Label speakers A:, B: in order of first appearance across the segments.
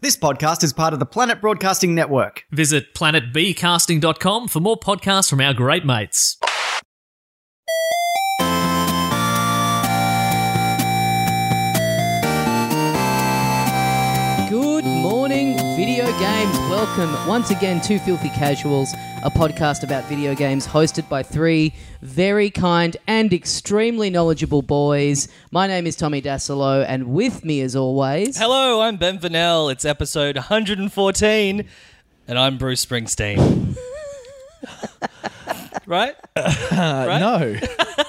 A: This podcast is part of the Planet Broadcasting Network.
B: Visit planetbcasting.com for more podcasts from our great mates.
C: Good morning, video games. Welcome once again to Filthy Casuals, a podcast about video games hosted by three very kind and extremely knowledgeable boys. My name is Tommy Dasilo, and with me, as always,
D: Hello, I'm Ben Vanel. It's episode 114, and I'm Bruce Springsteen. right?
E: No.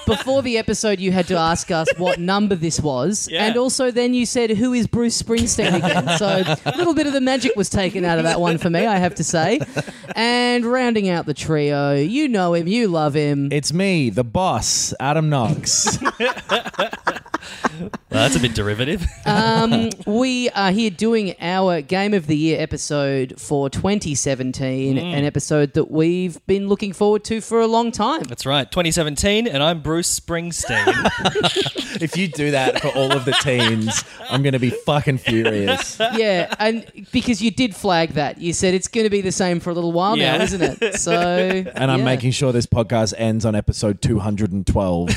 C: before the episode, you had to ask us what number this was,
D: Yeah.
C: and also then you said, Who is Bruce Springsteen again? So a little bit of the magic was taken out of that one for me, I have to say. And rounding out the trio, you know him, you love him.
E: It's me, the boss, Adam Knox.
D: Well, that's a bit derivative.
C: We are here doing our Game of the Year episode for 2017,
D: Mm.
C: an episode that we've been looking forward to for a long time.
D: That's right, 2017, and I'm Bruce Springsteen.
E: if you do that for all of the teams, I'm going to be fucking furious.
C: yeah, and because you did flag that, you said it's going to be the same for a little while now,
D: Yeah.
C: isn't it? So,
E: And I'm
C: yeah.
E: making sure this podcast ends on episode 212.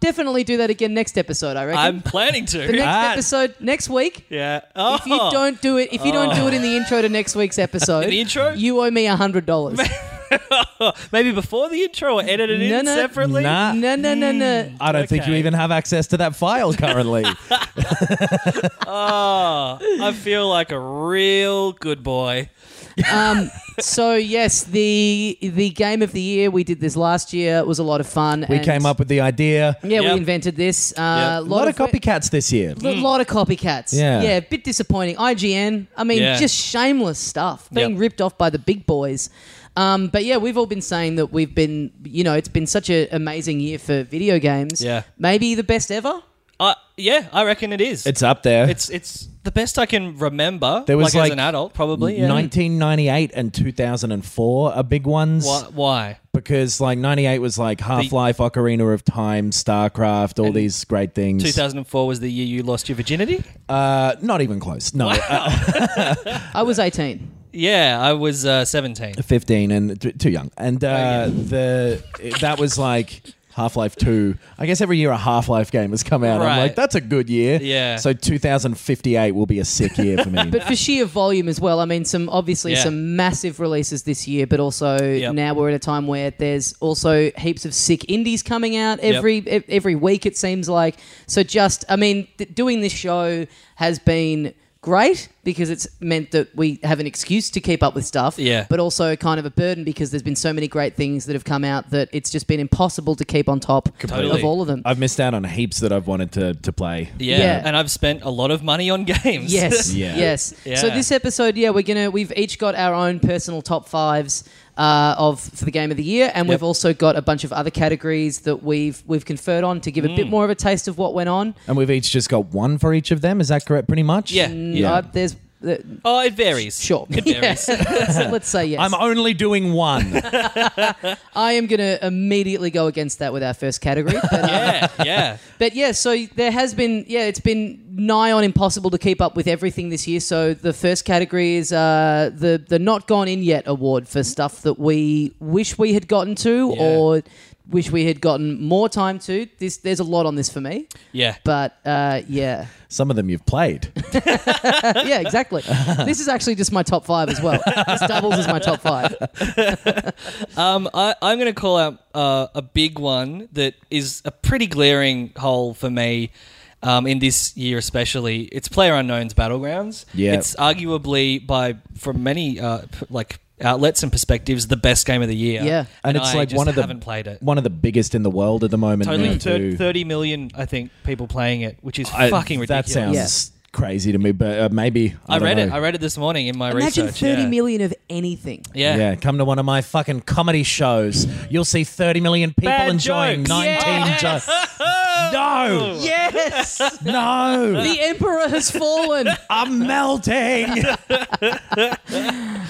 C: definitely do that again next episode. I reckon
D: I'm planning to.
C: the next
D: Ah,
C: episode next week.
D: Yeah. Oh.
C: If you don't do it, if you don't do it in the intro to next week's episode,
D: the intro?
C: you owe me a hundred dollars.
D: Oh, Maybe before the intro or edit it
C: No,
D: in
C: no.
D: separately?
E: Nah.
C: No, no, no,
D: Mm.
C: no.
E: I don't think you
D: Okay.
E: even have access to that file currently.
D: I feel like a real good boy.
C: So yes, the the game of the year we did this last year It was a lot of fun.
E: we
C: and-
E: came up with the idea.
C: Yeah,
D: Yep.
C: we invented this. Uh, lot,
D: Yep.
E: A lot of
C: copycats.
E: copycats this year.
C: A
D: Hmm.
C: lot of copycats.
E: Yeah.
C: yeah, a bit disappointing. IGN. I mean,
D: Yeah.
C: just shameless stuff being
D: Yep.
C: ripped off by the big boys. Um, but yeah, we've all been saying that we've been, you know, it's been such an amazing year for video games.
D: Yeah.
C: maybe the best ever.
D: Uh, yeah, I reckon it is.
E: It's up there.
D: it's it's the best I can remember.
E: There was
D: like,
E: like
D: as an adult, probably. Yeah.
E: 1998 and 2004 are big ones.
D: Why? why?
E: Because like 98 was like Half-Life, Ocarina of Time, StarCraft, all these great things.
D: 2004 was the year you lost your virginity.
E: Uh, not even close. No, uh,
C: I was eighteen.
D: Yeah, I was uh, 17.
E: 15 and t- too young. And
D: Oh,
E: uh, the that was like Half Life 2. I guess every year a Half Life game has come out. I'm
D: Right.
E: like, that's a good year.
D: Yeah.
E: So 2058 will be a sick year for me.
C: But for sheer volume as well, I mean, some obviously
D: Yeah.
C: some massive releases this year, but also now we're at a time where there's also heaps of sick indies coming out every e- every week. It seems like so. Just I mean, th- doing this show has been great because it's meant that we have an excuse to keep up with stuff
D: Yeah.
C: but also kind of a burden because there's been so many great things that have come out that it's just been impossible to keep on top
D: Totally.
C: of all of them
E: I've missed out on heaps that I've wanted to, to play.
D: Yeah.
C: Yeah.
D: And I've spent a lot of money on games.
C: Yes.
E: Yeah.
C: Yes. So
D: Yeah.
C: this episode, yeah, we're gonna we've each got our own personal top fives uh, of for the game of the year, and we've also got a bunch of other categories that we've we've conferred on to give a bit more of a taste of what went on.
E: And we've each just got one for each of them. Is that correct? Pretty much?
D: Yeah.
E: yeah.
C: Uh, there's uh,
D: oh, it varies.
C: sure.
D: It
C: Yeah.
D: varies.
C: let's, let's say yes.
E: I'm only doing one.
C: I am gonna immediately go against that with our first category. But, uh,
D: yeah. Yeah.
C: But yeah, so there has been yeah, it's been nigh on impossible to keep up with everything this year. So the first category is uh, the the not gone in yet award for stuff that we wish we had gotten to
D: Yeah.
C: or wish we had gotten more time to. This there's a lot on this for me,
D: Yeah.
C: but uh, yeah,
E: Some of them you've played.
C: yeah, exactly. this is actually just my top five as well. This doubles as my top five.
D: Um, I, I'm going to call out uh, a big one that is a pretty glaring hole for me um, in this year, especially. It's Player Unknown's Battlegrounds.
E: Yeah.
D: it's arguably by from many uh, p- like outlets and perspectives the best game of the year.
C: Yeah.
E: and it's
D: I
E: like
D: just
E: one of the
D: haven't played it.
E: one of the biggest in the world at the moment.
D: Totally,
E: now,
D: thir-
E: too.
D: thirty million, I think, people playing it, which is
E: I-
D: fucking ridiculous.
E: That sounds crazy to me, but uh, maybe I,
D: I
E: don't
D: read it.
E: know.
D: I read it this morning in my
C: Imagine
D: research.
C: thirty
D: yeah.
C: million of anything.
D: Yeah.
E: Yeah, come to one of my fucking comedy shows. You'll see 30 million people
D: Bad
E: enjoying
D: jokes.
E: 19 jokes. No!
C: Yes, the
E: No!
C: emperor has fallen.
E: I'm melting!
C: Um,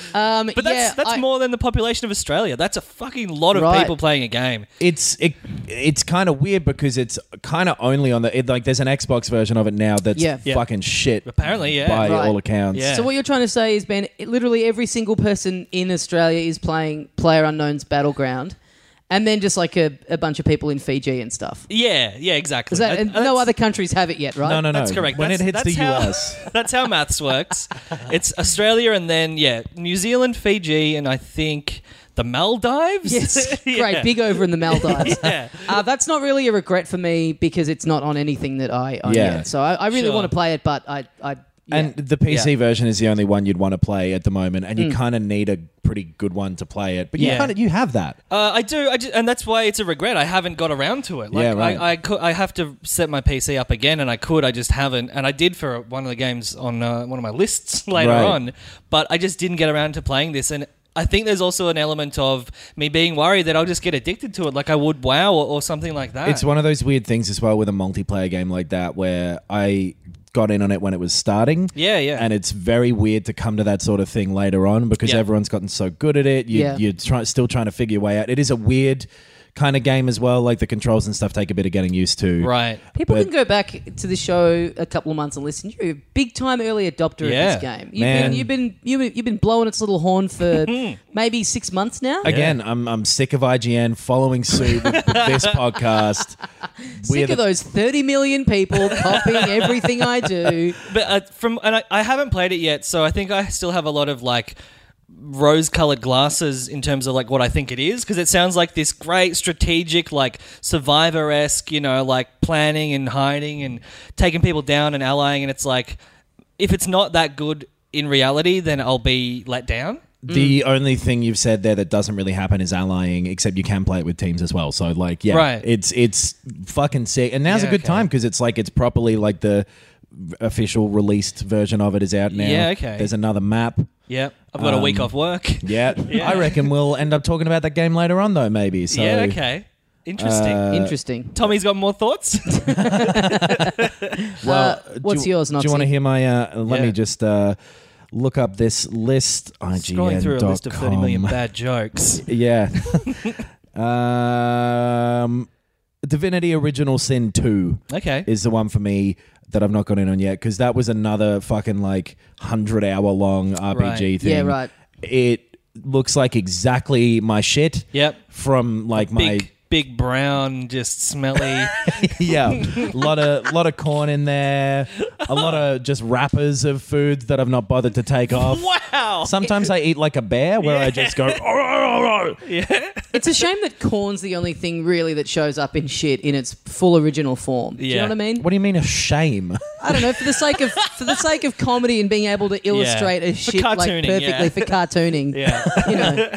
D: But that's
C: yeah,
D: that's
C: I-
D: more than the population of Australia. That's a fucking lot of
C: Right.
D: people playing a game.
E: it's it, it's kind of weird because it's kind of only on the it, like there's an Xbox version of it now that's
C: Yeah. Yeah.
E: fucking shit.
D: Apparently, yeah.
E: by
C: Right.
E: all accounts.
D: Yeah.
C: So what you're trying to say is, Ben, it- literally every single person in Australia is playing Player Unknown's Battleground, and then just like a, a bunch of people in Fiji and stuff.
D: Yeah, yeah, exactly.
C: Is that,
D: Uh,
C: and
D: uh,
C: no
D: that's-
C: other countries have it yet, right?
E: No, no, no.
D: That's correct.
E: When
D: That's-
E: it hits the
D: that's how-
E: US,
D: That's how maths works. it's Australia and then yeah, New Zealand, Fiji, and I think the Maldives.
C: Yes,
D: Yeah.
C: great, big over in the Maldives.
D: Yeah.
C: uh, that's not really a regret for me because it's not on anything that I own
E: Yeah.
C: yet. So I, I really
D: Sure.
C: want to play it, but I, I yeah.
E: and the PC
D: Yeah.
E: version is the only one you'd want to play at the moment, and you
C: Mm.
E: kind of need a pretty good one to play it. But you
D: Yeah.
E: kind of you have that.
D: Uh, I do, I ju- and that's why it's a regret. I haven't got around to it. Like,
E: Yeah, right.
D: I, I, could, I have to set my PC up again, and I could, I just haven't, and I did for one of the games on uh, one of my lists later
E: Right.
D: on, but I just didn't get around to playing this, and I think there's also an element of me being worried that I'll just get addicted to it, like I would WoW or, or something like that.
E: It's one of those weird things as well with a multiplayer game like that where I got in on it when it was starting.
D: Yeah, yeah.
E: And it's very weird to come to that sort of thing later on because
D: Yeah.
E: everyone's gotten so good at it. You,
C: Yeah.
E: You're try, still trying to figure your way out. It is a weird kind of game as well. Like the controls and stuff take a bit of getting used to.
D: right?
C: People
E: But-
C: can go back to the show a couple of months and listen. You're a big time early adopter
D: Yeah,
C: of this game. You've
E: man.
C: been you've been you- you've been blowing its little horn for
D: Hmm.
C: maybe six months now.
E: Again, I'm, I'm sick of IGN following suit with this podcast.
C: Sick of those thirty million people copying everything I do.
D: But uh, from and I, I haven't played it yet, so I think I still have a lot of like rose-colored glasses in terms of like what I think it is because it sounds like this great strategic like survivor-esque, you know, like planning and hiding and taking people down and allying and it's like if it's not that good in reality, then I'll be let down.
E: The
D: Mm.
E: only thing you've said there that doesn't really happen is allying, except you can play it with teams as well. So like, yeah,
D: Right.
E: it's it's fucking sick, and now's a
D: Yeah,
E: good
D: okay.
E: time because it's like it's properly like the official released version of it is out now.
D: Yeah, okay.
E: There's another map.
D: Yeah, I've got a week
E: Um,
D: off work.
E: Yeah. I reckon we'll end up talking about that game later on though, maybe. So uh,
D: yeah, okay. Interesting.
C: Interesting.
D: Tommy's got more thoughts.
E: Well,
C: Uh, what's
E: do, you-
C: yours,
E: Do you
C: Noxie?
E: want to hear my? Uh, let
D: Yeah.
E: me just uh, look up this list.
D: Scrolling through a list of 30 million
E: IGN.com.
D: bad jokes.
E: Yeah. um, Divinity Original Sin 2
D: Okay.
E: is the one for me that I've not got in on yet because that was another fucking like 100 hour long RPG
D: Right.
E: thing.
C: Yeah, right.
E: It looks like exactly my shit.
D: Yep.
E: From like my.
D: big big brown, just smelly.
E: yeah, lot of lot of corn in there, a lot of just wrappers of foods that I've not bothered to take off.
D: wow.
E: Sometimes I eat like a bear, where I just go, "Oh,
C: It's a shame that corn's the only thing really that shows up in shit in its full original form. Do you know
D: Yeah.
C: what I mean?
E: "What do you mean a shame?"
C: I don't know for the sake of for the sake of comedy and being able to illustrate a shit like
D: cartooning,
C: perfectly
D: yeah.
C: for cartooning.
D: Yeah.
C: You know.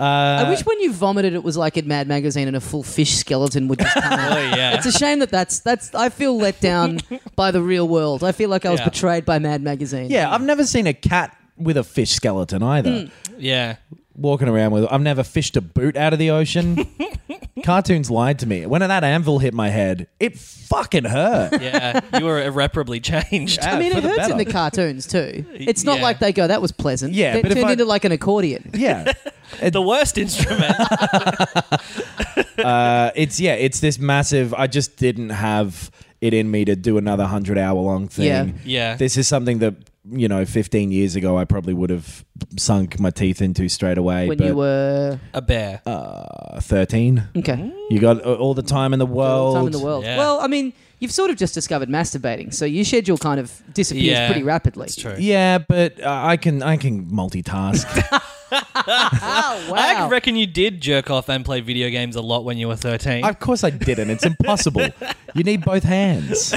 E: Uh,
C: I wish when you vomited, it was like at Mad Magazine and a full fish skeleton would just come out.
D: Oh yeah.
C: It's a shame that that's that's. I feel let down by the real world. I feel like I was
D: Yeah.
C: betrayed by Mad Magazine.
E: Yeah, I've never seen a cat with a fish skeleton either.
C: Hmm.
D: yeah.
E: Walking around with, I've never fished a boot out of the ocean. Cartoons lied to me. When that anvil hit my head, it fucking hurt.
D: Yeah. You were irreparably changed.
E: Yeah.
C: I mean,
E: for
C: it
E: the
C: hurts in the
E: better.
C: cartoons too. It's not
D: Yeah.
C: like they go, "That was pleasant."
E: Yeah,
C: it
E: but if
C: turned
E: I-
C: into like an accordion.
E: Yeah,
D: The worst instrument.
E: uh, it's yeah, it's this massive. I just didn't have it in me to do another hundred hour long thing.
C: Yeah.
D: Yeah.
E: this is something that you know, 15 years ago, I probably would have sunk my teeth into straight away.
C: when
E: but
C: you were
D: A bear.
E: uh, 13,
C: okay.
E: you got a- all the time in the Mm-hmm. world.
C: Time in the world.
D: Yeah.
C: Well, I mean, you've sort of just discovered masturbating, so your schedule kind of disappears
D: Yeah,
C: pretty rapidly.
D: It's true.
E: Yeah, but uh, I can I can multitask.
C: Oh wow!
D: I reckon you did jerk off and play video games a lot when you were 13.
E: of course I didn't. It's impossible. You need both hands.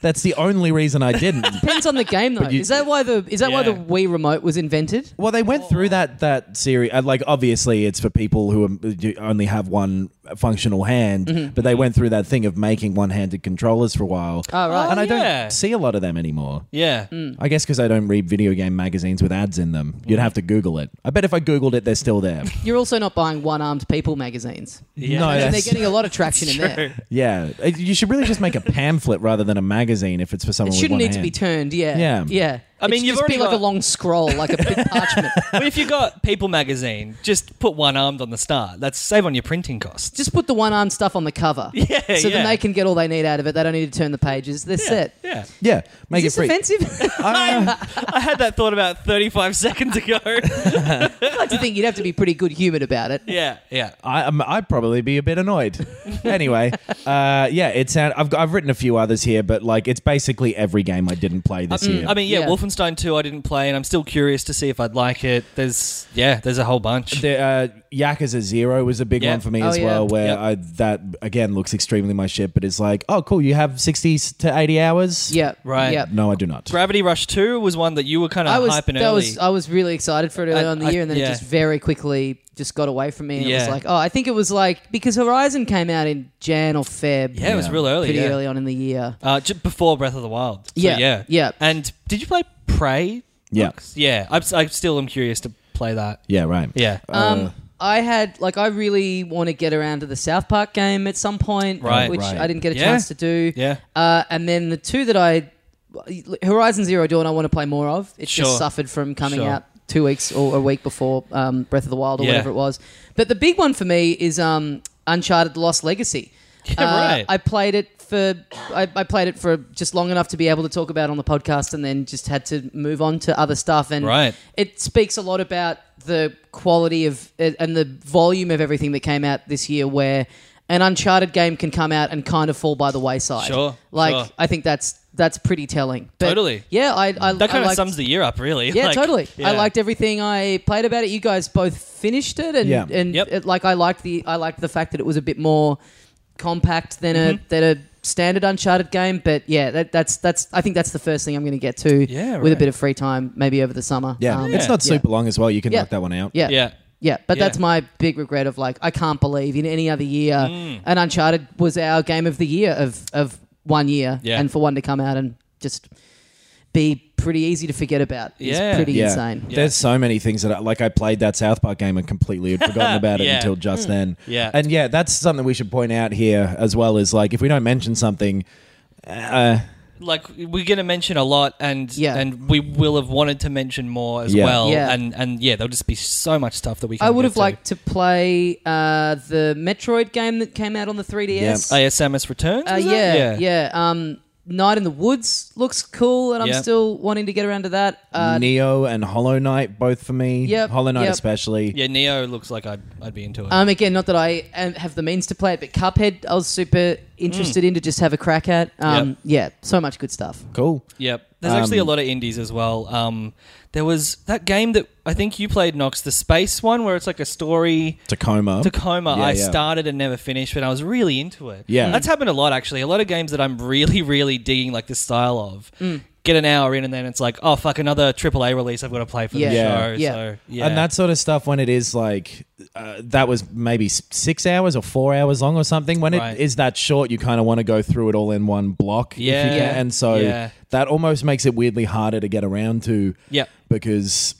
E: That's the only reason I didn't.
C: Depends on the game, though.
E: you-
C: is that why the is that why the
D: Yeah.
C: Wii remote was invented?
E: Well, they went through that that series. uh, Like, obviously, it's for people who um, do- only have one functional hand,
C: Mm-hmm.
E: but they went through that thing of making one-handed controllers for a while.
C: Oh right.
E: and I
D: yeah.
E: don't see a lot of them anymore.
D: yeah.
E: I guess because I don't read video game magazines with ads in them. You'd have to Google it. I bet if I Googled it, they're still there.
C: You're also not buying one-armed people magazines.
D: Yeah.
E: No,
C: And they're
E: Oh, that's,
C: getting a lot of traction
E: Mm,
C: in there.
E: yeah. Uh, You should really just make a pamphlet rather than a magazine if it's for someone.
C: It
E: with
C: shouldn't
E: one
C: need to
E: hand.
C: be turned. Yeah.
E: Yeah.
C: Yeah.
D: I
C: It
D: mean,
C: should
D: you've
C: just be
D: already
C: like a
D: got-
C: long scroll, like a big parchment.
D: but if you got People magazine, just put one armed on the start. That's save on your printing costs.
C: Just put the one-armed stuff on the cover.
D: Yeah,
C: So
D: yeah.
C: then they can get all they need out of it. They don't need to turn the pages. They're set.
D: Yeah.
E: Yeah, make
C: Is
E: it free. Uh,
C: this offensive?
E: I don't know.
D: I had that thought about 35 seconds ago.
C: I'd like to think you'd have to be pretty good-humoured about it.
D: yeah, yeah.
E: I, um, I'd probably be a bit annoyed. anyway, uh, yeah, it's uh, I've, got- I've written a few others here, but like it's basically every game I didn't play
C: Um,
E: this year.
D: I mean, yeah,
C: Yeah.
D: Wolfenstein 2 I didn't play, and I'm still curious to see if I'd like it. There's, yeah, there's a whole bunch.
E: the, uh, Yakuza Zero was a big
D: Yeah.
E: one for me
C: Oh,
E: as
C: yeah.
E: well, where
D: Yep.
E: I, that again looks extremely my shit, but it's like, oh, cool, you have sixty to eighty hours.
C: Yeah.
D: Right.
C: Yeah.
E: No, I do not.
D: Gravity Rush 2 was one that you were kind of
C: I was
D: hyping
C: that
D: early.
C: was I was really excited for it early
D: I-
C: on in
D: I-
C: the year, and then
D: yeah.
C: it just very quickly just got away from me. And it
D: Yeah.
C: was like, oh, I think it was like because Horizon came out in Jan or Feb.
D: yeah, it was real early.
C: pretty
D: yeah.
C: early on in the year.
D: Uh, just before Breath of the Wild. So,
C: Yeah,
D: yeah.
C: yeah.
D: And did you play Prey?
E: Yeah.
D: Yeah. I'm, s- I still am curious to play that.
E: Yeah. Right.
D: Yeah.
C: Um, I had like I really want to get around to the South Park game at some point,
D: Right.
C: which
E: Right.
C: I didn't get a
D: Yeah.
C: chance to do.
D: Yeah.
C: Uh, and then the two that I Horizon Zero Dawn I want to play more of. It
D: Sure.
C: just suffered from coming
D: Sure.
C: out two weeks or a week before um, Breath of the Wild or
D: Yeah.
C: whatever it was. But the big one for me is um, Uncharted: The Lost Legacy. Uh,
D: Yeah, right.
C: I played it for I, I played it for just long enough to be able to talk about it on the podcast, and then just had to move on to other stuff. And
D: Right.
C: it speaks a lot about the quality of uh, and the volume of everything that came out this year where an uncharted game can come out and kind of fall by the wayside
D: Sure,
C: like
D: sure.
C: i think that's that's pretty telling But
D: Totally.
C: yeah i, I
D: that
C: I
D: kind of
C: liked-
D: sums the year up, really.
C: yeah
D: Like,
C: totally i
D: yeah.
C: liked everything i played about it you guys both finished it and
E: Yeah.
C: and
D: Yep.
C: it, like i liked the i liked the fact that it was a bit more compact than
D: Mm-hmm.
C: a than a standard uncharted game but yeah that, that's that's i think that's the first thing i'm going to get to
D: Yeah,
C: with a
D: right.
C: bit of free time maybe over the summer
E: Yeah.
C: Um,
E: It's not
C: yeah.
E: super long as well. You can
C: Yeah.
E: knock that one out.
C: yeah.
D: Yeah.
C: Yeah, but
D: Yeah.
C: that's my big regret of like I can't believe in any other year
D: Mm.
C: and Uncharted was our game of the year of of one year
D: Yeah.
C: and for one to come out and just be pretty easy to forget about is
D: Yeah.
C: pretty insane.
E: There's so many things that I, like I played that South Park game and completely had forgotten about it
D: Yeah.
E: until
C: Hmm.
E: just then.
D: Yeah.
E: And yeah, that's something we should point out here as well is like if we don't mention something
D: Like we're going to mention a lot, and
C: Yeah.
D: and we will have wanted to mention more as
E: Yeah.
D: well.
C: Yeah.
D: And and yeah, there'll just be so much stuff that we. can
C: I would
D: get
C: have
D: to.
C: liked to play uh, the Metroid game that came out on the 3DS.
D: Oh, yeah, Samus Returns.
C: Uh,
D: was it?
C: yeah, yeah. Um, Night in the Woods looks cool, and I'm
D: Yeah.
C: still wanting to get around to that. Uh,
E: Neo and Hollow Knight both for me.
C: Yep,
E: Hollow Knight
C: yep.
E: especially.
D: Yeah, Neo looks like I'd, I'd be into it.
C: Um, again, not that I um, have the means to play it, but Cuphead, I was super interested in to just have a crack at. Um,
D: Mm. Yep.
C: Yeah, so much good stuff.
E: Cool.
D: yep. There's
E: um,
D: actually a lot of indies as well. Um, there was that game that I think you played, Nox, the space one, where it's like a story.
E: Tacoma.
D: Tacoma,
E: Yeah,
D: I
E: yeah.
D: started and never finished, but I was really into it.
E: Yeah.
D: That's happened a lot, actually. A lot of games that I'm really, really digging, like this style of.
C: Mm.
D: Get an hour in, and then it's like, oh, fuck, another AAA release I've got to play for
C: Yeah.
D: the
E: Yeah.
D: show.
C: Yeah.
D: So, yeah.
E: And that sort of stuff when it is like uh, that was maybe s- six hours or four hours long or something. When
D: Right.
E: it is that short, you kind of want to go through it all in one block. if you
D: Yeah.
E: can. and so
D: Yeah.
E: that almost makes it weirdly harder to get around to.
D: Yep.
E: because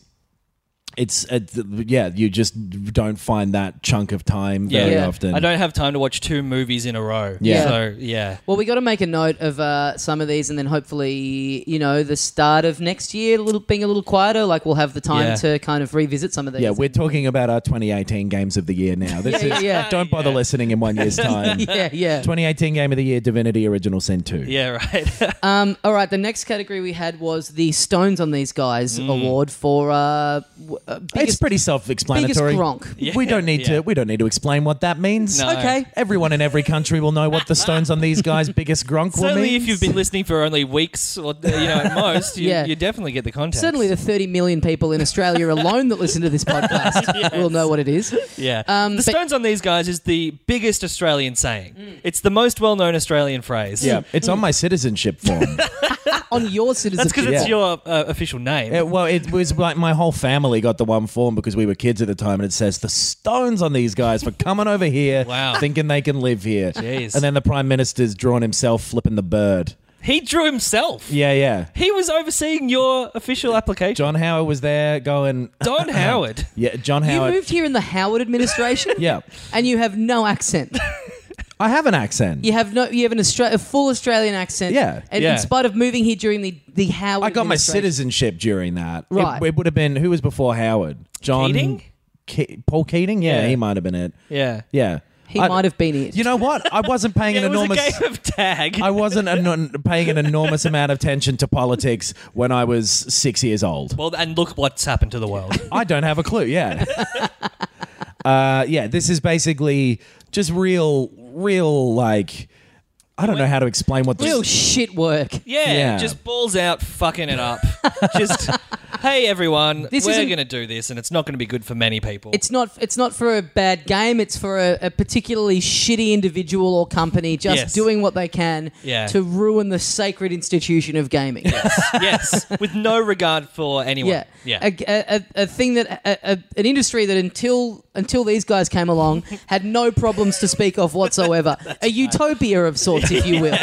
E: it's uh, yeah, you just don't find that chunk of time very
C: Yeah.
E: often.
D: I don't have time to watch two movies in a row.
E: Yeah.
D: So yeah.
C: Well, we got to make a note of uh, some of these, and then hopefully, you know, the start of next year, a little being a little quieter. Like we'll have the time
D: Yeah.
C: to kind of revisit some of these.
E: Yeah, we're talking about our 2018 games of the year now. This
C: Yeah,
E: is,
C: yeah, yeah.
E: Don't bother listening in one year's time.
C: yeah, yeah.
E: 2018 game of the year: Divinity Original Sin 2.
D: Yeah, right.
C: Um, all right, the next category we had was the Stones on These Guys
D: Mm.
C: award for uh, w- uh,
E: It's
C: biggest,
E: pretty self-explanatory.
C: biggest gronk.
E: We don't need
D: Yeah.
E: to. We don't need to explain what that means.
D: No. Okay.
E: Everyone in every country will know what the stones on these guys' biggest gronk will
D: Certainly,
E: mean.
D: if you've been listening for only weeks or you know at most, you,
C: Yeah.
D: you definitely get the context.
C: Certainly, the 30 million people in Australia alone that listen to this podcast will know what it is.
D: Yeah.
C: Um,
D: the
C: but-
D: Stones on these guys is the biggest Australian saying. It's the most well-known Australian phrase.
E: yeah, it's on my citizenship form.
C: On your
D: That's
C: citizenship.
D: because it's
E: Yeah.
D: your uh, official name.
E: It- well, it was like my whole family got the one form because we were kids at the time, and it says the stones on these guys for coming over here,
D: Wow.
E: thinking they can live here.
D: Jeez.
E: And then the prime minister's drawn himself flipping the bird.
D: he drew himself.
E: Yeah, yeah.
D: He was overseeing your official application.
E: John Howard was there going.
D: Don Howard.
E: Yeah, John
C: You
E: Howard.
C: moved here in the Howard administration,
E: yeah,
C: and you have no accent.
E: I have an accent.
C: You have no. You have an Austra- a full Australian accent.
E: Yeah,
C: And
D: yeah.
C: in spite of moving here during the the Howard,
E: I got my
C: administration-
E: citizenship during that. It-
C: Right.
E: It, would have been who was before Howard? John
D: Keating?
E: Ke- Paul Keating. Yeah,
D: Yeah.
E: he might have been it.
D: Yeah.
E: Yeah,
C: He
E: I-
C: might have been it.
E: You know what? I wasn't paying
D: Yeah,
E: an
D: it was
E: enormous.
D: a game of tag.
E: I wasn't an- paying an enormous amount of attention to politics when I was six years old.
D: well, and look what's happened to the world.
E: I don't have a clue. Yeah. uh, yeah. This is basically just real, real like. I don't know how to explain what this.
C: real shit work.
D: Yeah,
E: Yeah.
D: just balls out, fucking it up. just, hey everyone,
C: This
D: we're
C: isn't-
D: going to do this, and it's not going to be good for many people.
C: It's not. It's not for a bad game. It's for a, a particularly shitty individual or company just
D: Yes.
C: doing what they can
D: Yeah.
C: to ruin the sacred institution of gaming.
D: yes, with no regard for anyone.
C: Yeah, A, a, a- a thing that a, a, an industry that until until these guys came along had no problems to speak of whatsoever. a utopia of sorts, if you will.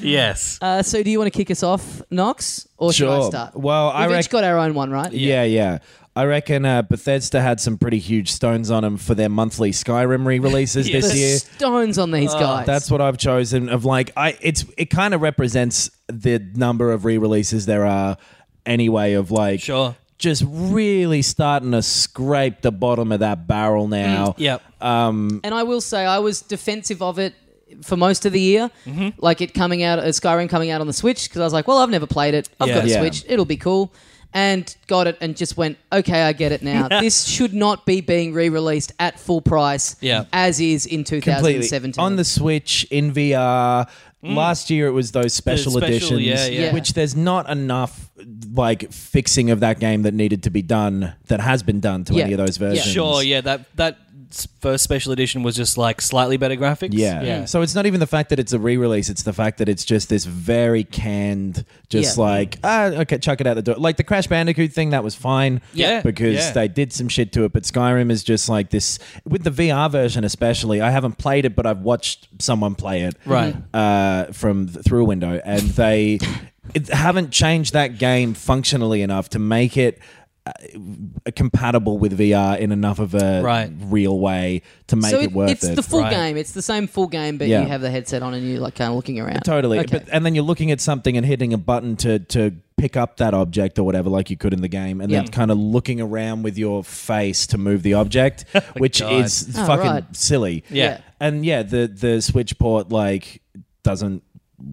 D: yes.
C: Uh, so, do you want to kick us off, Knox, or should I
E: Sure.
C: start?
E: Well,
C: We've
E: I
C: each
E: rec-
C: got our own one, right?
E: Yeah, yeah. I reckon uh, Bethesda had some pretty huge stones on them for their monthly Skyrim re-releases
D: Yes.
E: this
C: The
E: year.
C: stones on
E: Uh,
C: these guys.
E: That's what I've chosen. Of like, I it's it kind of represents the number of re-releases there are anyway. Of like,
D: Sure.
E: just really starting to scrape the bottom of that barrel
D: Mm.
E: now.
D: Yep.
C: and I will say I was defensive of it for most of the year,
D: Mm-hmm.
C: like it coming out, uh, Skyrim coming out on the Switch, because I was like, well, I've never played it. I've
D: Yeah.
C: got a
E: Yeah.
C: Switch. It'll be cool. And got it and just went, okay, I get it now. this should not be being re released at full price
D: Yeah.
C: as is in
E: Completely
C: 2017.
E: on the Switch in VR. Last year it was those special,
D: Mm. special,
E: editions,
D: yeah, yeah.
C: Yeah.
E: which there's not enough like fixing of that game that needed to be done that has been done to
C: Yeah.
E: any of those
C: Yeah.
E: versions.
D: sure. Yeah. That that s- first special edition was just like slightly better graphics.
E: Yeah. So it's not even the fact that it's a re-release; it's the fact that it's just this very canned, just
C: Yeah.
E: like ah, okay, chuck it out the door. Like the Crash Bandicoot thing, that was fine,
D: Yeah.
E: because
D: Yeah.
E: they did some shit to it. But Skyrim is just like this with the VR version, especially. I haven't played it, but I've watched someone play it,
D: Right.
E: uh, from th- through a window, and they it, haven't changed that game functionally enough to make it. uh, Compatible with VR in enough of a
D: Right.
E: real way to make
C: so
E: it,
C: it-
E: worth
C: it's
E: it.
C: the full
D: Right.
C: game. It's the same full game, but
E: Yeah.
C: you have the headset on and you're like kind of looking around.
E: Totally.
C: Okay.
E: But, and then you're looking at something and hitting a button to to pick up that object or whatever, like you could in the game, and
C: Yeah.
E: then kind of looking around with your face to move the object, which
D: God.
E: is
C: Oh,
E: fucking
C: right.
E: silly.
D: Yeah.
E: And yeah, the the switch port like doesn't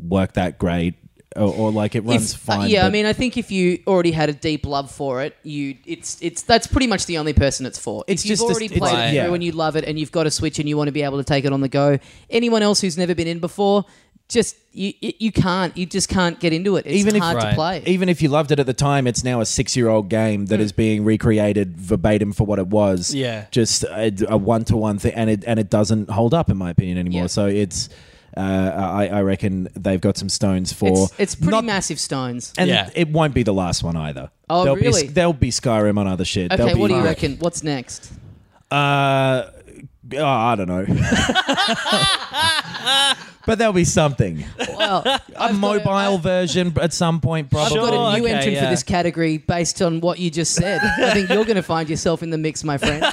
E: work that great, or, or like it runs
C: If- uh,
E: fine.
C: yeah, I
E: but-
C: mean, I think if you already had a deep love for it, you it's it's that's pretty much the only person it's for.
E: It's
C: if you've
E: just a-
C: already
E: it's-
C: played
D: Right.
C: it through
E: yeah.
C: and you love it, and you've got a Switch and you want to be able to take it on the go. Anyone else who's never been in before, just you you you can't you just can't get into it. It's
E: Even if-
C: hard
D: Right.
C: to play. Hmm.
E: even if you loved it at the time, it's now a six-year-old game that is being recreated verbatim for what it was.
D: Yeah.
E: just a, a one-to-one thing, and it and it doesn't hold up in my opinion anymore.
C: Yeah.
E: So it's, uh, I, I reckon they've got some stones for
C: it's, it's pretty
E: not-
C: massive stones.
E: and
D: Yeah.
E: it won't be the last one either.
C: Oh,
E: there'll
C: really?
E: Be, there'll be Skyrim on other shit.
C: Okay,
E: There'll
C: what
E: be,
C: do you reckon? What's next?
E: Uh, oh, I don't know. But there'll be something.
C: Well,
E: A
C: I've got
E: mobile version at some point,
C: I've
E: probably.
D: Sure.
C: got a new
D: okay,
C: entrant for
D: yeah.
C: this category based on what you just said. I think you're going to find yourself in the mix, my friend.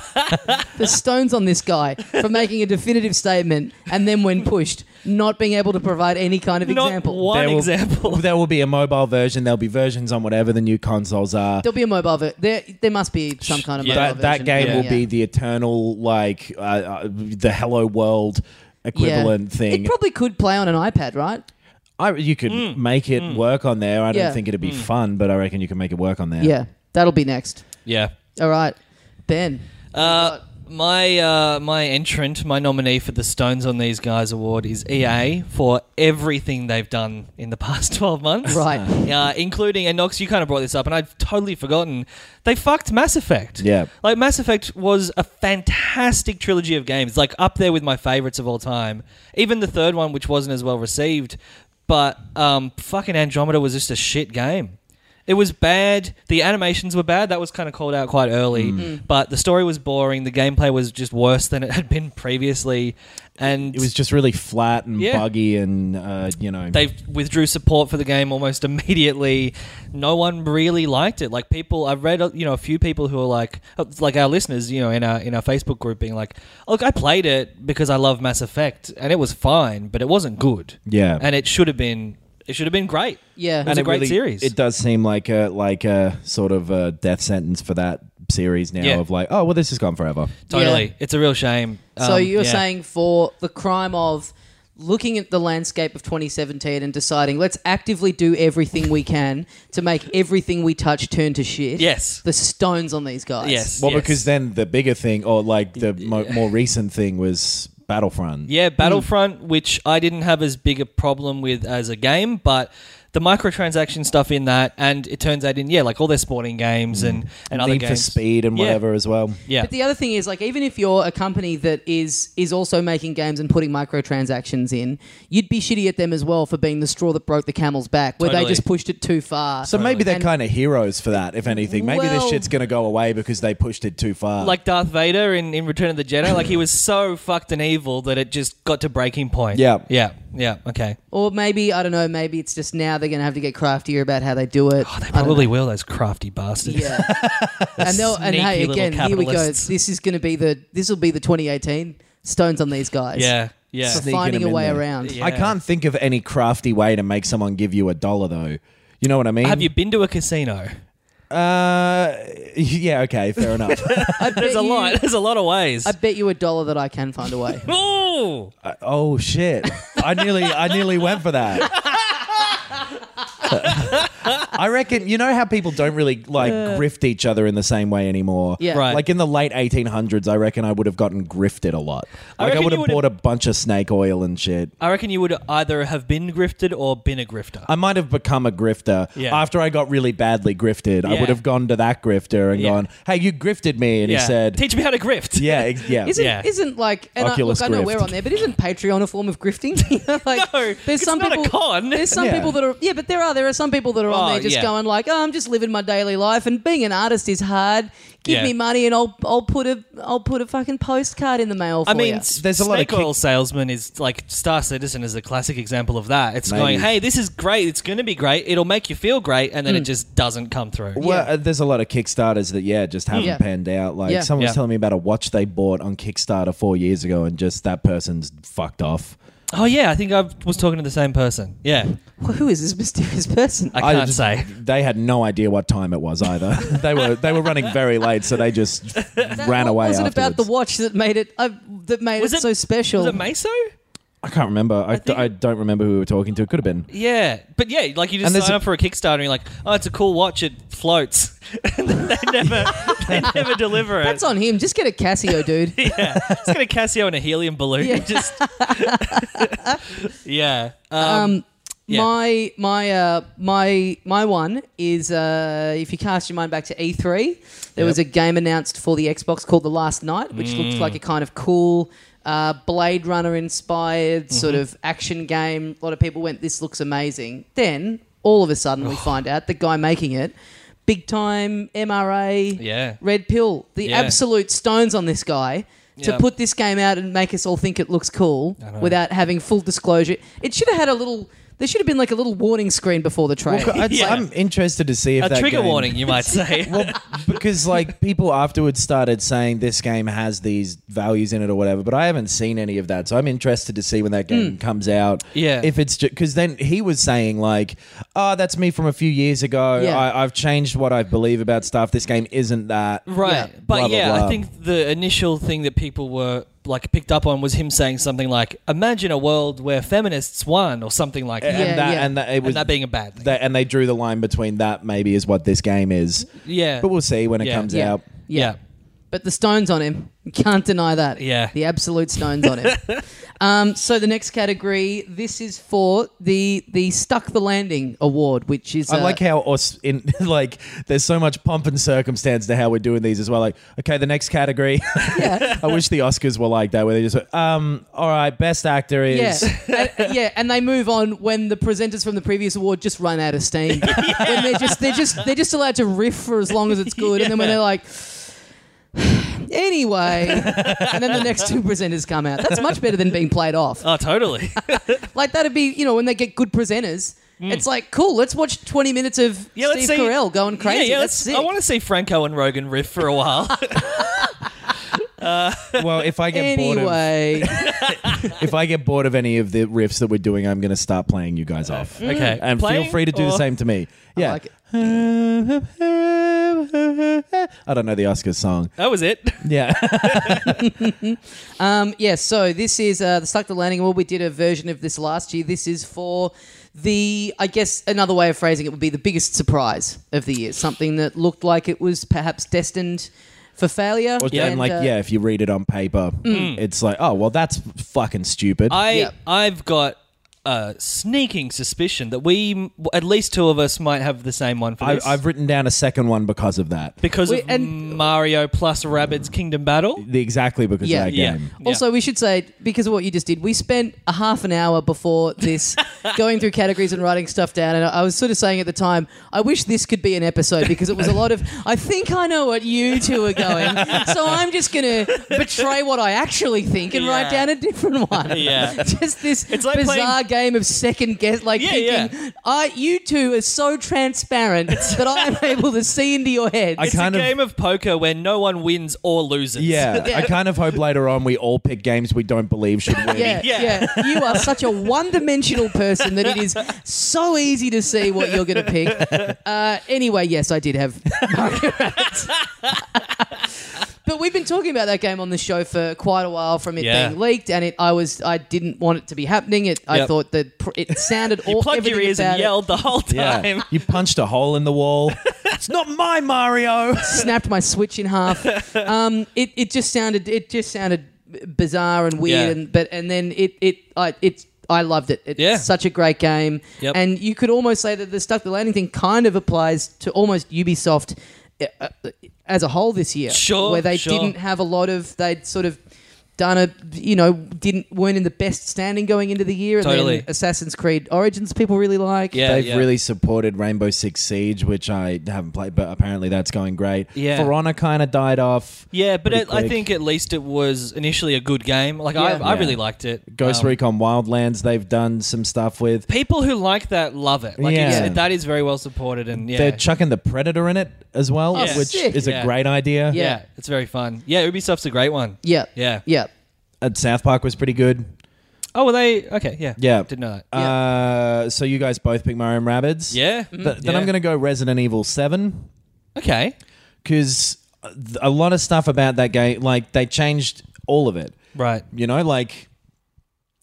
C: the stones on this guy for making a definitive statement and then, when pushed, not being able to provide any kind of
D: Not
C: example.
D: one
E: will,
D: example.
E: There will be a mobile version. There'll be versions on whatever the new consoles are.
C: There'll be a mobile. Ver- there, there must be some kind of
D: Yeah.
C: mobile
E: that, that
C: version.
E: game
C: Yeah.
E: will be
C: Yeah.
E: the eternal, like, uh, uh, the Hello World equivalent
C: Yeah. It
E: thing.
C: probably could play on an iPad, right?
E: I, you could
D: Mm.
E: make it work on there. I
C: Yeah.
E: don't think it'd be fun, but I reckon you can make it work on there.
C: Yeah, that'll be next.
D: yeah.
C: All right, Ben.
D: Uh, my uh, my entrant, my nominee for the Stones on These Guys award is EA for everything they've done in the past twelve months,
C: Right.
D: Uh, including and Nox, you kind of brought this up, and I've totally forgotten. They fucked Mass Effect.
E: Yeah.
D: like Mass Effect was a fantastic trilogy of games, like up there with my favorites of all time. Even the third one, which wasn't as well received, but um, fucking Andromeda was just a shit game. It was bad. The animations were bad. That was kind of called out quite early. But the story was boring. The gameplay was just worse than it had been previously. And
E: It was just really flat and
D: Yeah.
E: buggy and, uh, you know.
D: they withdrew support for the game almost immediately. No one really liked it. Like people, I've read uh, you know a few people who are like uh, like our listeners, you know, in our in our Facebook group, being like, "Look, I played it because I love Mass Effect, and it was fine, but it wasn't good.
E: Yeah.
D: and it should have been. It should have been great.
C: Yeah.
D: it was
C: And
D: a
E: it
D: great
E: really-
D: series.
E: It does seem like a like a sort of a death sentence for that series now
D: Yeah.
E: of like, oh well, this is gone forever.
D: totally.
C: Yeah.
D: It's a real shame.
C: So
D: Um,
C: you're
D: yeah.
C: saying for the crime of looking at the landscape of 2017 and deciding let's actively do everything we can to make everything we touch turn to shit.
D: Yes.
C: The stones on these guys.
D: yes?
E: Well,
D: yes.
E: because then the bigger thing, or like the mo- more recent thing, was Battlefront.
D: Yeah, Battlefront, which I didn't have as big a problem with as a game, but the microtransaction stuff in that, and it turns out in yeah, like all their sporting games and and other
E: Hmm. Need for
D: games.
E: Speed and
D: Yeah.
E: whatever as well.
D: Yeah,
C: But the other thing is, like, even if you're a company that is is also making games and putting microtransactions in, you'd be shitty at them as well for being the straw that broke the camel's back, where they
D: Totally.
C: just pushed it too far.
E: So maybe they're
C: And-
E: kind of heroes for that, if anything. Maybe this
C: Well-
E: shit's going to go away because they pushed it too far.
D: like Darth Vader in in Return of the Jedi, like he was so fucked and evil that it just got to breaking point.
E: Yeah.
D: yeah, yeah. Okay,
C: or maybe I don't know. Maybe it's just now they're going to have to get craftier about how they do it.
D: oh, they
C: I don't know.
D: probably will. Those crafty bastards.
C: Yeah. and they'll, and hey,
D: Sneaky little
C: again, here we go.
D: capitalists.
C: This is going to be the this will be the 2018 stones on these guys.
D: yeah, yeah.
C: For
E: Sneaking
C: finding a
E: them in
C: way
E: there.
C: around.
D: Yeah.
E: I can't think of any crafty way to make someone give you a dollar, though. You know what I mean?
D: Have you been to a casino?
E: Uh, yeah. Okay. Fair enough.
C: I bet
D: There's a
C: you-
D: lot. There's a lot of ways.
C: I bet you a dollar that I can find a way.
D: Ooh.
E: Uh, oh shit! I nearly, I nearly went for that. I reckon you know how people don't really like grift each other in the same way anymore.
C: Yeah. Right.
E: Like in the late 1800s, I reckon I would have gotten grifted a lot.
D: I
E: Like I,
D: reckon
E: would
D: you would've-
E: have bought a bunch of snake oil and shit.
D: I reckon you would either have been grifted or been a grifter.
E: I might have become a grifter
D: Yeah.
E: after I got really badly grifted. I
D: Yeah.
E: would have gone to that grifter and
D: Yeah.
E: gone, "Hey, you grifted me," and
D: yeah.
E: he said,
D: "Teach me how to grift."
E: "Yeah, ex- yeah."
C: Isn't
D: Yeah.
C: isn't like and I, look,
E: Oculus
C: I know
E: grift.
C: we're on there, but isn't Patreon a form of grifting? You know, like,
D: No, it's not a con.
C: There's some
E: Yeah.
C: people that are yeah, but there are there are some people that are on
D: Oh,
C: there just
D: yeah.
C: going like, oh, I'm just living my daily life, and being an artist is hard. Give
D: Yeah.
C: me money, and I'll I'll put a I'll put a fucking postcard in the mail. For
D: I mean,
C: ya."
D: s-
E: Oh, There's a lot of
D: snake
E: kick-
D: oil salesman is like Star Citizen is a classic example of that. It's
E: Maybe.
D: going, hey, this is great. It's going to be great. It'll make you feel great, and then
E: Mm.
D: it just doesn't come through.
E: Well, uh, there's a lot of Kickstarters that yeah just haven't
C: Hmm. Yeah.
E: panned out. Like
C: Yeah.
E: someone was
D: Yeah.
E: telling me about a watch they bought on Kickstarter four years ago, and just that person's fucked off.
D: Oh yeah, I think I was talking to the same person. Yeah,
C: Well, who is this mysterious person?
D: I can't
E: just-
D: say.
E: They had no idea what time it was either. they were they were running very late, so they just ran away.
C: Was it about the
E: afterwards.
C: watch that made it uh, that made it, so special?
D: Was it Meso?
E: I can't remember. I,
D: think-
E: I don't remember who we were talking to. It could have been.
D: Yeah, but yeah, like you
E: And
D: just
E: there's
D: sign
E: a-
D: up for a Kickstarter, and you're like, oh, it's a cool watch. It floats. and then they never, they never deliver it.
C: That's on him. Just get a Casio, dude.
D: yeah, it's got a Casio and a helium balloon.
C: Yeah.
D: Just yeah.
C: Um,
D: Um, yeah.
C: My my uh, my my one is uh, if you cast your mind back to E3, there was a game announced for the Xbox called The Last Night, which
D: Mm.
C: looked like a kind of cool uh, Blade Runner inspired
D: Mm-hmm.
C: sort of action game. A lot of people went, "This looks amazing." Then all of a sudden, we find out the guy making it, big time MRA,
D: Yeah.
C: red pill, the
D: Yeah.
C: absolute stones on this guy. to
D: Yeah.
C: put this game out and make us all think it looks cool without having full disclosure. It should have had a little. There should have been like a little warning screen before the trailer.
E: I'd-
D: Yeah.
E: I'm interested to see if
D: A
E: that
D: trigger
E: game-
D: warning, you might say.
E: well, because like people afterwards started saying this game has these values in it or whatever, but I haven't seen any of that, so I'm interested to see when that game comes out.
D: Hmm. Yeah.
E: if it's because then he was saying like, "Oh, that's me from a few years ago.
C: Yeah.
E: I, I've changed what I believe about stuff. This game isn't that."
D: Right.
C: Yeah.
D: But
E: Blah, blah,
D: yeah,
E: blah.
D: I think the initial thing that people were like picked up on was him saying something like, "Imagine a world where feminists won" or something like that.
E: And
C: Yeah,
E: that,
C: yeah.
E: and that it was
D: that being a bad thing.
E: that- and they drew the line between that maybe is what this game is.
D: Yeah.
E: But we'll see when it
D: Yeah.
E: comes
C: Yeah.
E: out.
D: yeah.
C: But the stone's on him. You Can't deny that.
D: Yeah.
C: The absolute stone's on him. um, so the next category, this is for the the Stuck the Landing award, which is
E: I
C: uh,
E: like how us in like there's so much pomp and circumstance to how we're doing these as well. Like, okay, the next category. I wish the Oscars were like that, where they just went, um, all right, best actor is
C: yeah, and, uh, yeah, and they move on when the presenters from the previous award just run out of steam. When they're just they're just they're just allowed to riff for as long as it's good, and then when they're like, anyway, and then the next two presenters come out. That's much better than being played off.
D: Oh, totally.
C: Like that'd be, you know, when they get good presenters, it's like cool. Let's watch twenty minutes of
D: Hmm. Yeah,
C: Steve
D: let's see.
C: Carell going crazy.
D: Yeah, yeah,
C: That's sick.
D: let's, I want to see Franco and Rogan riff for a while.
E: well, if I get bored of,
C: Anyway,
E: if I get bored of any of the riffs that we're doing, I'm gonna start playing you guys off.
D: okay.
E: And
D: Playing
E: feel free to do the
D: or-
E: same to me. Yeah.
C: like it.
E: I don't know the Oscars song.
D: That was it.
E: Yeah.
C: um, yeah. So this is uh, the Stuck the Landing Award. We did a version of this last year. This is for the, I guess, another way of phrasing it would be the biggest surprise of the year. Something that looked like it was perhaps destined for failure.
E: Or and like,
C: uh,
E: yeah, if you read it on paper, it's like, oh, well, that's fucking stupid.
D: I
C: Yeah.
D: I've got a sneaking suspicion that we at least two of us might have the same one for
E: I,
D: this.
E: I've written down a second one because of that.
D: because
C: We-
D: of
C: and-
D: Mario plus Rabbids Kingdom Battle.
E: The, exactly because
C: Yeah.
E: of that
D: Yeah.
E: game.
C: Also, we should say because of what you just did, we spent a half an hour before this going through categories and writing stuff down, and I was sort of saying at the time, I wish this could be an episode because it was a lot of. I think I know what you two are going, so I'm just going to betray what I actually think and write
D: Yeah.
C: down a different one.
D: Yeah.
C: just this
D: It's like
C: bizarre game of second guess, like
D: Yeah,
C: thinking, I you two are so transparent that I am able to see into your heads.
E: I
D: It's a
E: kind of-
D: game of poker where no one wins or loses.
E: Yeah, I kind of hope later on we all pick games we don't believe should win.
C: Yeah, yeah,
D: Yeah.
C: You are such a one-dimensional person that it is so easy to see what you're going to pick. Uh, anyway, yes, I did have Mario Rabbids. but we've been talking about that game on the show for quite a while, from it
D: Yeah.
C: being leaked, and it. I was, I didn't want it to be happening. It, I
D: Yep.
C: thought that pr- it sounded.
D: You
C: all,
D: plugged your
C: everything
D: ears and
C: about it-
D: yelled the whole time.
E: Yeah. you punched a hole in the wall. it's not my Mario.
C: snapped my switch in half. Um, it, it just sounded it just sounded bizarre and weird
D: Yeah.
C: and but and then it it I it I loved it. It's
D: Yeah.
C: such a great game.
D: Yep.
C: And you could almost say that the stuck the landing thing kind of applies to almost Ubisoft uh, uh, as a whole this year.
D: Sure,
C: Where they
D: sure.
C: didn't have a lot of they'd sort of done a you know didn't weren't in the best standing going into the year and
D: Totally.
C: then Assassin's Creed Origins people really like.
D: Yeah,
E: They've
D: yeah.
E: really supported Rainbow Six Siege, which I haven't played, but apparently that's going great.
D: Yeah.
E: For Honor kind of died off.
D: Yeah, but
E: pretty
D: it, I
E: quick.
D: think at least it was initially a good game. Like I,
C: Yeah.
D: I
E: Yeah.
D: really liked it.
E: Ghost
D: Um,
E: Recon Wildlands, they've done some stuff with.
D: People who like that love it. Like
E: Yeah.
D: it's, that is very well supported and yeah,
E: They're chucking the Predator in it as well,
C: Oh,
E: which
C: sick.
E: is
D: Yeah.
E: a great idea.
C: Yeah.
D: yeah, it's very fun. Yeah, Ubisoft's a great one.
C: Yeah.
D: Yeah.
C: Yeah.
E: And Uh, South Park was pretty good.
D: Oh, were they? Okay, yeah,
E: Yeah.
D: Didn't know that.
E: Uh, so you guys both pick Mario and Rabbids.
D: yeah.
E: Th- then I'm going to go Resident Evil 7
D: to. Okay.
E: because a lot of stuff about that game, like they changed all of it.
D: Right.
E: You know, like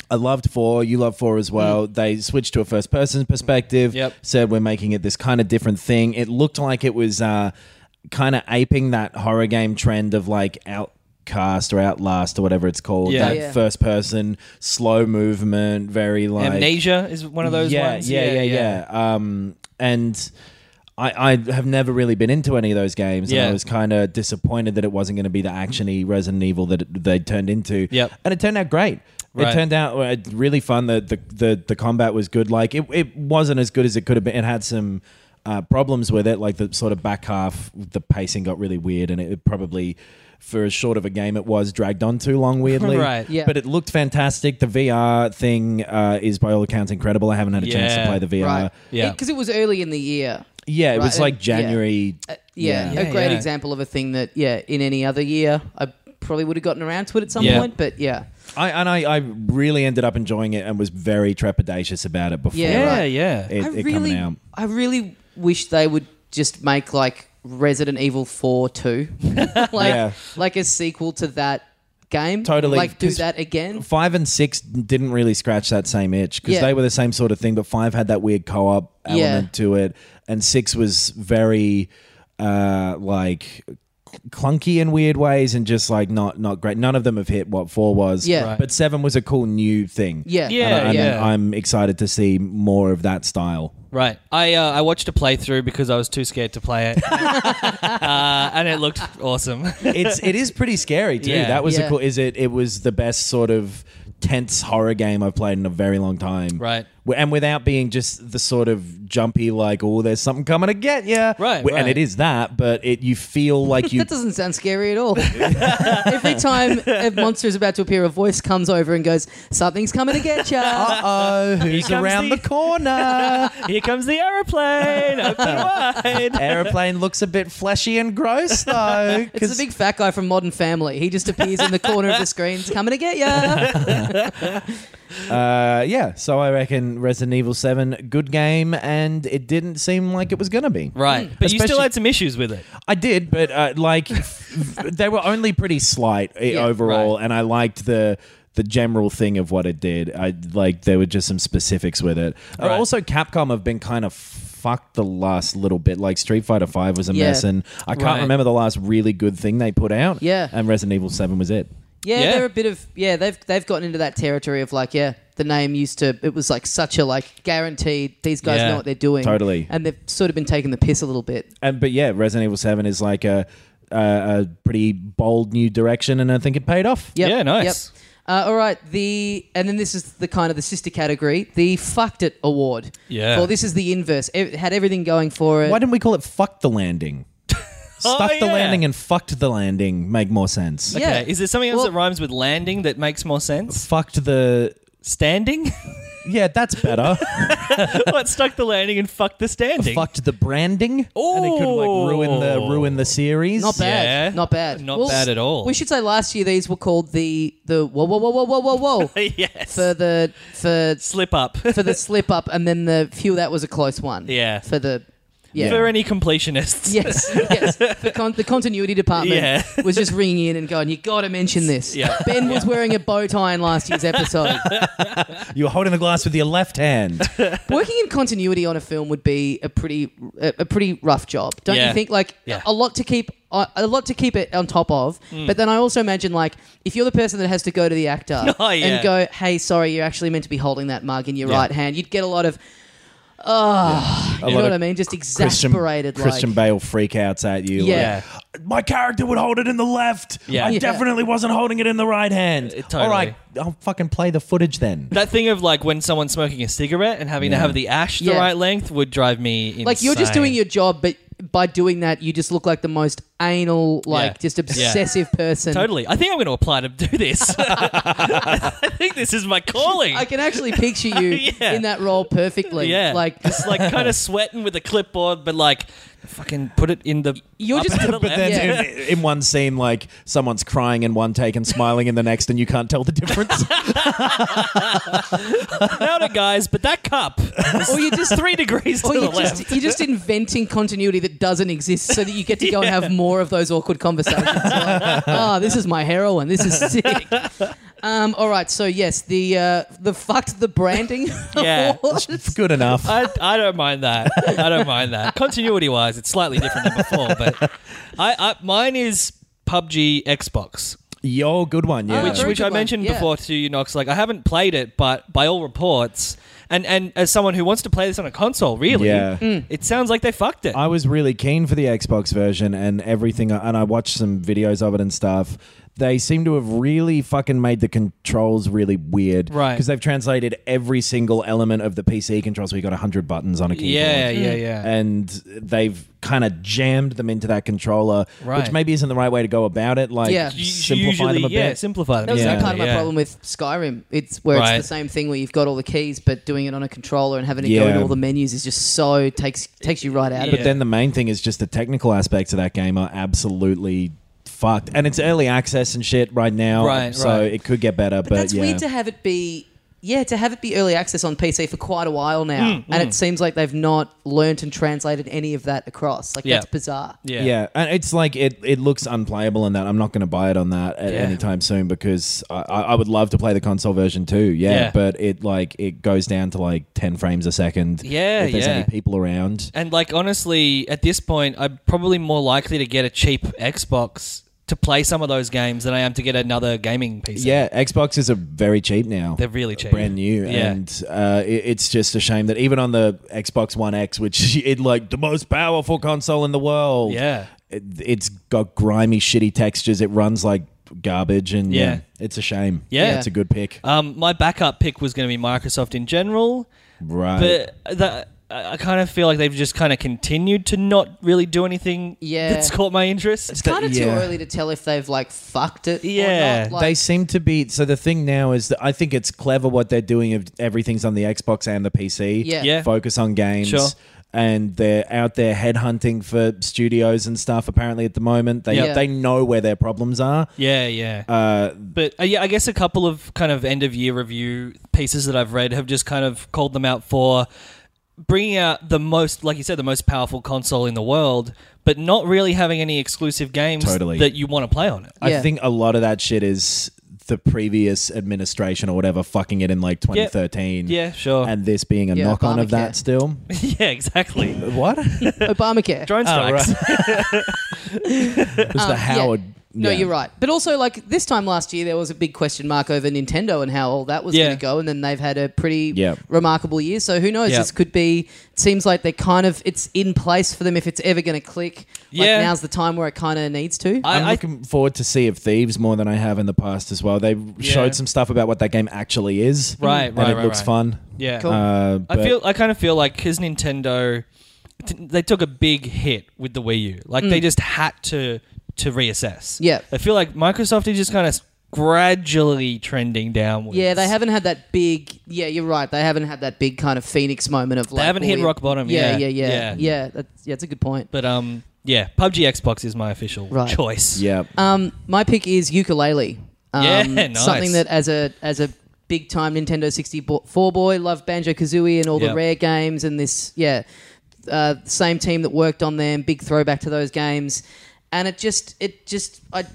E: I loved 4, you love 4 as well. They switched to a first person perspective,
D: Mm. Yep.
E: said we're making it this kind of different thing. It looked like it was uh, kind of aping that horror game trend of like Outcast or outlast or whatever it's called
D: Yeah.
E: that
C: Yeah.
E: first person slow movement very like
D: Amnesia is one of those
E: yeah,
D: ones.
E: Yeah, yeah, yeah, Um, and I, I have never really been into any of those games. And
D: Yeah.
E: I was kind of disappointed that it wasn't going to be the actiony Resident Evil that it, they turned into.
D: Yep.
E: And it turned out great. It
D: Right.
E: turned out uh, really fun. The, the the the combat was good. Like it, it wasn't as good as it could have been. It had some uh, problems with it. Like the sort of back half, the pacing got really weird, and it probably for as short of a game it was, dragged on too long, weirdly.
D: Right.
C: Yeah.
E: But it looked fantastic. The VR thing uh, is, by all accounts, incredible. I haven't had a chance to
D: Yeah.
E: play the VR.
C: right?
D: Yeah.
C: because it was early in the year.
E: Yeah, it
C: Right,
E: was
C: uh,
E: like
C: yeah.
E: January.
C: Uh, Yeah,
D: Yeah.
C: a great
D: Yeah.
C: example of a thing that yeah, in any other year, I probably would have gotten around to it at some
D: Yeah.
C: point. But yeah,
E: I, and I, I really ended up enjoying it and was very trepidatious about it before
C: Yeah,
D: Yeah,
C: right.
D: yeah.
E: it,
C: I
E: it
C: really,
E: coming out.
C: I really wish they would just make like Resident Evil Four two, like
E: Yeah.
C: like a sequel to that game.
E: Totally,
C: like do
E: 'cause-
C: that again.
E: Five and six didn't really scratch that same itch because
C: Yeah.
E: they were the same sort of thing, but five had that weird co op
C: Yeah.
E: element to it, and six was very uh, like clunky in weird ways and just like not not great. None of them have hit what four was,
C: Yeah. Right.
E: But seven was a cool new thing,
C: Yeah,
D: Yeah.
E: And, I- and
D: yeah.
E: I'm excited to see more of that style.
D: Right. I uh, I watched a playthrough because I was too scared to play it, uh, and it looked awesome.
E: it's it is pretty scary too.
D: Yeah.
E: That was
C: Yeah.
E: a cool. Is it? It was the best sort of tense horror game I've played in a very long time.
D: Right.
E: W- And without being just the sort of jumpy, like oh, there's something coming to get you.
D: Right,
E: And
D: right.
E: it is that, but it you feel like you.
C: That doesn't sound scary at all. Every time a monster is about to appear, a voice comes over and goes, "Something's coming to get ya."
E: Oh, who's
D: comes
E: around the,
D: the-
E: corner?
D: Here comes the aeroplane. Open wide.
E: Airplane looks a bit fleshy and gross though.
C: It's the big fat guy from Modern Family. He just appears in the corner of the screen, "It's coming to get ya.
E: uh, yeah, so I reckon Resident Evil Seven, good game, and it didn't seem like it was gonna be.
D: Right. But you still
E: Especially-
D: had some issues with it.
E: I did, but uh, like they were only pretty slight eh,
C: Yeah,
E: overall, and I liked the the general thing of what it did. I like there were just some specifics with it. Uh,
D: Right.
E: Also, Capcom have been kind of fucked the last little bit. Like Street Fighter Five was a
C: Yeah.
E: mess, and I can't
D: Right.
E: remember the last really good thing they put out.
C: Yeah.
E: and Resident Evil Seven was it.
C: Yeah,
D: Yeah.
C: they're a bit of yeah. They've they've gotten into that territory of like yeah. The name used to it was like such a like guaranteed. These guys
D: Yeah,
C: know what they're doing
E: totally.
C: and they've sort of been taking the piss a little bit.
E: And but yeah, Resident Evil Seven is like a a, a pretty bold new direction, and I think it paid off.
C: Yep,
D: Yeah, nice.
C: Yep. Uh, all right, the and then this is the kind of the sister category, the fucked it award.
D: Yeah.
C: Well, this is the inverse. It had everything going for it.
E: Why didn't we call it "fuck the landing"? Stuck the
D: yeah.
E: landing and fucked the landing make more sense.
C: Oh, Yeah.
D: Okay. Is there something else
C: Well-
D: that rhymes with landing that makes more sense?
E: fucked the
D: Standing?
E: yeah that's better
D: what stuck the landing and fucked the standing?
E: fucked the branding and it could like ruin the ruin the series
C: Not bad.
D: Yeah.
C: Not bad.
D: Not bad at all.
C: We should say last year these were called the the whoa whoa whoa whoa whoa whoa whoa
D: yes.
C: for the for
D: Slip up.
C: for the slip up and then the phew that was a close one.
D: Yeah.
C: For the yeah.
D: For any completionists.
C: Yes, yes. The, con- the continuity department
D: Yeah.
C: was just ringing in and going, "You got to mention this."
D: Yeah.
C: Ben was wearing a bow tie in last year's episode.
E: you were holding the glass with your left hand
C: Working in continuity on a film would be a pretty a, a pretty rough job, don't you
D: Yeah.
C: think? Like
D: Yeah. Hmm.
C: a lot to keep a a lot to keep it on top of. But then I also imagine like if you're the person that has to go to the actor
D: Oh,
C: and
D: yeah.
C: go, "Hey, sorry, you're actually meant to be holding that mug in your right hand," you'd get a lot of. Oh,
E: lot
C: you know
E: of
C: what I mean? Just
E: christian,
C: exasperated, like
E: christian bale freakouts at you
C: Yeah.
E: like, my character would hold it in the left
D: Yeah.
E: i
D: Yeah.
E: definitely wasn't holding it in the right hand
D: totally-
E: all right i'll fucking play the footage then
D: That thing of like when someone's smoking a cigarette and having to have the ash the
C: Yeah.
D: right length would drive me insane.
C: like you're just doing your job, but by doing that, you just look like the most anal, like
D: Yeah.
C: just
D: Yeah.
C: obsessive person.
D: Totally. I think I'm going to apply to do this. I think this is my calling.
C: I can actually picture you
D: Yeah.
C: in that role perfectly.
D: yeah.
C: Like
D: just like kind of sweating with a clipboard, but like fucking put it in the.
C: You're
D: up
C: just-
D: to the
C: but
D: left.
E: then
C: Yeah.
E: in, in one scene like someone's crying in one take and smiling in the next and you can't tell the difference
D: Now to guys, but that cup is
C: or you're just
D: three degrees to
C: or
D: the
C: you're
D: left.
C: just you're just inventing continuity that doesn't exist so that you get to go and have more of those awkward conversations. Like, oh, this is my heroine. This is sick. Um, all right, so yes, the uh, the fucked the branding.
D: Yeah.
C: awards.
E: good enough
D: I, I don't mind that. I don't mind that. Continuity wise, it's slightly different than before, but I, I mine is PUBG Xbox.
E: yo good one yeah
C: Which-
D: which,
C: very
D: which
C: good
D: I
C: one,
D: mentioned
C: yeah.
D: before to you, Knox. Like I haven't played it, but by all reports, And and as someone who wants to play this on a console, really,
E: Yeah.
C: Mm.
D: it sounds like they fucked it.
E: I was really keen for the Xbox version and everything, uh, and I watched some videos of it and stuff. They seem to have really fucking made the controls really weird,
D: Right.
E: Because they've translated every single element of the PC controls. We got hundred buttons on a keyboard,
D: yeah, yeah, yeah.
E: and they've kind of jammed them into that controller,
D: Right.
E: which maybe isn't the right way to go about it. Like,
C: Yeah.
D: You-
E: simplify
D: usually,
E: them a bit.
D: yeah, simplify them.
C: That was
D: yeah.
C: part of my
D: yeah.
C: problem with Skyrim. It's where
D: Right.
C: it's the same thing where you've got all the keys, but doing it on a controller and having to go
E: Yeah.
C: to all the menus is just so takes takes you right out of
D: Yeah.
E: But then the main thing is just the technical aspects of that game are absolutely fucked, and it's early access and shit right now,
D: Right,
E: So
D: right.
E: it could get better, but,
C: But that's
E: yeah.
C: weird to have it be yeah to have it be early access on PC for quite a while now,
D: Mm,
C: and it seems like they've not learnt and translated any of that across. Like
D: Yeah.
C: that's bizarre.
D: Yeah.
E: Yeah. and it's like it, it looks unplayable in that. I'm not going to buy it on that at
D: Yeah.
E: any time soon because I, I I would love to play the console version too. Yeah,
D: Yeah.
E: but it like it goes down to like 10 frames a second.
D: Yeah,
E: if there's
D: yeah.
E: any people around.
D: And like honestly, at this point, I'm probably more likely to get a cheap Xbox to play some of those games than I am to get another gaming PC.
E: Yeah, Xboxes are very cheap now.
D: They're really cheap.
E: brand new,
D: Yeah.
E: and uh, it, it's just a shame that even on the Xbox One X, which it like the most powerful console in the world,
D: Yeah.
E: it, it's got grimy, shitty textures. It runs like garbage, and
D: Yeah.
E: yeah, it's a shame.
D: Yeah.
E: it's a good pick,
D: Um, my backup pick was going to be Microsoft in general,
E: right?
D: but the, I I kind of feel like they've just kind of continued to not really do anything
C: Yeah.
D: that's caught my interest.
C: It's kind of too
E: yeah.
C: early to tell if they've like fucked it.
D: Yeah,
C: or not.
E: they
C: Like,
E: seem to be so the thing now is that i think it's clever what they're doing if everything's on the xbox and the pc
C: Yeah. Yeah.
E: focus on games
D: Sure.
E: and they're out there headhunting for studios and stuff apparently at the moment they,
C: Yeah.
E: they know where their problems are
D: Yeah, yeah. Uh, but uh, yeah, I guess a couple of kind of end of year review pieces that I've read have just kind of called them out for bringing out the most, like you said, the most powerful console in the world, but not really having any exclusive games
E: Totally.
D: that you want to play on it.
C: Yeah.
E: i think a lot of that shit is the previous administration or whatever fucking it in like 2013
D: Yeah, sure.
E: and this being a
C: Yeah,
E: knock-on of
C: Obamacare.
E: that still
D: yeah, exactly. Uh,
E: what it
C: Obamacare.
D: Drone strikes.
E: was the
C: Um, Yeah.
E: howard
C: No,
E: yeah.
C: you're right. But also, like this time last year, there was a big question mark over Nintendo and how all that was
D: Yeah.
C: going to go, and then they've had a pretty
E: Yeah.
C: remarkable year. So who knows?
D: Yeah.
C: This could be. It seems like they kind of it's in place for them if it's ever going to click.
D: Yeah.
C: Like now's the time where it kind of needs to.
D: I-
E: I'm
D: I-
E: looking forward to Sea of Thieves more than I have in the past as well. They showed some stuff about what that game actually is.
D: Right,
E: and
D: right,
E: it
D: right,
E: looks
D: right.
E: fun.
D: Yeah.
C: Cool.
E: Uh,
D: I
E: but-
D: feel I kind of feel like because Nintendo, t- they took a big hit with the Wii U. Like they just had to to
C: Mm.
D: reassess.
C: Yeah.
D: I feel like Microsoft is just kind of gradually trending downwards.
C: yeah, they haven't had that big. Yeah, you're right. They haven't had that big kind of phoenix moment of like
D: haven't hit
C: weird-
D: rock bottom, yeah,
C: yeah, yeah,
D: yeah.
C: yeah. yeah that's, yeah, that's a good point.
D: But um, yeah, PUBG Xbox is my official
C: Right.
D: choice.
E: yeah.
C: Um, my pick is ukulele. Um,
D: Yeah, nice.
C: Something that as a as a big time Nintendo sixty four boy, loved Banjo Kazooie and all
D: Yep.
C: the rare games and this yeah, uh, same team that worked on them. Big throwback to those games, and it just it just I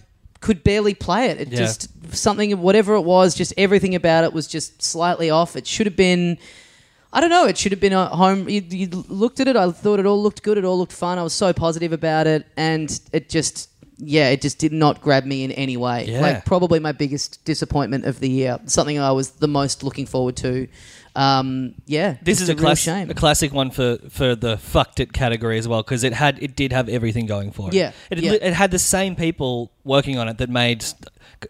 C: could barely play it. It
D: Yeah.
C: just something whatever it was, just everything about it was just slightly off. It should have been. I don't know. It should have been a home. You, you looked at it. I thought it all looked good. It all looked fun. I was so positive about it, and it just, yeah, it just did not grab me in any way.
D: Yeah.
C: Like probably my biggest disappointment of the year. Something I was the most looking forward to. Um, yeah,
D: This
C: just
D: is a,
C: real
D: class-
C: shame.
D: a classic one for, for the fucked it category as well because it had it did have everything going for it.
C: Yeah,
D: it,
C: yeah.
D: it had the same people working on it that made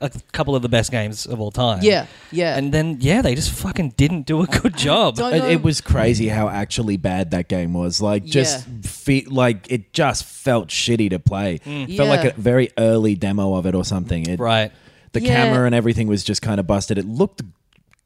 D: a couple of the best games of all time.
C: Yeah, yeah.
D: And then yeah, they just fucking didn't do a good job.
C: Don't
E: It,
C: know.
E: it was crazy how actually bad that game was. Like just fe- like it just felt shitty to play. Felt
C: Yeah.
E: like a very early demo of it or something. It,
D: Mm. Right.
E: The
C: Yeah.
E: camera and everything was just kind of busted. It looked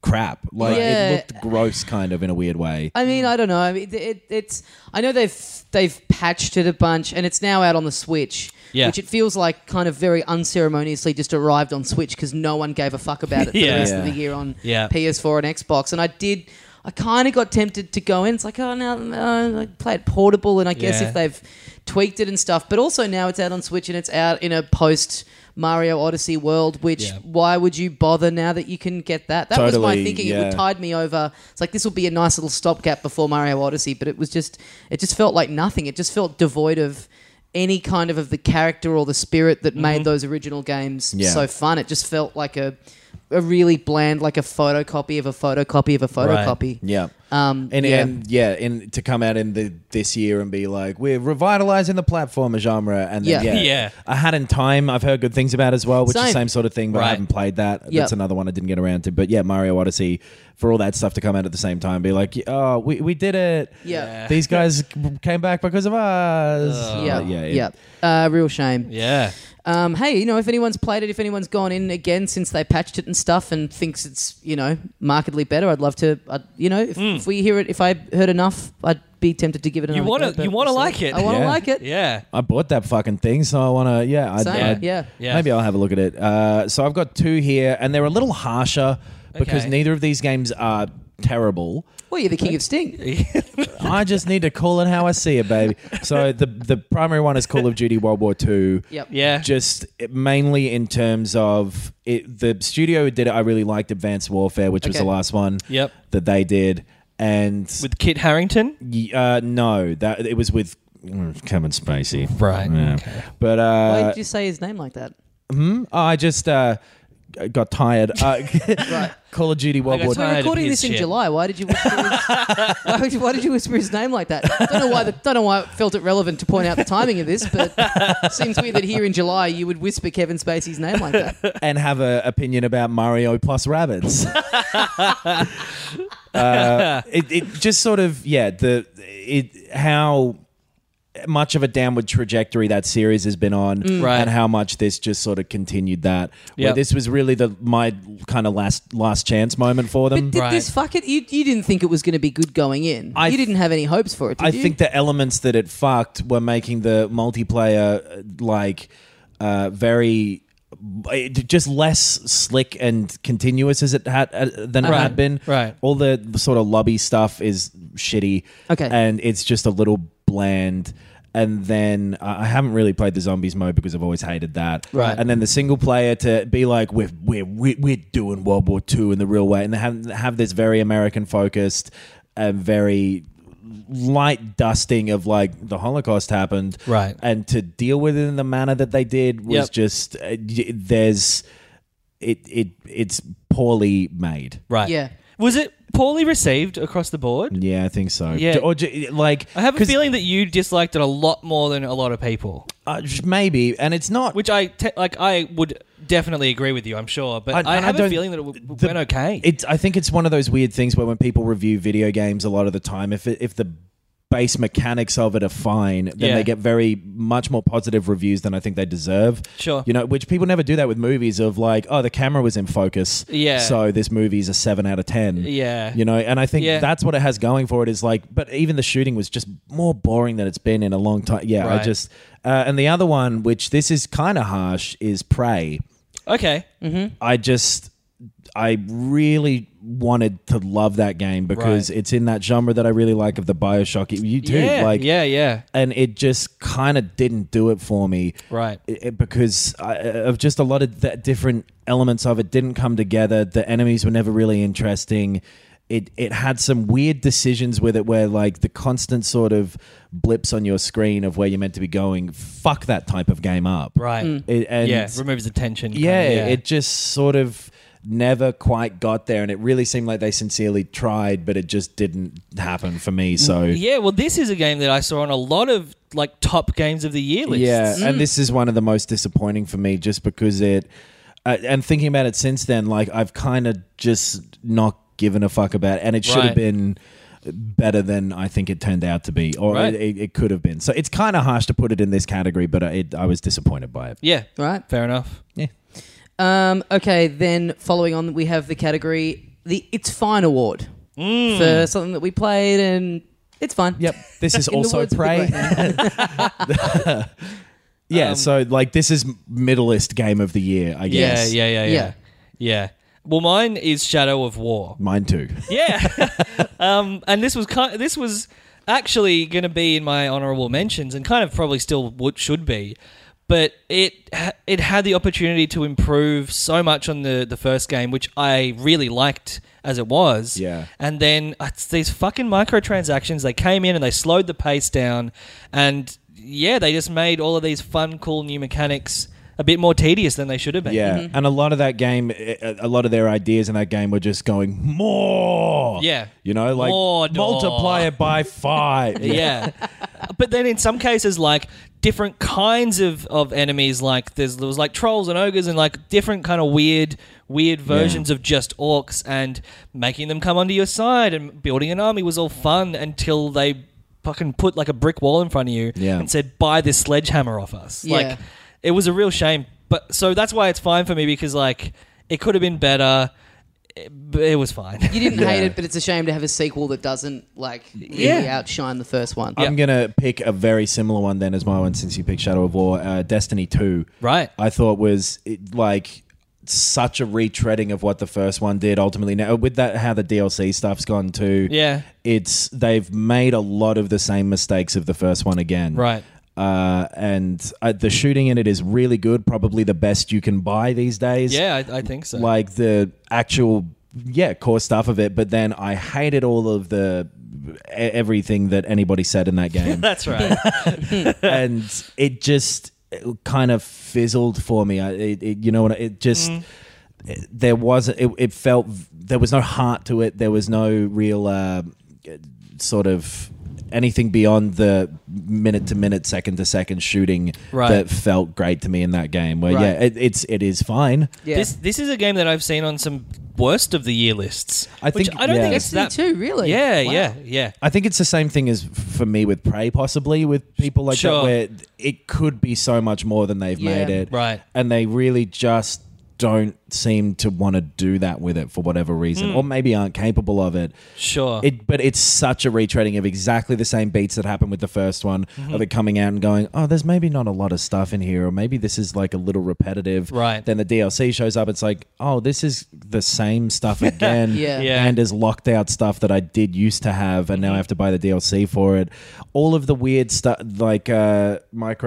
E: crap. Like
C: Yeah.
E: it looked gross, kind of in a weird way.
C: I
D: Mm.
C: mean, I don't know. I mean, it, it, it's. I know they've they've patched it a bunch, and it's now out on the Switch.
D: Yeah.
C: Which it feels like kind of very unceremoniously just arrived on Switch because no one gave a fuck about it for
D: Yeah.
C: the rest of
E: Yeah.
C: the year on
D: Yeah.
C: PS4 and Xbox. And I did. I kind of got tempted to go in. It's like, oh, now no, I play it portable, and I guess
D: Yeah.
C: if they've tweaked it and stuff. But also now it's out on Switch and it's out in a post Mario Odyssey world. Which
D: Yeah.
C: why would you bother now that you can get that? That was my
E: Totally,
C: thinking. It would
E: yeah.
C: tie tide me over. It's like this will be a nice little stopgap before Mario Odyssey, but it was just it just felt like nothing. It just felt devoid of any kind of of the character or the spirit that made those original games
E: Mm-hmm. Yeah.
C: so fun. It just felt like a a really bland, like a photocopy of a photocopy of a photocopy.
E: Yeah.
C: Um,
E: and
C: yeah.
E: yeah. and yeah, and to come out in the this year and be like, we're revitalizing the platformer genre, and then,
C: Yeah.
E: yeah,
D: Yeah.
E: I had in time. I've heard good things about as well, which is
C: Same.
E: the same sort of thing, but
D: Right.
E: I haven't played that.
C: Yeah.
E: That's another one I didn't get around to. But yeah, Mario Odyssey for all that stuff to come out at the same time, be like, oh, we, we did it.
C: Yeah.
E: these guys came back because of us.
C: Yeah,
E: yeah,
C: yeah,
E: it-
C: Uh, real shame.
D: Yeah.
C: Um, hey, you know, if anyone's played it, if anyone's gone in again since they patched it and stuff, and thinks it's you know markedly better, I'd love to. I'd, you know, if, if we hear it, if I heard enough, I'd be tempted to give it.
D: Hmm. You
C: another
D: wanna-
C: go, but
D: you wanna
C: we'll see.
D: like it.
C: I want to
E: Yeah.
C: like it.
D: Yeah.
E: I bought that fucking thing, so I want to. Yeah, I'd,
C: Same,
E: I'd-
C: yeah.
D: Yeah.
E: Maybe I'll have a look at it. Uh, so I've got two here, and they're a little harsher because
D: Okay.
E: neither of these games are terrible.
C: Well, you're the king of Sting.
E: I just need to call it how I see it, baby. So the the primary one is Call of Duty World War Two.
C: Yep.
D: Yeah.
E: Just mainly in terms of it, the studio who did it. I really liked Advanced Warfare, which was
C: Okay.
E: the last one.
D: Yep.
E: That they did, and
D: With Kit Harrington.
E: Y- uh, no, that it was with mm, Kevin Spacey.
D: Right,
E: Yeah. But uh,
C: Why did you say his name like that?
E: Oh, I just uh, g- got tired. Uh, Call of Duty World
D: I got
E: War.
D: tired.
C: We're
D: of
C: recording
D: his
C: this in
D: shit.
C: July. Why did you? Whisper his, why, would you- why did you whisper his name like that? Don't know why. The, don't know why I felt it relevant to point out the timing of this, but it seems weird that here in July you would whisper Kevin Spacey's name like that.
E: and have an opinion about Mario plus rabbits. Uh, it, it just sort of yeah the it how much of a downward trajectory that series has been on
D: Mm. Right.
E: and how much this just sort of continued that where
D: Yep.
E: this was really the my kind of last last chance moment for them
C: But did this fuck it? You, you didn't think it was going to be good going in.
E: I
C: you
E: th-
C: didn't have any hopes for it. Did
E: I
C: you?
E: think the elements that it fucked were making the multiplayer uh, like uh, very it- just less slick and continuous as it had uh, than it
D: Right,
E: had been.
D: right.
E: All the sort of lobby stuff is shitty.
C: Okay.
E: And it's just a little bland. And then uh, I haven't really played the zombies mode because I've always hated that.
D: Right.
E: And then the single player to be like we're we're we're, we're doing World War II in the real way, and they have have this very American focused and very light dusting of like the Holocaust happened,
D: Right.
E: And to deal with it in the manner that they did was
D: Yep.
E: just uh, y- there's it it it's poorly made.
D: Right.
C: Yeah.
D: Was it poorly received across the board?
E: Yeah, I think so.
D: Yeah.
E: or j- like
D: I have a
E: 'cause,
D: feeling that you disliked it a lot more than a lot of people,
E: uh, maybe, and it's not.
D: which I te- like. I would definitely agree with you. I'm sure, but
E: I-
D: I,
E: I
D: have a
E: don't-
D: feeling that it w- w-
E: the-
D: went okay.
E: It's. I think it's one of those weird things where when people review video games, a lot of the time, if it, if the base mechanics of it are fine, then
D: Yeah.
E: they get very much more positive reviews than I think they deserve.
D: Sure.
E: you know, which people never do that with movies of like, oh, the camera was in focus,
D: Yeah.
E: so this movie's a seven out of ten,
D: Yeah.
E: you know, and I think
D: Yeah.
E: that's what it has going for it is like, but even the shooting was just more boring than it's been in a long time. Yeah, I
D: Right.
E: just uh, and the other one, which this is kind of harsh, is Prey.
D: okay.
E: I just I really wanted to love that game because
D: Right.
E: it's in that genre that I really like of the Bioshock. You do
D: yeah.
E: like
D: yeah. Yeah.
E: and it just kind of didn't do it for me,
D: Right.
E: It- it- because I, of just a lot of th- different elements of it didn't come together. The enemies were never really interesting. It it had some weird decisions with it, where like the constant sort of blips on your screen of where you're meant to be going. Fuck that type of game up,
D: Right.
E: It, Mm. and
D: yeah. Removes the tension. kinda,
E: yeah, it just sort of never quite got there, and it really seemed like they sincerely tried, but it just didn't happen for me. So
C: Mm,
D: Yeah, well, this is a game that I saw on a lot of like top games of the year lists.
E: yeah,
C: Mm.
E: and this is one of the most disappointing for me, just because it. Uh, and thinking about it since then, like I've kind of just not given a fuck about, it, and it should
D: Right.
E: have been better than I think it turned out to be, or
D: Right.
E: it, it could have been. So it's kind of harsh to put it in this category, but it, I was disappointed by it.
D: yeah,
C: Right.
D: fair enough.
C: Um, okay, then following on, we have the category the It's Fine Award for something that we played, and it's fine.
E: Mm. Yep, this is
C: In the
E: also
C: words of the
E: prey.
C: great man.
E: Yeah, so like this is middleist game of the year, I
D: Um, Yeah,
E: guess.
D: yeah, yeah, yeah,
C: Yeah.
D: yeah, Well, mine is Shadow of War.
E: Mine too.
D: Yeah, um, and this was kind. This was actually going to be in my honorable mentions, and kind of probably still would, should be. But it ha- it had the opportunity to improve so much on the the first game, which I really liked as it was.
E: Yeah.
D: And then it's these fucking microtransactions. They came in and they slowed the pace down, and yeah, they just made all of these fun, cool new mechanics a bit more tedious than they should have been.
E: Yeah, and a lot of that game, a a lot of their ideas in that game were just going more.
D: Yeah.
E: you know, like
D: Mordor.
E: multiply it by five.
D: yeah. But then in some cases, like different kinds of, of enemies, like there's, there was like trolls and ogres and like different kind of weird, weird versions of just orcs and making them come onto your side and building an army was all fun until they fucking put like a brick wall in front of you
E: Yeah.
D: and said, buy this sledgehammer off us.
C: Yeah.
D: Like it was a real shame. But so that's why it's fine for me because like it could have been better. It, but it was fine.
C: You didn't hate it, but it's a shame to have a sequel that doesn't like really
D: Yeah.
C: outshine the first one.
E: I'm gonna pick a very similar one then as my one since you picked Shadow of War, uh, Destiny Two.
D: Right.
E: I thought was it, like such a retreading of what the first one did ultimately. Now with that how the DLC stuff's gone too.
D: Yeah.
E: It's they've made a lot of the same mistakes of the first one again.
D: Right.
E: Uh, and uh, the shooting in it is really good, probably the best you can buy these days
D: yeah, I, I think so.
E: like the actual yeah core stuff of it but then i hated all of the e- everything that anybody said in that game
D: that's right.
E: and it just kind of fizzled for me I, it, it, you know what I- it just
D: Mm.
E: there was it, it felt there was no heart to it there was no real uh, sort of anything beyond the minute to minute second to second shooting
D: Right.
E: that felt great to me in that game where yeah
D: Right.
E: it, it's it is fine
C: yeah.
D: This this is a game that I've seen on some worst of the year lists.
E: I
D: which
E: think-
D: I don't
E: yeah.
D: think it's
C: Destiny
D: that.
C: two, really?
D: Yeah,
C: Wow.
D: yeah, yeah.
E: I think it's the same thing as f- for me with Prey, possibly with people like
D: Sure.
E: that, where it could be so much more than they've
C: Yeah.
E: made it.
D: Right.
E: And they really just don't seem to want to do that with it for whatever
D: Hmm.
E: reason, or maybe aren't capable of it.
D: Sure.
E: It, but it's such a retreading of exactly the same beats that happened with the first one
D: Mm-hmm.
E: of it coming out and going, oh, there's maybe not a lot of stuff in here, or maybe this is like a little repetitive.
D: Right.
E: Then the DLC shows up. It's like, oh, this is the same stuff again.
C: Yeah.
D: Yeah. Mm-hmm.
E: And is locked out stuff that I did used to have, and now I have to buy the DLC for it. All of the weird stuff, like uh,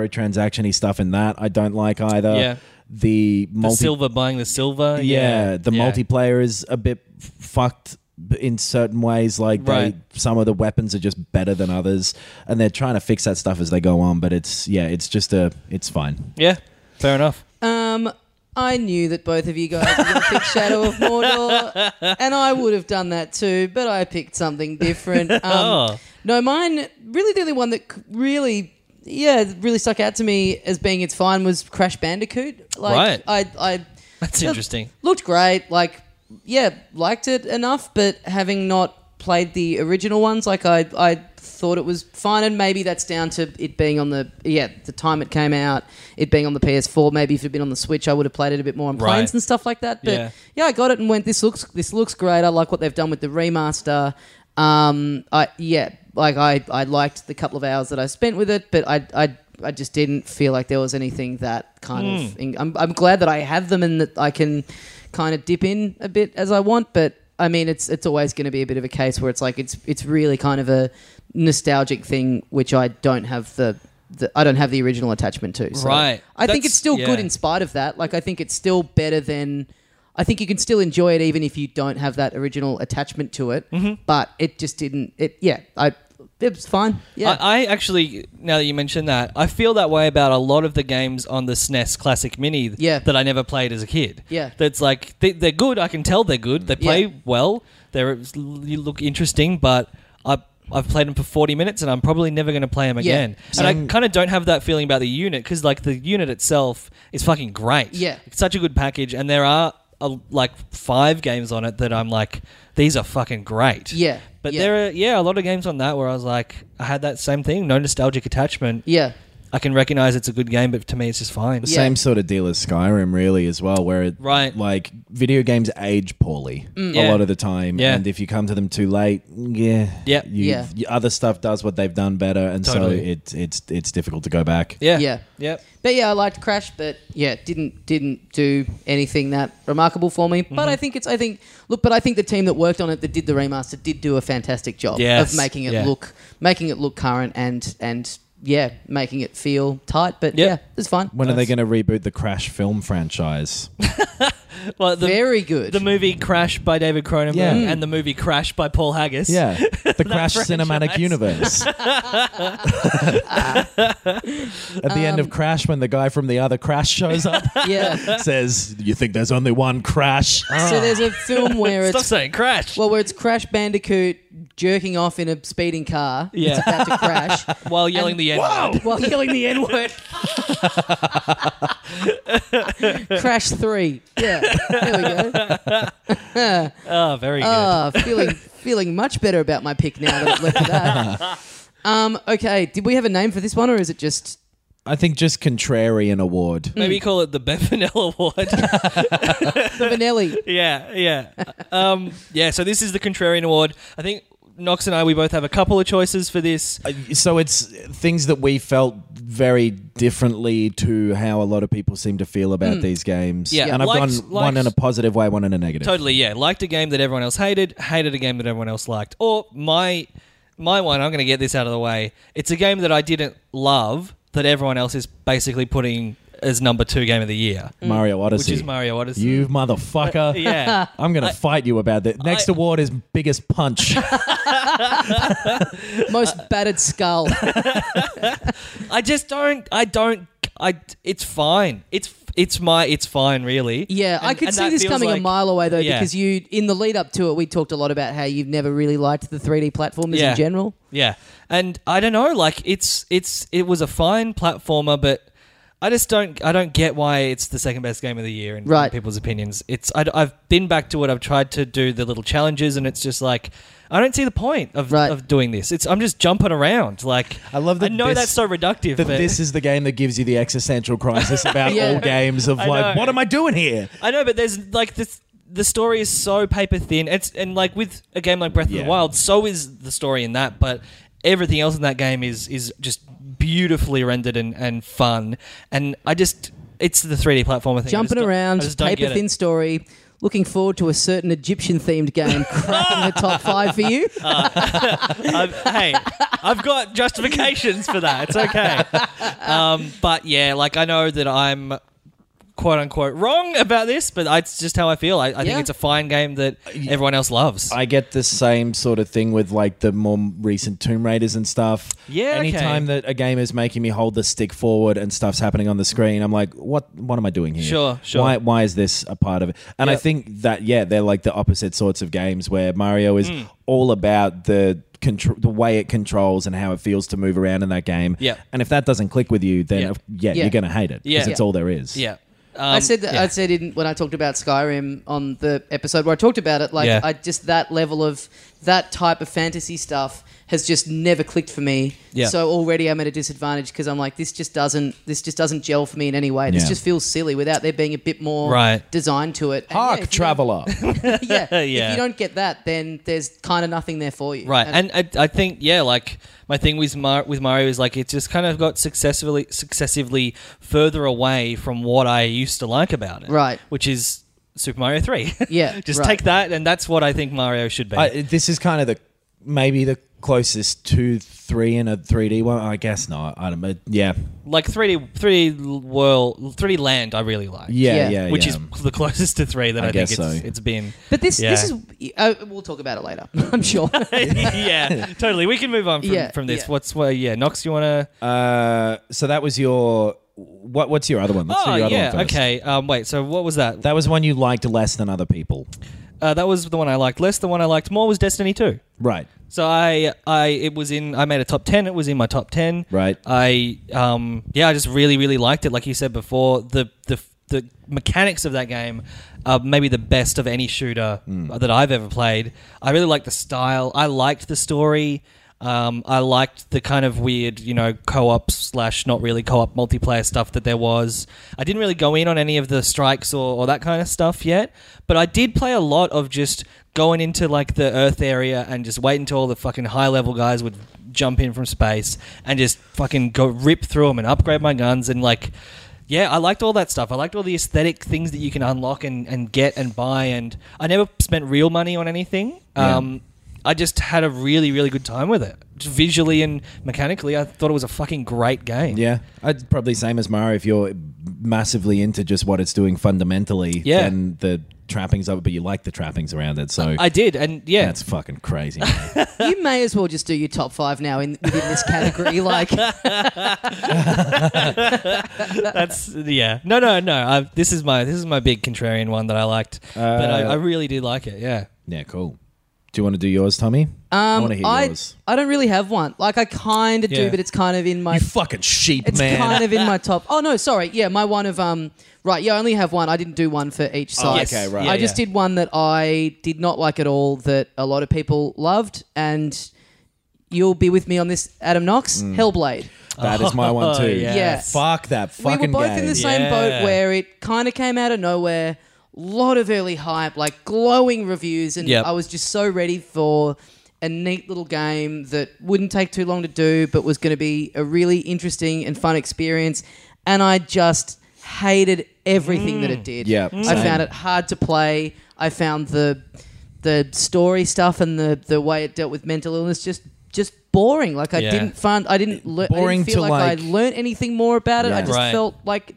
E: microtransaction stuff in that, I don't like either.
D: Yeah.
E: The
D: the
E: multi
D: silver buying the silver.
E: yeah, the
D: yeah.
E: multiplayer is a bit f- fucked b- in certain ways. Like
D: Right.
E: they, some of the weapons are just better than others, and they're trying to fix that stuff as they go on. But it's yeah, it's just a it's fine.
D: Yeah, fair enough.
C: Um, I knew that both of you guys were going to pick Shadow of Mordor, and I would have done that too, but I picked something different. Um,
D: Oh.
C: No, mine, really the only one that c- really, yeah, really stuck out to me as being it's fine was Crash Bandicoot. Like, I, I
D: That's
C: Yeah,
D: interesting.
C: Looked great. Like, yeah, liked it enough, but having not played the original ones, like I, I thought it was fine, and maybe that's down to it being on the yeah the time it came out, it being on the PS4. Maybe if it had been on the Switch, I would have played it a bit more on planes
D: Right.
C: and stuff like that. But
D: Yeah.
C: yeah. I got it and went. This looks this looks great. I like what they've done with the remaster. Um, I yeah, like I I liked the couple of hours that I spent with it, but I I. I just didn't feel like there was anything that kind of.
D: Hmm.
C: in- I'm, I'm glad that I have them and that I can kind of dip in a bit as I want. But I mean, it's it's always going to be a bit of a case where it's like it's it's really kind of a nostalgic thing, which I don't have the, the I don't have the original attachment to. So
D: Right.
C: I think
D: That's-
C: it's still
D: yeah.
C: good in spite of that. Like I think it's still better than. I think you can still enjoy it even if you don't have that original attachment to it.
D: Mm-hmm.
C: But it just didn't. It yeah. I it was fine. Yeah.
D: I, I actually, now that you mention that, I feel that way about a lot of the games on the SNES Classic Mini th-
C: Yeah.
D: that I never played as a kid.
C: Yeah.
D: That's like, they, they're good. I can tell they're good. They play
C: Yeah.
D: well. They're, you look interesting, but I, I've played them for 40 minutes and I'm probably never going to play them
C: Yeah.
D: again. And I kind of don't have that feeling about the unit because, like, the unit itself is fucking great.
C: Yeah.
D: It's such a good package. And there are, uh like, five games on it that I'm like, these are fucking great.
C: Yeah,
D: But
C: yeah.
D: there are yeah, a lot of games on that where I was like, I had that same thing, no nostalgic attachment.
C: yeah.
D: I can recognize it's a good game, but to me it's just fine.
C: Yeah.
E: Same sort of deal as Skyrim, really, as well, where it,
D: Right. Mm,
E: like video games age poorly a
D: Yeah.
E: lot of the time,
D: Yeah.
E: and if you come to them too late, yeah,
D: Yep.
E: you,
C: Yeah.
E: you- other stuff does what they've done better, and so
D: Totally.
E: it, it's it's difficult to go back.
D: Yeah.
C: Yeah.
D: Yep.
C: But yeah, I liked Crash, but yeah, didn't didn't do anything that remarkable for me. But
D: Mm-hmm.
C: I think it's I think look, but I think the team that worked on it that did the remaster did do a fantastic job
D: Yes.
C: of making it
D: Yeah.
C: look making it look current and and yeah, making it feel tight. But
D: Yep.
C: yeah, it's fine.
E: When are they going to reboot the Crash film franchise?
D: Well, the,
C: Very good.
D: the movie Crash by David Cronenberg
E: Yeah. Mm.
D: and the movie Crash by Paul Haggis.
E: Yeah, the Crash
D: franchise.
E: cinematic universe. At the end
D: Um,
E: of Crash, when the guy from the other Crash shows up,
C: yeah.
E: says, "You think there's only one Crash?"
C: So there's a
D: Ah.
C: film where
D: Stop
C: it's
D: saying Crash.
C: well, where it's Crash Bandicoot jerking off in a speeding car.
D: Yeah.
C: It's about to crash.
D: while yelling
C: and-
D: the end. Whoa!
C: while yelling the N word. Crash three. Yeah, there we go.
D: Oh, very good.
C: Ah, feeling feeling much better about my pick now that I've left that. Um, okay, did we have a name for this one, or is it just
E: I think just contrarian award.
D: Maybe call it the Bevanel Award.
C: Vanelli?
D: yeah, yeah. Um, yeah, so this is the Contrarian Award. I think Knox and I, we both have a couple of choices for this.
E: Uh, So it's things that we felt very differently to how a lot of people seem to feel about these games.
D: Mm. Yeah.
E: and I've
D: Likes-
E: gone one
D: likes-
E: in a positive way, one in a negative.
D: Totally, yeah. Liked a game that everyone else hated, hated a game that everyone else liked. Or my my one, I'm going to get this out of the way. It's a game that I didn't love that everyone else is basically putting as number 2 game of the year,
E: Mario
D: Mm.
E: Odyssey.
D: which is Mario Odyssey.
E: You motherfucker.
D: yeah.
E: I'm going to fight you about that. Next
D: I-
E: award is biggest punch.
C: Most battered skull.
D: I just don't. I don't. I. It's fine. It's it's my. It's fine, really.
C: Yeah, I
D: And-
C: could
D: and
C: see
D: that
C: this
D: feels
C: coming a
D: like-
C: mile away though,
D: yeah.
C: because you in the lead up to it, we talked a lot about how you've never really liked the 3D platformers
D: Yeah.
C: in general.
D: Yeah, and I don't know. Like it's it's it was a fine platformer, but I just don't. I don't get why it's the second best game of the year in, in
C: Right.
D: people's opinions. It's I, have been back to it. I've tried to do the little challenges, and it's just like. I don't see the point of,
C: Right.
D: of doing this. It's I'm just jumping around. Like
E: I love that
D: I know
E: this-
D: that's so reductive.
E: that
D: but
E: this is the game that gives you the existential crisis about
C: Yeah.
E: all games of
D: I
E: like,
D: know.
E: what am I doing here?
D: I know, but there's like this. The story is so paper thin. It's and like with a game like Breath of
E: Yeah.
D: the Wild, so is the story in that. But everything else in that game is is just beautifully rendered and, and fun. And I just, it's the 3D platformer thing. I just
C: Jumping
D: don't-
C: around,
D: I just don't
C: paper
D: get it.
C: thin story. Looking forward to a certain Egyptian themed game cracking the top five for you.
D: I've, hey, I've got justifications for that. It's okay. Um, but yeah, like I know that I'm quote unquote wrong about this, but I, it's just how I feel. I, I
C: Yeah.
D: think it's a fine game that everyone else loves.
E: Uh, I get the same sort of thing with like the more recent Tomb Raiders and stuff.
D: Yeah, okay.
E: Anytime that a game is making me hold the stick forward and stuff's happening on the screen, I'm like, what? What am I doing here?
D: Sure, sure.
E: Why? Why is this a part of it? And I
D: Yep.
E: think that yeah, they're like the opposite sorts of games where Mario is
D: Hmm.
E: all about the. Control, the way it controls and how it feels to move around in that game.
D: Yep.
E: And if that doesn't click with you, then
D: Yeah.
E: of- yeah,
C: Yeah.
E: you're going to hate it because
D: Yeah.
E: it's all there is.
D: yeah.
C: I
D: Um,
C: said that
D: yeah.
C: I said in when I talked about Skyrim on the episode where I talked about it, like
D: Yeah.
C: I just that level of that type of fantasy stuff has just never clicked for me.
D: Yeah.
C: So already I'm at a disadvantage because I'm like this just doesn't this just doesn't gel for me in any way. This
E: Yeah.
C: just feels silly without there being a bit more
D: Right.
C: design to it. And
E: Hark,
C: yeah, if you
E: traveler.
C: don't- yeah, If
D: Yeah.
C: you don't get that, then there's kind of nothing there for you.
D: Right, and I, I think yeah, like my thing with Mar- with Mario is like it's just kind of got successively successively further away from what I used to like about it.
C: Right.
D: which is Super Mario Three.
C: Yeah,
D: just
C: right.
D: take that, and that's what I think Mario should be.
E: I, this is kind of the maybe the closest to three in a 3D one. I guess not. I don't. know. Yeah,
D: like three D three D world three D land, I really like.
E: yeah, yeah.
C: Yeah.
D: which
E: yeah.
D: is the closest to three that I, think
E: guess
D: it's,
E: so.
D: it's been.
C: But this this
D: Yeah.
C: is uh, we'll talk about it later. I'm sure.
D: yeah, totally. We can move on from,
C: Yeah,
D: from this.
C: yeah.
D: What's well, yeah, Nox, you want to?
E: Uh, so that was your what? What's your other one? Let's do
D: oh
E: your other
D: yeah,
E: one first.
D: okay. Um, wait, so what was that?
E: That was one you liked less than other people,
D: Uh, that was the one I liked less. The one I liked more was Destiny Two.
E: right?
D: So I, I, it was in. I made a top ten. It was in my top ten.
E: Right.
D: I, um, yeah, I just really, really liked it. Like you said before, the the the mechanics of that game are maybe the best of any shooter that I've ever played. I really liked the style. I liked the story. Um, I liked the kind of weird, you know, co-op slash not really co-op multiplayer stuff that there was. I didn't really go in on any of the strikes or, or that kind of stuff yet, but I did play a lot of just going into like the Earth area and just waiting until all the fucking high level guys would jump in from space and just fucking go rip through them and upgrade my guns and like. Yeah, I liked all that stuff. I liked all the aesthetic things that you can unlock and, and get and buy. And I never spent real money on anything. Um, I just had a really, really good time with it. Just visually and mechanically, I thought it was a fucking great game.
E: Yeah, I'd probably same as Mario. If you're massively into just what it's doing fundamentally,
D: Yeah.
E: then the trappings of it, but you like the trappings around it. So
D: I did, and yeah,
E: that's fucking crazy. man.
C: you may as well just do your top five now in within this category. Like,
D: That's yeah. No, no, no. I, this is my this is my big contrarian one that I liked, but I,
C: Uh,
D: I really did like it. Yeah.
E: yeah, cool. Do you want to do yours, Tommy? I want to hear
C: Um, I,
E: yours.
C: I don't really have one. Like, I kind of
D: Yeah.
C: do, but it's kind of in my
E: You fucking sheep,
C: It's
E: man.
C: kind of in my top. Oh no, sorry. Yeah, my one of um. Right, yeah, I only have one. I didn't do one for each side.
D: Oh, yes. Okay, right.
C: I
D: Yeah,
C: just
D: yeah.
C: did one that I did not like at all. That a lot of people loved, and you'll be with me on this, Adam Knox.
D: Mm.
C: Hellblade.
E: that is my one too.
D: yeah.
C: Yes.
E: Fuck that fucking
C: we were both
E: game.
C: in the same
D: Yeah.
C: boat where it kind of came out of nowhere. Lot of early hype, like glowing reviews, and
D: Yep.
C: I was just so ready for a neat little game that wouldn't take too long to do, but was going to be a really interesting and fun experience. And I just hated everything that it did.
E: Mm. Yep,
C: I
E: same.
C: found it hard to play. I found the the story stuff and the the way it dealt with mental illness just just boring. Like I
D: Yeah.
C: didn't find I didn't learn. I
E: Boring
C: didn't feel
E: to,
C: like I
E: like-
C: learned anything more about it. I
E: Yeah.
C: just
D: Right.
C: felt like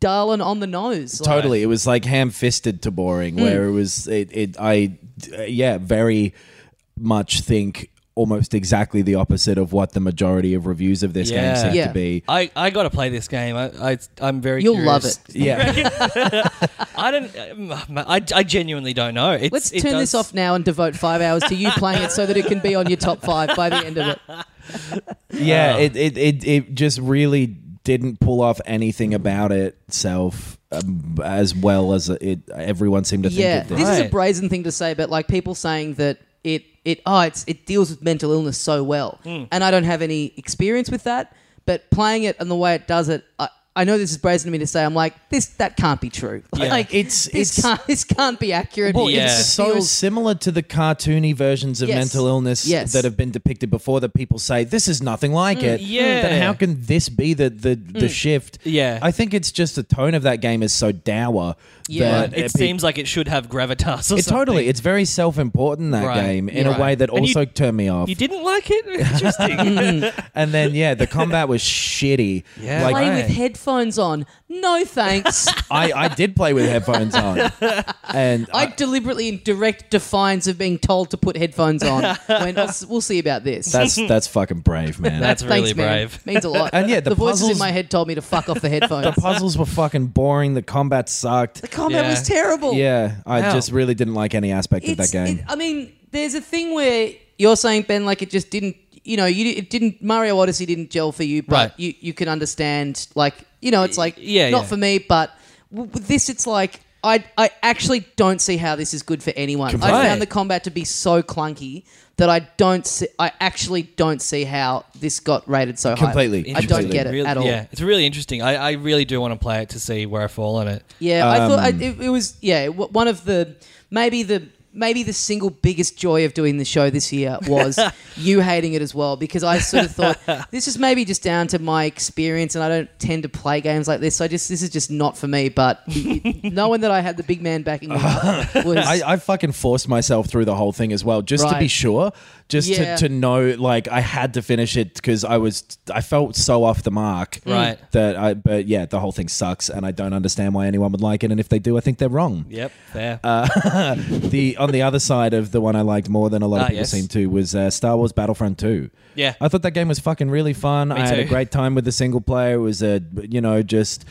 C: dull and on the nose. Like,
E: Totally, it was like ham-fisted to
C: Hmm.
E: boring. Where it was, it, it, I, uh, yeah, very much think almost exactly the opposite of what the majority of reviews of this
D: Yeah.
E: game seem
C: Yeah.
E: to be.
D: I, I gotta play this game. I, I I'm very.
C: You'll
D: curious.
C: love it.
E: Yeah,
D: I don't. um, I, I genuinely don't know. It's,
C: Let's
D: it
C: turn
D: does-
C: this off now and devote five hours to you playing it so that it can be on your top five by the end of it.
E: yeah, it, it, it, it just really didn't pull off anything about itself um, as well as it. Everyone seemed to
C: yeah,
E: think it did.
C: this is a
D: Right.
C: brazen thing to say, but like people saying that it it oh it's it deals with mental illness so well,
D: Hmm.
C: and I don't have any experience with that. But playing it and the way it does it, I, I know this is brazen to me to say. I'm like this that can't be true.
D: Yeah.
C: Like
E: It's-
C: this
E: it's-
C: can't this can't be accurate.
D: Well,
C: It
D: it's
E: It's
C: just
E: so
C: feels-
E: similar to the cartoony versions of
C: Yes.
E: mental illness
C: Yes. Mm,
E: that have been depicted before that people say this is nothing like it.
D: yeah.
E: Then how can this be the the, the shift?
D: Yeah.
E: I think it's just the tone of that game is so dour
C: Yeah.
E: that
D: It
E: pe-
D: seems like it should have gravitas. Or
E: it
D: something.
E: totally it's very self important that
D: Right.
E: game in
D: Right.
E: a way that
D: And you-
E: also turned me off.
D: You didn't like it?
C: Mm.
D: Interesting.
E: and then yeah, the combat was shitty.
D: Yeah.
E: Like
C: play
D: Right.
C: with headphones on. No thanks.
E: I, I did play with headphones on. And
C: I deliberately in direct defiance of being told to put headphones on. when I'll s- we'll see about this.
E: that's that's fucking brave, man.
D: That's really
C: Thanks, man.
D: brave.
C: Means a lot.
E: And yeah, the
C: voices in
E: puzzles-
C: my head told me to fuck off the headphones.
E: the puzzles were fucking boring, the combat sucked.
C: The combat
D: Yeah.
C: was terrible.
E: Yeah, I
D: Wow.
E: just really didn't like any aspect of
C: It's-
E: that game.
C: it- I mean, there's a thing where you're saying Ben, like it just didn't. You know, you it didn't. Mario Odyssey didn't gel for you, but
D: Right.
C: you you can understand. Like you know, it's like
D: yeah,
C: not
D: yeah.
C: for me. But w- with this, it's like. I, I actually don't see how this is good for anyone. I
D: Right.
C: found the combat to be so clunky that I don't see, I actually don't see how this got rated so high.
E: Completely.
C: I don't get it
D: Really-
C: at all.
D: Yeah, it's really interesting. I, I really do want to play it to see where I fall on it.
C: Yeah, I thought I,
E: Um,
C: it, it was yeah w- one of the maybe the maybe the single biggest joy of doing the show this year was you hating it as well because I sort of thought this is maybe just down to my experience and I don't tend to play games like this. So I just this is just not for me. But y- y- knowing that I had the big man backing me up was
E: I, I fucking forced myself through the whole thing as well, just to
C: Right.
E: be sure, just
C: Yeah.
E: to, to know, like I had to finish it because I was I felt so off the mark,
D: Mm.
C: Mm.
D: Right.
E: That I, but yeah, the whole thing sucks, and I don't understand why anyone would like it, and if they do, I think they're wrong.
D: Yep. Fair.
E: Uh, The on the other side of the one I liked more than a lot of
D: Ah,
E: people
D: yes.
E: seem to was uh, Star Wars Battlefront Two.
D: Yeah.
E: I thought that game was fucking really fun. I had a
D: too.
E: great time with the single player. It was a you know just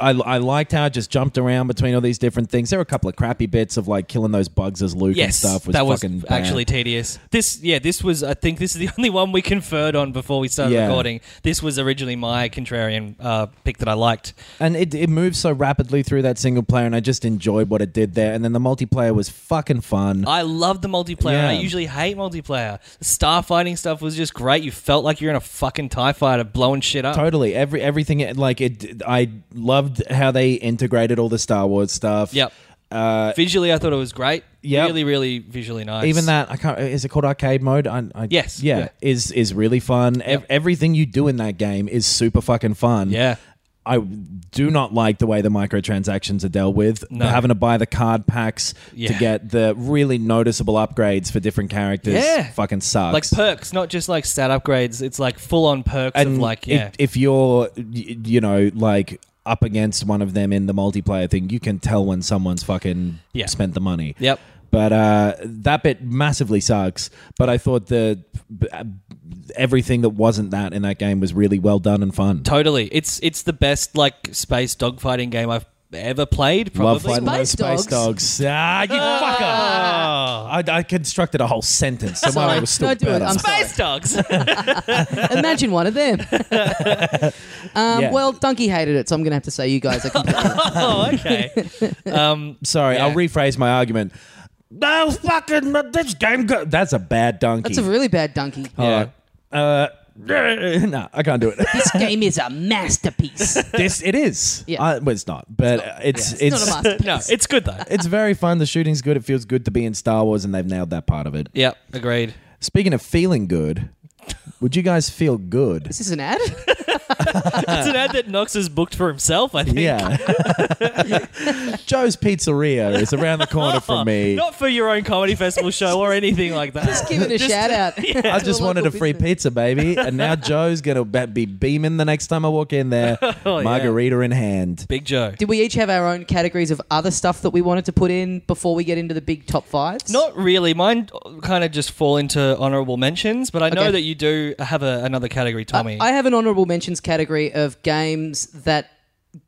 E: I, I liked how I just jumped around between all these different things. There were a couple of crappy bits of like killing those bugs as Luke and
D: yes,
E: stuff. Was
D: that was
E: fucking bad.
D: actually tedious. This, yeah, this was. I think this is the only one we conferred on before we started
E: Yeah.
D: recording. This was originally my contrarian uh, pick that I liked.
E: And it, it moved so rapidly through that single player, and I just enjoyed what it did there. And then the multiplayer was fucking fun.
D: I love the multiplayer.
E: Yeah.
D: I usually hate multiplayer. The starfighting stuff was just great. You felt like you're in a fucking tie fighter blowing shit up.
E: Totally, every everything like it. I loved how they integrated all the Star Wars stuff.
D: Yep. visually, I thought it was great.
E: Uh, Yep.
D: Really, really visually nice.
E: even that I can't. Is it called arcade mode? I, I,
D: Yes.
E: Yeah,
D: Yeah.
E: Is is really fun. Ev- everything you do in that game is super fucking fun.
D: Yeah.
E: I do not like the way the microtransactions are dealt with. Having to buy the card packs to
D: Yeah.
E: get the really noticeable upgrades for different characters
D: Yeah.
E: fucking sucks.
D: Like perks, not just like stat upgrades. It's like full on perks of like yeah.
E: if, if you're, y- you know, like up against one of them in the multiplayer thing, you can tell when someone's fucking
D: Yeah.
E: spent the money.
D: Yep.
E: But uh, that bit massively sucks. But I thought the uh, everything that wasn't that in that game was really well done and fun.
D: totally. It's it's the best like space dogfighting game I've ever played. Probably.
E: Love fighting those
C: Space
E: space dogs. Ah, you
D: Ah.
E: fucker! I, I constructed a whole sentence, so
C: Sorry.
E: mine was still
C: No, do it.
E: better.
C: I'm sorry.
D: Space dogs.
C: Imagine one of them. um,
E: Yeah.
C: Well, Donkey hated it, so I'm going to have to say you guys are completely
D: oh, okay. Um,
E: Sorry, I'll rephrase my argument. No fucking this game. Go- That's a bad donkey.
C: That's a really bad donkey.
D: yeah.
E: Uh, no, I can't do it.
C: This game is a masterpiece. It's
E: this it is.
C: Yeah.
E: Uh, well, it's not, but uh, it's it's
C: not a masterpiece.
D: No, it's good though.
E: it's very fun. The shooting's good. It feels good to be in Star Wars, and they've nailed that part of it.
D: Yep, agreed.
E: Speaking of feeling good, would you guys feel good?
C: Is this an ad?
D: It's an ad that Knox has booked for himself, I think.
E: Yeah. Joe's Pizzeria is around the corner from me.
D: Not for your own comedy festival show or anything like that.
C: Just giving a shout out.
E: I just wanted a free pizza, baby, and now Joe's gonna be- be beaming the next time I walk in there,
D: yeah.
E: margarita in hand.
D: Big Joe.
C: Did we each have our own categories of other stuff that we wanted to put in before we get into the big top fives?
D: Not really. Mine kind of just fall into honorable mentions, but I know
C: Okay. Uh,
D: that you do have a, another category, Tommy.
C: I have an honorable mentions category of games that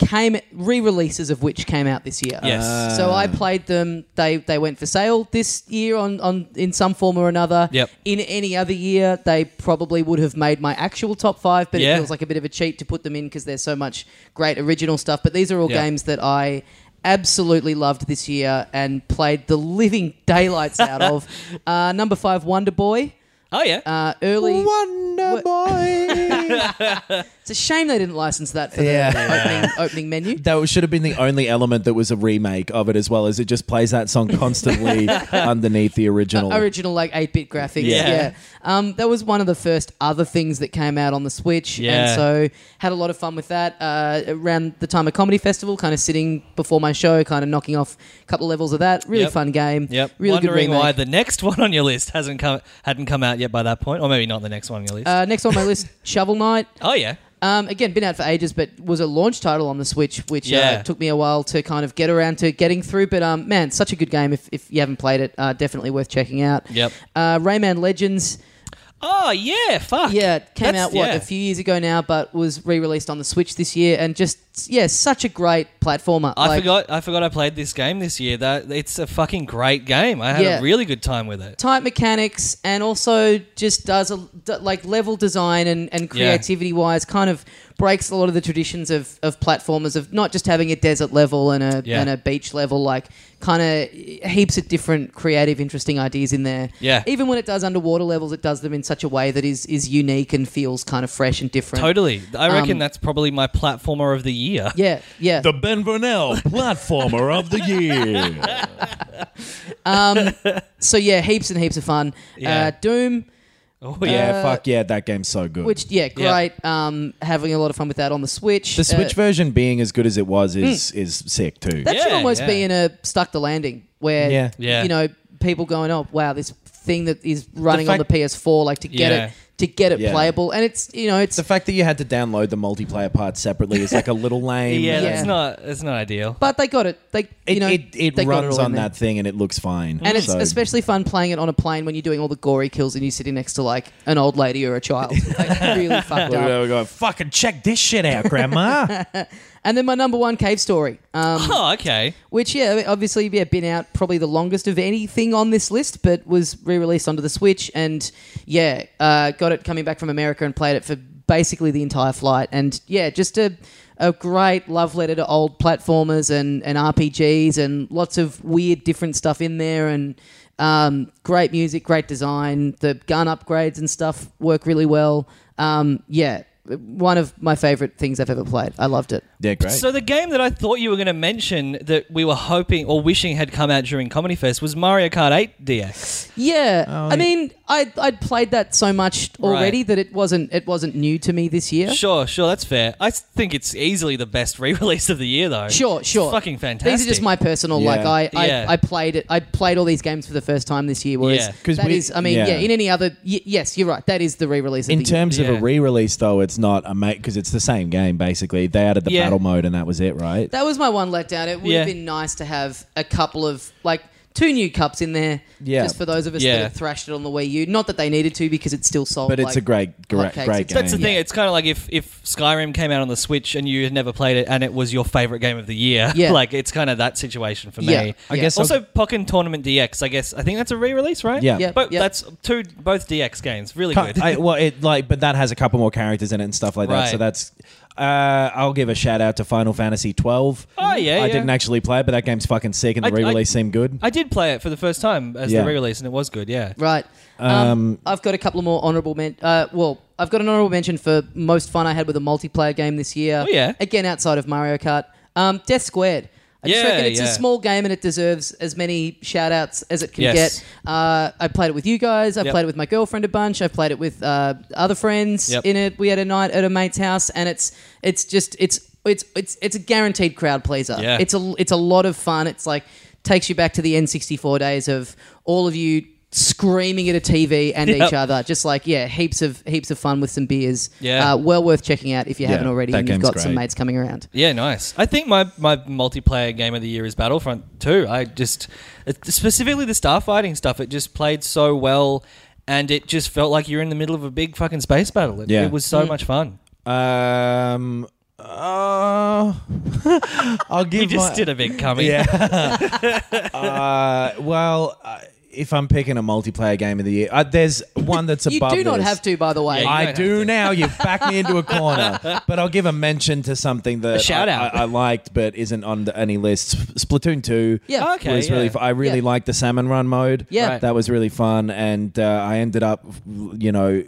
C: came re-releases of which came out this year.
D: Yes. Ah.
C: So I played them. They they went for sale this year on on in some form or another.
D: Yep.
C: In any other year, they probably would have made my actual top five, but it
D: Yeah.
C: feels like a bit of a cheat to put them in because there's so much great original stuff. But these are all
D: Yeah.
C: games that I absolutely loved this year and played the living daylights out of. Uh, number five, Wonder Boy.
D: oh, yeah.
C: Uh, early.
E: Wonder Boy.
C: It's a shame they didn't license that for
E: Yeah.
C: the opening, opening menu.
E: That should have been the only element that was a remake of it, as well as it just plays that song constantly underneath the original.
C: Original like eight bit graphics, yeah.
D: Yeah.
C: Um, that was one of the first other things that came out on the Switch, and
D: Yeah.
C: so had a lot of fun with that. Uh, around the time of comedy festival, kind of sitting before my show, kind of knocking off a couple levels of that. Really
D: Yep.
C: fun game.
D: yep.
C: Really
D: Wondering
C: good remake.
D: why the next one on your list hasn't come hadn't come out yet by that point, or maybe not the next one on your list.
C: uh, next on my list, Shovel Knight.
D: oh yeah.
C: Um, again, been out for ages, but was a launch title on the Switch, which uh,
D: Yeah.
C: took me a while to kind of get around to getting through. But um, man, such a good game. If, if you haven't played it, uh, definitely worth checking out.
D: Yep.
C: Uh, Rayman Legends.
D: Oh yeah. Fuck.
C: Yeah, it came
D: That's-
C: out what
D: yeah.
C: a few years ago now, but was re-released on the Switch this year, and just yeah, such a great platformer.
D: I
C: Like,
D: forgot. I forgot I played this game this year. That it's a fucking great game. I had
C: Yeah.
D: a really good time with it.
C: Tight mechanics, and also just does a d- like level design and, and
D: Yeah.
C: creativity wise, kind of breaks a lot of the traditions of, of platformers of not just having a desert level and a
D: Yeah.
C: and a beach level, like kind of heaps of different creative, interesting ideas in there.
D: Yeah.
C: even when it does underwater levels, it does them in such a way that is is unique and feels kind of fresh and different.
D: Totally. I reckon that's probably my platformer of the year.
C: Um, Yeah, yeah.
E: the Ben Vernell platformer of the year.
C: So yeah, heaps and heaps of fun.
D: Yeah.
C: Uh, Doom,
D: Oh
E: Yeah, fuck yeah, that game's so good.
C: which yeah,
D: Yeah.
C: great. Um, having a lot of fun with that on the Switch.
E: the Switch
C: uh, Mm.
E: version being as good as it was is is sick too.
C: that should
D: Yeah,
C: almost be
D: yeah.
C: in a stuck the landing where
E: Yeah.
D: Yeah.
C: you know people going, oh wow, this thing that is running on
E: fact-
C: the PS4, like to get
D: Yeah.
C: it to get it
E: Yeah.
C: playable, and it's you know it's
E: the fact that you had to download the multiplayer part separately is like a little lame.
C: Yeah.
D: yeah, That's not. That's not ideal.
C: but they got it. They
E: It,
C: you know
E: it, it
C: they got
E: runs
C: it all in
E: on
C: there.
E: that thing and it looks fine.
C: And it's
E: So-
C: especially fun playing it on a plane when you're doing all the gory kills and you're sitting next to like an old lady or a child. Like, really fucked
E: Look at
C: up.
E: that, we're going, fucking check this shit out, Grandma.
C: And then my number one cave story. Um,
D: Oh okay.
C: Which, yeah, I mean, obviously, yeah, been out probably the longest of anything on this list, but was re released onto the Switch and, yeah, uh, got it coming back from America and played it for basically the entire flight. And, yeah, just a, a great love letter to old platformers and, and RPGs and lots of weird different stuff in there and um, great music, great design. The gun upgrades and stuff work really well. Um, yeah, one of my favorite things I've ever played. I loved it.
E: Yeah, great.
D: So the game that I thought you were going to mention that we were hoping or wishing had come out during Comedy Fest was Mario Kart 8 DX.
C: Yeah, I mean, I I'd played that so much already
D: Oh, Right.
C: that it wasn't it wasn't new to me this year.
D: Sure, sure, that's fair. I s- think it's easily the best re-release of the year, though.
C: Sure,
D: It's
C: sure.
D: fucking fantastic.
C: These are just my personal
E: Yeah.
C: like I I,
D: Yeah.
C: I played it. I played all these games for the first time this year. Whereas
D: Yeah.
E: 'Cause
C: that
E: we-
C: is, I mean, yeah.
E: yeah.
C: In any other, y- yes, you're right. That is the re-release. Of
E: in
C: the year.
E: terms of
D: Yeah.
E: a re-release, though, it's not a mate because it's the same game basically. They added the
D: Yeah.
E: battle mode, and that was it, right?
C: that was my one letdown. It would
D: Yeah.
C: have been nice to have a couple of like two new cups in there.
E: Yeah.
C: just for those of us
D: Yeah.
C: that have thrashed it on the Wii U. Not that they needed to because it's still sold.
E: but it's
C: like,
E: a great, great,
C: hotcakes.
E: great game.
C: That's
D: That's the thing. It's kind of like if, if Skyrim came out on the Switch and you had never played it and it was your favorite game of the year.
C: Yeah.
D: like it's kind of that situation for me.
C: Yeah, I yeah.
E: guess
D: also
E: I'll-
D: Pokken Tournament DX. I guess I think that's a re-release, right?
E: Yeah. Yep,
D: but
C: yep.
D: that's two both DX games. Really
E: Ca-
D: good.
E: I, well, it like, but that has a couple more characters in it and stuff like that. So
D: Right.
E: that's. Uh, I'll give a shout out to Final Fantasy twelve.
D: Oh, yeah, yeah.
E: I didn't actually play it, but that game's fucking sick, and
D: I-
E: the
D: I-
E: re-release seemed good.
D: I did play it for the first time as
E: Yeah.
D: the re-release, and it was good. Yeah.
C: Right. Um, I've got a couple of more honourable men. Uh, well, I've got an honourable mention for most fun I had with a multiplayer game this year.
D: Oh, yeah.
C: Again, outside of Mario Kart, um, Death Squared. I just
D: Yeah,
C: reckon it's a
D: yeah.
C: small game and it deserves as many shout outs as it can
D: Yes.
C: get. Uh, I played it with you guys. I
D: Yep.
C: played it with my girlfriend a bunch. I played it with uh, other friends
D: Yep.
C: in it. We had a night at a mate's house and it's it's just it's it's it's it's a guaranteed crowd pleaser.
D: Yeah.
C: It's a it's a lot of fun. It's like takes you back to the N64 days of all of you screaming at a TV and
D: Yep.
C: each other. Just like yeah, heaps of heaps of fun with some beers.
D: Yeah.
C: uh, well worth checking out if you haven't already
E: that
C: and you've
E: game's
C: got some
E: great.
C: mates coming around.
D: Yeah, nice. I think my, my multiplayer game of the year is Battlefront 2. I just, it- specifically the starfighting stuff, it just played so well and it just felt like you're in the middle of a big fucking space battle. It,
E: Yeah.
D: it was so much fun.
E: Um, uh, I'll give.
D: We just
E: my-
D: did a big coming.
E: Yeah. uh, well, uh, if I'm picking a multiplayer game of the year, uh, there's one that's
C: You
E: above.
C: do not
E: this.
C: have to, by the way.
D: Yeah, you
E: I
D: don't
E: do now. You've backed me into a corner, but I'll give a mention to something that
D: shout
E: I,
D: out.
E: I, I liked but isn't on the, any lists. Splatoon two.
C: Yeah.
D: Oh, Okay.
E: was really.
D: yeah.
E: Fun. I really
C: Yeah.
E: liked the salmon run mode.
C: Yeah. Right.
E: that was really fun, and uh, I ended up, you know,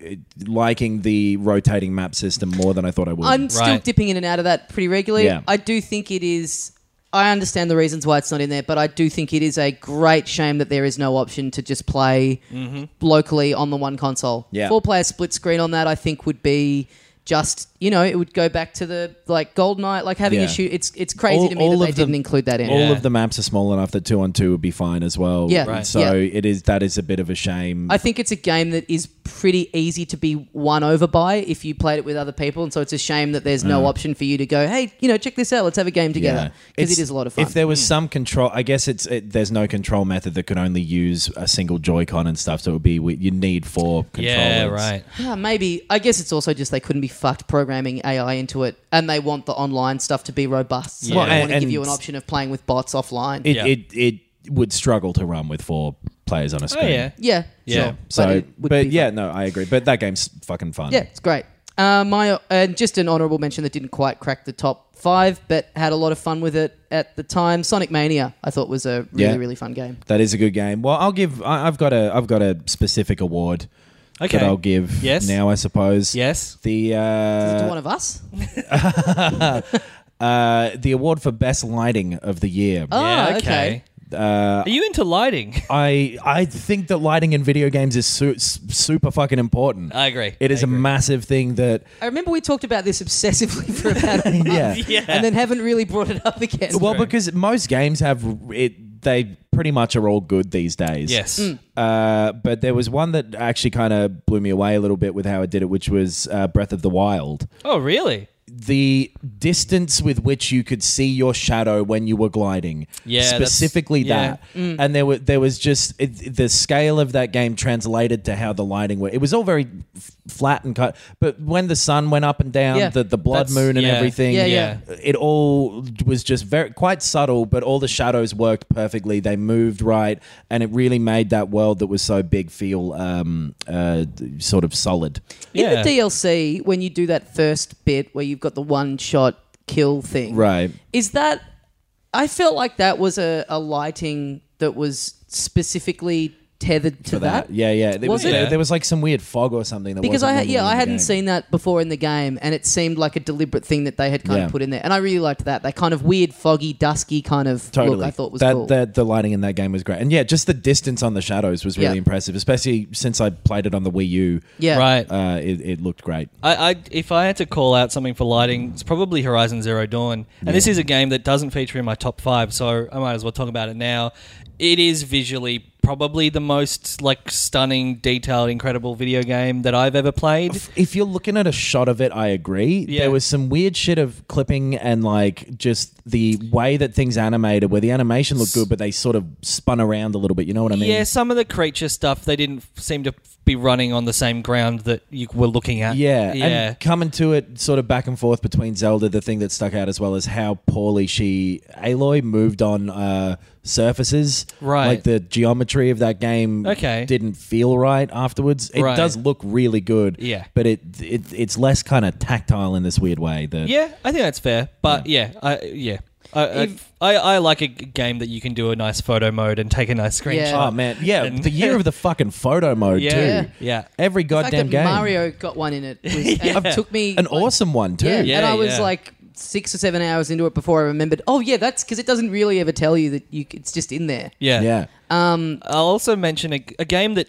E: liking the rotating map system more than I thought I would.
C: I'm still
D: Right.
C: dipping in and out of that pretty regularly.
E: Yeah.
C: I do think it is. I understand the reasons why it's not in there, but I do think it is a great shame that there is no option to just play locally on the one console.
E: Mm-hmm. Yeah.
C: Four player split screen on that, I think, would be just you know it would go back to the like GoldenEye, like having
E: Yeah.
C: a shoot. It's it's crazy
E: All-
C: to me that
E: all
C: they
E: of them-
C: didn't include that in.
E: all
D: Yeah.
E: of the maps are small enough that two on two would be fine as well.
C: Yeah.
E: And
C: Right.
E: So
C: Yeah.
E: it is that is a bit of a shame.
C: I think it's a game that is pretty easy to be won over by if you played it with other people, and so it's a shame that there's
E: Mm.
C: no option for you to go, hey, you know, check this out, let's have a game together because
E: It's-
C: it is a lot of fun. Mm.
E: If there was some control, I guess it's it, there's no control method that could only use a single Joy-Con and stuff. So it would be we- you need four controllers.
D: Yeah, right.
C: Ah, maybe. I guess it's also just they couldn't be fucked programming AI into it, and they want the online stuff to be robust. So
D: Well,
C: they want to
E: and-
C: give you an
E: and-
C: option of playing with bots offline.
E: It,
D: Yeah.
E: it it would struggle to run with four players on a
D: Oh,
E: screen.
D: yeah.
C: yeah,
D: Yeah.
C: sure.
E: So,
C: it
E: but,
C: would be
E: yeah,
C: fun.
E: no, I agree. But that game's fucking fun.
C: yeah, it's great. Uh, my and just an honourable mention that didn't quite crack the top five, but had a lot of fun with it at the time. Sonic Mania, I thought was a really
E: Yeah.
C: really fun game.
E: That is a good game. Well, I'll give. I, I've got a. I've got a specific award
D: Okay.
E: that I'll give.
D: Yes.
E: Now, I suppose.
D: Yes.
E: The
C: Is it
E: uh,
C: to one of us?
E: uh, the award for best lighting of the year.
C: Ah,
D: yeah,
C: okay.
D: Uh, Are you into lighting?
E: I I think that lighting in video games is su- s- super fucking important.
D: I agree.
E: It is
D: I
E: a massive thing that
C: I remember we talked about this obsessively for about a month,
E: yeah.
D: Yeah.
C: and then haven't really brought it up again.
E: Well, because most games have it, they pretty much are all good these days.
D: Yes.
E: Uh, but there was one that actually kind of blew me away a little bit with how it did it, which was uh, Breath of the Wild.
D: Oh, really?
E: the distance with which you could see your shadow when you were gliding.
D: Yeah, that's-
E: specifically
D: yeah.
E: that. And there were there was just it, the scale of that game translated to how the lighting were. It was all very f- flat and cut, but when the sun went up and down,
C: Yeah.
E: the the blood
D: That's-
E: moon and
D: yeah.
E: everything,
C: Yeah,
D: yeah.
E: it all was just very quite subtle, but all the shadows worked perfectly. They moved right, and it really made that world that was so big feel um, uh, sort of solid.
C: In
D: Yeah.
C: the DLC, when you do that first bit where you've got the one shot kill thing,
E: Right.
C: Is that? I felt like that was a, a lighting that was specifically tethered to
E: for that.
C: that.
E: Yeah, yeah. There
C: Was it?
E: was, There, there was like some weird fog or something. That
C: Because I
E: wasn't
C: had,
E: normally
C: yeah
E: in
C: I
E: the
C: hadn't
E: game.
C: seen that before in the game, and it seemed like a deliberate thing that they had kind
E: Yeah.
C: of put in there, and I really liked that that kind of weird foggy dusky kind of
E: Totally,
C: look. I thought was
E: that,
C: cool.
E: that the lighting in that game was great, and yeah, just the distance on the shadows was really
C: Yeah.
E: impressive, especially since I played it on the Wii U.
C: yeah,
D: Right.
E: uh, it, it looked great.
D: I, I if I had to call out something for lighting, it's probably Horizon Zero Dawn, and this is a game that doesn't feature in my top five, so I might as well talk about it now. It is visually probably the most like stunning, detailed, incredible video game that I've ever played.
E: if you're looking at a shot of it, I agree.
D: Yeah.
E: There was some weird shit of clipping and like just the way that things animated, where the animation looked good, but they sort of spun around a little bit. You know what I mean?
D: yeah, some of the creature stuff they didn't f- seem to be running on the same ground that you were looking at.
E: Yeah,
D: Uh, yeah.
E: and coming to it sort of back and forth between Zelda, the thing that stuck out as well is how poorly she Aloy moved on uh, surfaces.
D: Right.
E: like the geometry of that game.
D: Okay.
E: didn't feel right afterwards. It
D: Right.
E: does look really good.
D: Yeah.
E: but it, it it's less kind of tactile in this weird way. That
D: yeah, I think that's fair. But yeah, I, yeah. I, I- I, I like a g- game that you can do a nice photo mode and take a nice screenshot.
C: Yeah.
E: Oh man, yeah,
D: And-
E: the year of the fucking photo mode
D: Yeah.
E: too.
D: Yeah.
C: Yeah.
E: Every
C: The fact
E: goddamn
C: that
E: game.
C: Mario got one in it was, and it took me
E: An
C: like,
E: awesome one too.
C: Yeah,
D: Yeah,
C: and I was
D: yeah.
C: like six or seven hours into it before I remembered. Oh yeah, that's because it doesn't really ever tell you that you. It's just in there.
D: yeah,
E: Yeah.
D: I'll also mention a, a game that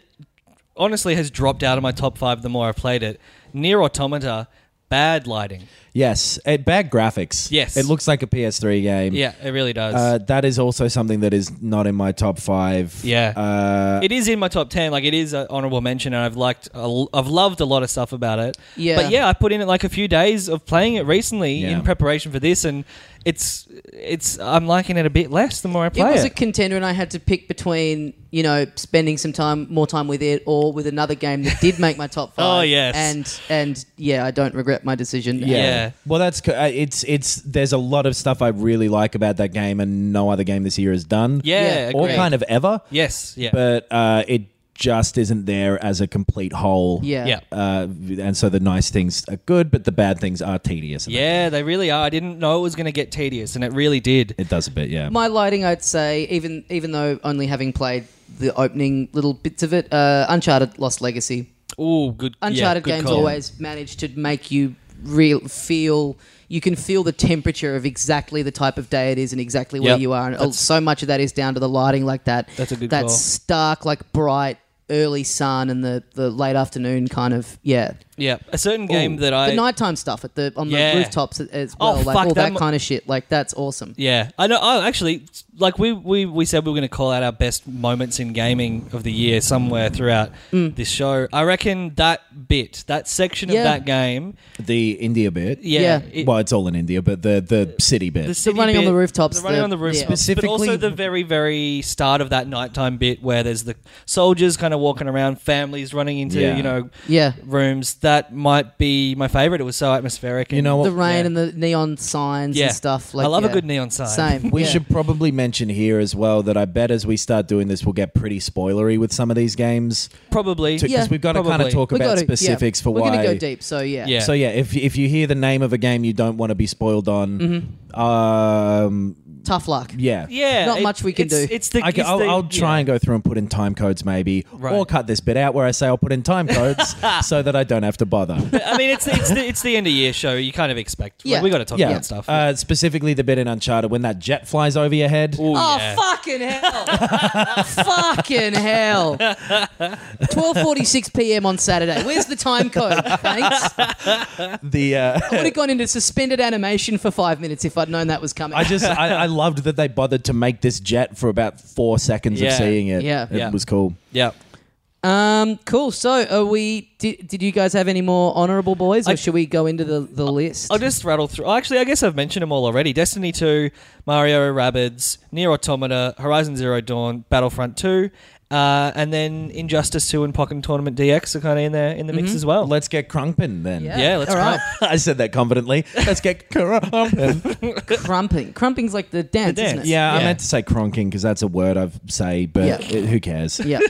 D: honestly has dropped out of my top five the more I played it. Near Automata, bad lighting.
E: Yes. Uh, bad graphics.
D: Yes.
E: It looks like a PS3 game.
D: Yeah, it really does.
E: Uh, that is also something that is not in my top five.
D: Yeah.
E: Uh,
D: it is in my top ten. Like it is an honorable mention, and I've liked, a l- I've loved a lot of stuff about it.
C: Yeah.
D: But yeah, I put in like a few days of playing it recently
E: Yeah.
D: in preparation for this, and it's, it's, I'm liking it a bit less the more I play
C: it
D: it.
C: was a contender, and I had to pick between you know spending some time, more time with it, or with another game that did make my top
D: Oh,
C: five.
D: yes.
C: and and yeah, I don't regret my decision.
D: Yeah.
E: yeah. Well, that's co- uh, it's it's. There's a lot of stuff I really like about that game, and no other game this year has done.
D: yeah,
C: Yeah.
E: Or
D: agreed.
E: kind of ever.
D: Yes. Yeah.
E: But uh, it just isn't there as a complete whole.
C: yeah,
D: yeah.
E: Uh, and so the nice things are good, but the bad things are tedious. and
D: Yeah, they really are. I didn't know it was going to get tedious, and it really did.
E: It does a bit, yeah.
C: My lighting, I'd say, even even though only having played the opening little bits of it, uh, Uncharted Lost Legacy.
D: Ooh, good. yeah,
C: Uncharted
D: good
C: games
D: call.
C: always manage to make you real feel. You can feel the temperature of exactly the type of day it is and exactly where
D: Yep.
C: you are, and so much of that is down to the lighting, like that.
D: That's a good
C: that
D: call.
C: stark, like bright early sun and the the late afternoon kind of yeah.
D: Yeah, a certain game that I
C: the nighttime stuff at the on
D: Yeah.
C: the rooftops as
D: Oh,
C: well, like
D: fuck,
C: all
D: that
C: that,
D: mu-
C: kind of shit. Like that's awesome.
D: Yeah, I know. I actually like we, we we said we were going to call out our best moments in gaming of the year somewhere throughout this show. I reckon that bit, that section
C: Mm. Yeah.
D: of that game,
E: the India bit.
D: yeah,
C: Yeah.
D: it-
E: well, it's all in India, but the the city bit.
D: the city
C: running on
D: bit-
C: the rooftops,
D: the running
C: the-
D: on the rooftops,
C: yeah.
D: but also
E: Specifically-
D: the very very start of that nighttime bit where there's the soldiers kind of walking around, families running into
E: Yeah.
D: you know
C: Yeah.
D: rooms. That might be my favorite. It was so atmospheric. And
E: you know what?
C: The rain
D: yeah.
C: and the neon signs
D: Yeah.
C: and stuff.
D: I
C: Like
D: love a
C: yeah.
D: good neon sign.
C: Same.
E: we
C: yeah.
E: should probably mention here as well that I bet as we start doing this, we'll get pretty spoilery with some of these games
D: probably
E: because
C: Yeah.
E: we've got to kind
D: Probably.
E: of talk
C: We
E: about
C: gotta- yeah.
E: specifics for
C: We're
E: why.
C: gonna go deep. So yeah.
D: Yeah.
E: So yeah, if if you hear the name of a game you don't want to be spoiled on,
C: Mm-hmm.
E: um,
C: Tough luck.
E: yeah,
D: Yeah,
C: Not much we can
D: it's-
C: do.
D: It's the.
E: I,
D: it's
E: will
D: the-
E: I'll try
D: yeah.
E: and go through and put in time codes maybe, or
D: Right.
E: cut this bit out where I say I'll put in time codes so that I don't have to bother.
D: I mean, it's the, it's the it's the end of year show. You kind of expect.
C: Yeah.
D: Like, we got to talk
E: Yeah,
D: about stuff.
E: Uh, specifically the bit in Uncharted when that jet flies over your head.
D: Ooh,
C: Oh
D: yeah.
C: fucking hell! fucking hell! Twelve forty-six p.m. on Saturday. Where's the time code? Thanks. I
E: The uh,
C: would have gone into suspended animation for five minutes if I'd known that was coming.
E: I just I, I loved that they bothered to make this jet for about four seconds
D: Yeah.
E: of seeing it.
C: Yeah.
E: it
D: Yeah.
E: was cool.
D: Yeah.
C: um, cool. So, are we? Did, did you guys have any more honourable boys, or should we go into the the list?
D: I'll just rattle through. oh, actually, I guess I've mentioned them all already. Destiny 2, Mario Rabbids, Near Automata, Horizon Zero Dawn, Battlefront 2, uh, and then Injustice 2 and Pokken Tournament DX are kind of in there in the
C: Mm-hmm.
D: mix as well.
E: Let's get Crumpin then.
D: yeah, let's
C: All
D: go.
C: right.
E: I said that confidently. Let's get Crumpin.
C: Crumping. Crumping's like the dance,
D: dance.
C: isn't it?
E: yeah, I
D: Yeah.
E: meant to say cronking because that's a word I've say, but
C: Yeah.
E: it- who cares?
C: Yeah.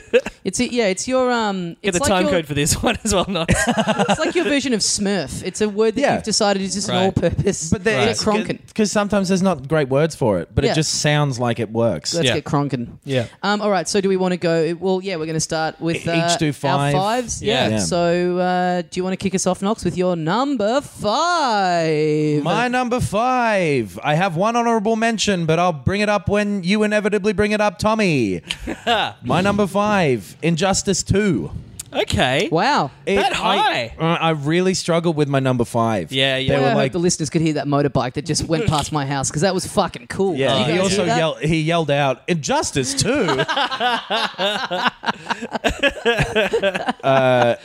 C: It's a, yeah, it's your um.
D: Get
C: It's
D: the
C: like
D: time
C: your,
D: code for this one as well. Not
C: It's like your version of Smurf. It's a word that
E: Yeah.
C: you've decided is just
D: Right.
C: an all-purpose.
E: But there,
C: Get
E: it's
C: cronkin.
E: because sometimes there's not great words for it, but
C: Yeah.
E: it just sounds like it works.
C: Let's
D: Yeah.
C: get cronkin.
D: Yeah.
C: Um. All right. So do we want to go? Well, yeah, we're going to start with
E: E-, Each
C: uh,
E: do five.
C: Our fives.
D: Yeah.
C: Yeah.
E: Yeah.
C: So uh, do you want to kick us off, Knox, with your number five?
E: My number five. I have one honorable mention, but I'll bring it up when you inevitably bring it up, Tommy. My number five, Injustice 2.
D: okay.
C: wow.
E: It-
D: That
E: I-
D: high?
E: uh, I, really struggled with my number five.
D: Yeah, yeah.
E: They
D: Yeah,
C: I
E: were
C: hope
E: like,
C: the listeners could hear that motorbike that just went past my house because that was fucking cool. Did
E: yeah.
C: you
E: he
C: guys
E: also
C: hear that?
E: yelled. He yelled out, "Injustice 2. uh,
D: I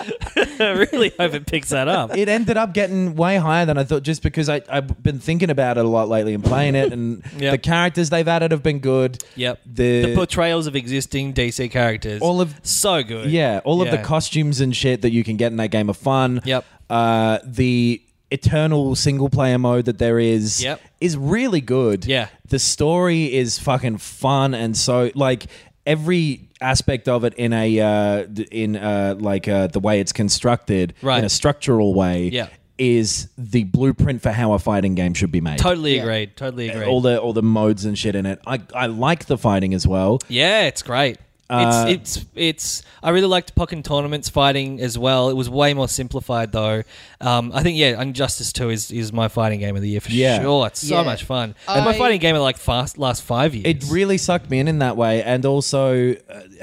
D: really hope it picks that up.
E: it ended up getting way higher than I thought, just because I, I've been thinking about it a lot lately and playing it, and
D: Yep.
E: the characters they've added have been good.
D: Yep.
E: The,
D: The portrayals of existing DC characters.
E: All of-
D: so good.
E: Yeah, all of the
D: Yeah.
E: costumes and shit that you can get in that game are fun.
D: Yep.
E: Uh, the eternal single player mode that there is
D: Yep.
E: is really good.
D: Yeah.
E: The story is fucking fun and so like every aspect of it in a uh, d- in uh, like uh, the way it's constructed
D: Right.
E: in a structural way
D: Yeah.
E: is the blueprint for how a fighting game should be made.
D: Totally agreed. Totally agreed.
E: All the all the modes and shit in it. I I like the fighting as well.
D: Yeah, it's great.
E: Uh,
D: it's it's it's. I really liked Pokken tournaments fighting as well. It was way more simplified though. Um, I think yeah, Injustice Two is, is my fighting game of the year for
E: Yeah.
D: sure. It's so
C: Yeah.
D: much fun.
C: I-
D: my fighting game of like fast last five years.
E: It really sucked me in in that way, and also uh,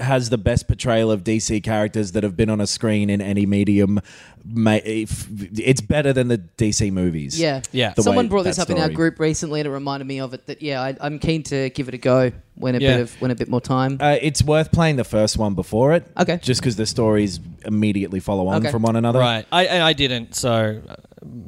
E: has the best portrayal of DC characters that have been on a screen in any medium. Ma- if- It's better than the DC movies.
C: Yeah.
D: Yeah.
E: The
C: Someone
E: way
C: brought this
E: that
C: up in our
E: story-
C: group recently and it reminded me of it that yeah, I, I'm keen to give it a go when a
D: Yeah.
C: bit of when a bit more time.
E: Uh, it's worth playing the first one before it.
C: Okay.
E: Just because the stories immediately follow on
C: Okay.
E: from one another.
D: right. I and I didn't. So uh,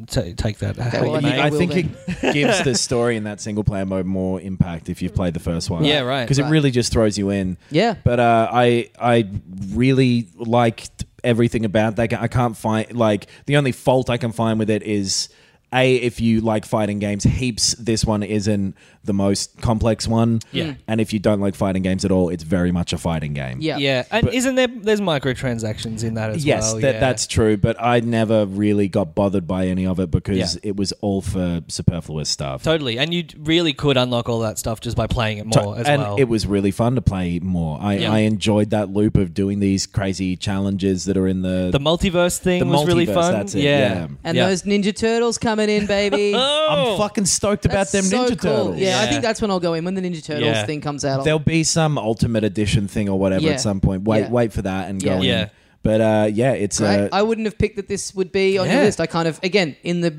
D: t- take that. how
C: well,
D: you
C: I think
D: may.
E: I
C: will
E: think it gives the story in that single player mode more impact if you've played the first one.
D: Yeah, right.
E: Because it really just throws you in.
C: Yeah.
E: But uh, I I really liked everything about that. game. I can't find like the only fault I can find with it is. A, if you like fighting games, heaps, this one isn't the most complex one.
D: Yeah.
E: And if you don't like fighting games at all, it's very much a fighting game.
C: yeah.
D: yeah, and isn't there? There's microtransactions in that as
E: Yes,
D: well.
E: that,
D: yeah.
E: that's true. But I never really got bothered by any of it because
D: Yeah.
E: it was all for superfluous stuff.
D: totally. And you really could unlock all that stuff just by playing it more as
E: and
D: well.
E: it was really fun to play more. I,
D: Yeah.
E: I enjoyed that loop of doing these crazy challenges that are in the.
D: the multiverse thing
E: The
D: was really
E: multiverse,
D: fun.
E: that's it, yeah. Oh,
C: And
D: Yeah. Oh!
C: those Ninja Turtles coming in, baby.
E: I'm fucking stoked about them
C: That's so
E: Ninja
C: cool.
E: Turtles.
C: Yeah, I
D: Yeah.
C: think that's when I'll go in when the Ninja Turtles
D: Yeah.
C: thing comes out. I'll-
E: There'll be some Ultimate Edition thing or whatever
C: Yeah.
E: at some point. Wait,
C: Yeah.
E: wait for that and
C: Yeah.
E: go in.
D: Yeah.
E: But uh, yeah, it's
C: Great.
E: a.
C: I wouldn't have picked that this would be on
D: Yeah.
C: your list. I kind of again in the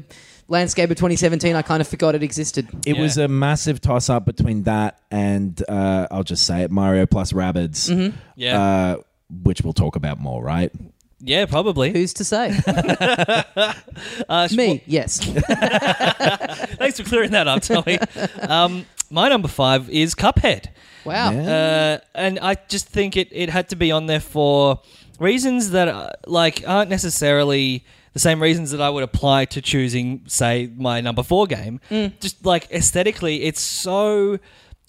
C: landscape of 2017, I kind of forgot it existed.
E: It was
D: Yeah.
E: a massive toss up between that and uh, I'll just say it Mario plus Rabbids,
D: Yeah.
E: uh, which we'll talk about more, right?
D: yeah, probably.
C: Who's to say? Me, yes.
D: Thanks for clearing that up, Tommy. um, my number five is Cuphead.
C: Wow.
D: Uh, and I just think it, it had to be on there for reasons that uh, like aren't necessarily the same reasons that I would apply to choosing, say, my number four game. Just like aesthetically, it's so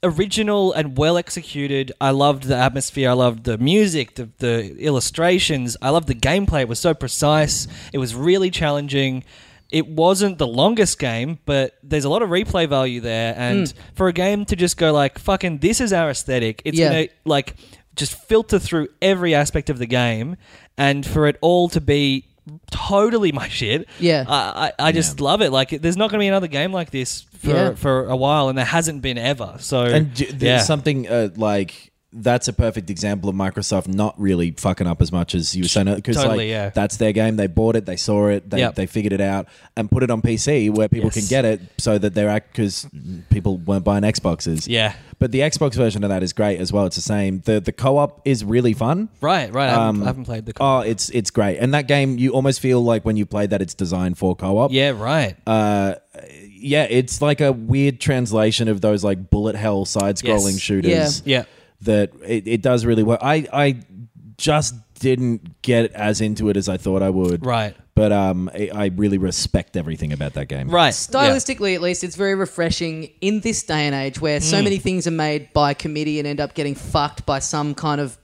D: original and well executed. I loved the atmosphere. I loved the music, the, the illustrations. I loved the gameplay. It was so precise. It was really challenging. It wasn't the longest game, but there's a lot of replay value there. And
C: Hmm.
D: for a game to just go like, fucking, this is our aesthetic, it's
C: Yeah.
D: going to like just filter through every aspect of the game and for it all to be totally my shit.
C: Yeah.
D: I, I, I just love it. Like, there's not going to be another game like this for,
C: Yeah.
D: for a while, and there hasn't been ever. So,
E: And j-
D: yeah.
E: there's something uh, like that's a perfect example of Microsoft not really fucking up as much as you were saying. Because
D: Totally,
E: like
D: yeah.
E: that's their game. They bought it. They saw it. They,
D: Yep.
E: they figured it out and put it on PC where people
D: Yes.
E: can get it, so that they're because people weren't buying Xboxes.
D: Yeah.
E: But the Xbox version of that is great as well. It's the same. the The co op is really fun.
D: right, right. I haven't,
E: Um,
D: I haven't played the.
E: Oh, it's it's great. And that game, you almost feel like when you play that, it's designed for co op.
D: yeah, right.
E: Uh, yeah, it's like a weird translation of those like bullet hell side scrolling
D: Yes.
E: shooters.
D: Yeah. Yeah.
E: That it, it does really well. I, I just didn't get as into it as I thought I would.
D: Right.
E: But um I, I really respect everything about that game.
D: right. yeah.
C: Stylistically, at least, it's very refreshing in
D: Hmm.
C: this day and age where so many things are made by committee and end up getting fucked by some kind of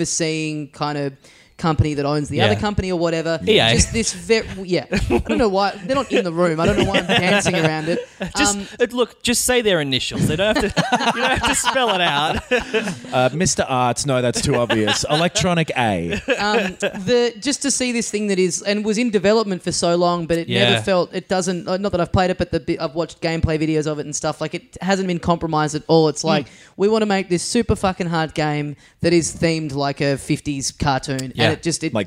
C: overseeing kind of company that owns the
D: Yeah. E
C: other company or whatever.
D: EA.
C: Just this very yeah. I don't know why they're not in the room. I don't know why I'm dancing around it.
D: Just
C: Um,
D: uh, look, just say their initials. They don't have to. you don't have to spell it out.
E: Uh, Mr. Arts, no, that's too obvious. Electronic A.
C: um, the just to see this thing that is and was in development for so long, but it
D: Yeah.
C: never felt it doesn't. uh, Not that I've played it, but the bi- I've watched gameplay videos of it and stuff. Like it hasn't been compromised at all.
D: Hmm.
C: It's like we want to make this super fucking hard game that is themed like a '50s cartoon,
D: Yeah.
C: and it just it
E: Like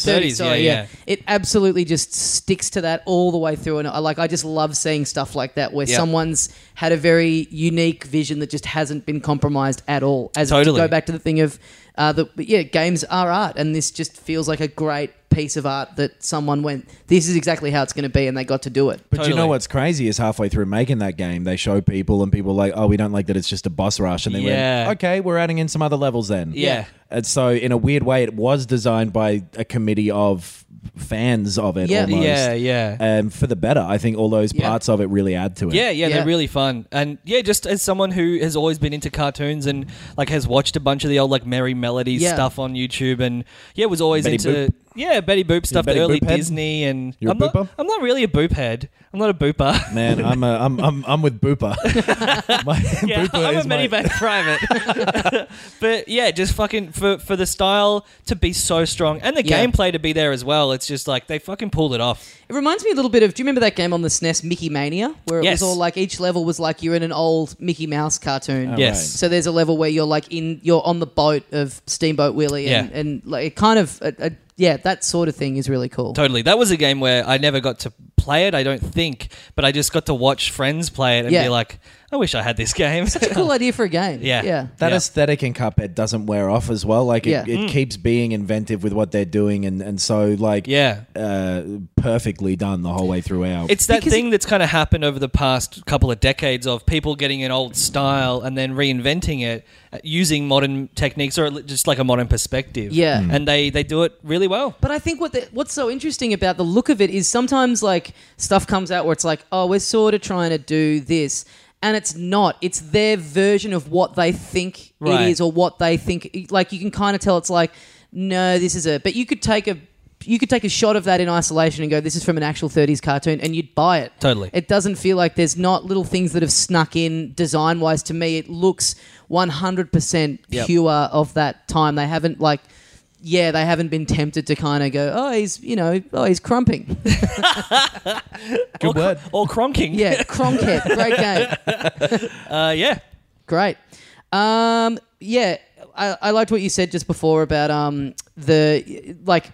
C: 30s,
D: 30s,
C: sorry, yeah,
D: yeah, yeah.
C: It absolutely just sticks to that all the way through, and I like I just love seeing stuff like that where
D: Yeah.
C: someone's had a very unique vision that just hasn't been compromised at all. As
D: Totally.
C: to go back to the thing of uh, the but yeah, games are art, and this just feels like a great piece of art that someone went, "This is exactly how it's going to be," and they got to do it.
E: But you know
D: Totally.
E: what's crazy is halfway through making that game, they show people and people are like, oh, we don't like that it's just a boss rush. And they
D: Yeah.
E: went, okay, we're adding in some other levels then.
D: Yeah.
E: And so, in a weird way, it was designed by a committee of fans of it
C: Yeah.
E: almost.
D: Yeah, yeah.
E: Um, for the better. I think all those
C: Yeah.
E: parts of it really add to it.
D: Yeah, yeah, they're
C: Yeah.
D: really fun. And yeah, just as someone who has always been into cartoons and like has watched a bunch of the old like Merry Melodies
C: Yeah.
D: stuff on YouTube and yeah, was always
E: Betty
D: into
E: Boop?
D: yeah, Betty Boop stuff,
E: Betty
D: the early
E: Boop head?
D: Disney and
E: You're a
D: I'm not
E: booper?
D: I'm not really a boop head. I'm not a booper.
E: Man, I'm, a, I'm, I'm, I'm with Booper. My,
D: Yeah,
E: Booper
D: I'm
E: is
D: a
E: my-
D: minivan private. but yeah, just fucking for for the style to be so strong and the
C: Yeah.
D: gameplay to be there as well. It's just like they fucking pulled it off.
C: It reminds me a little bit of. Do you remember that game on the SNES, Mickey Mania, where it
D: Yes.
C: was all like each level was like you're in an old Mickey Mouse cartoon.
D: yes.
C: So there's a level where you're like in you're on the boat of Steamboat Willie and,
D: Yeah.
C: and like it kind of uh, uh, yeah that sort of thing is really cool.
D: Totally. That was a game where I never got to play it, I don't think, but I just got to watch friends play it and
C: Yeah.
D: be like, I wish I had this game.
C: Such a cool idea for a game.
D: Yeah.
C: yeah.
E: That
D: Yeah.
E: aesthetic in Cuphead doesn't wear off as well. Like it,
C: Yeah.
D: Mm.
E: it keeps being inventive with what they're doing, and and so like
D: Yeah.
E: uh, perfectly done the whole way throughout.
D: It's that
C: Because
D: thing that's kind of happened over the past couple of decades of people getting an old style and then reinventing it uh, using modern techniques or just like a modern perspective.
C: Yeah. Mm.
D: And they, they do it really well.
C: But I think what the, what's so interesting about the look of it is sometimes like stuff comes out where it's like, oh, we're sort of trying to do this, and it's not. It's their version of what they think
D: Right.
C: it is or what they think. Like you can kind of tell it's like, no, this is a. But you could take a. You could take a shot of that in isolation and go, "This is from an actual '30s cartoon," and you'd buy it.
D: Totally.
C: it doesn't feel like there's not little things that have snuck in design-wise. To me, it looks 100%
D: Yep.
C: pure of that time. They haven't like yeah, they haven't been tempted to kind of go, oh, he's, you know, oh, he's crumping.
D: Good or, cr-
E: word.
D: Or cronking.
C: Yeah, Cronkhead, great game.
D: Uh, yeah.
C: Great. Um, yeah, I, I liked what you said just before about um, the, like,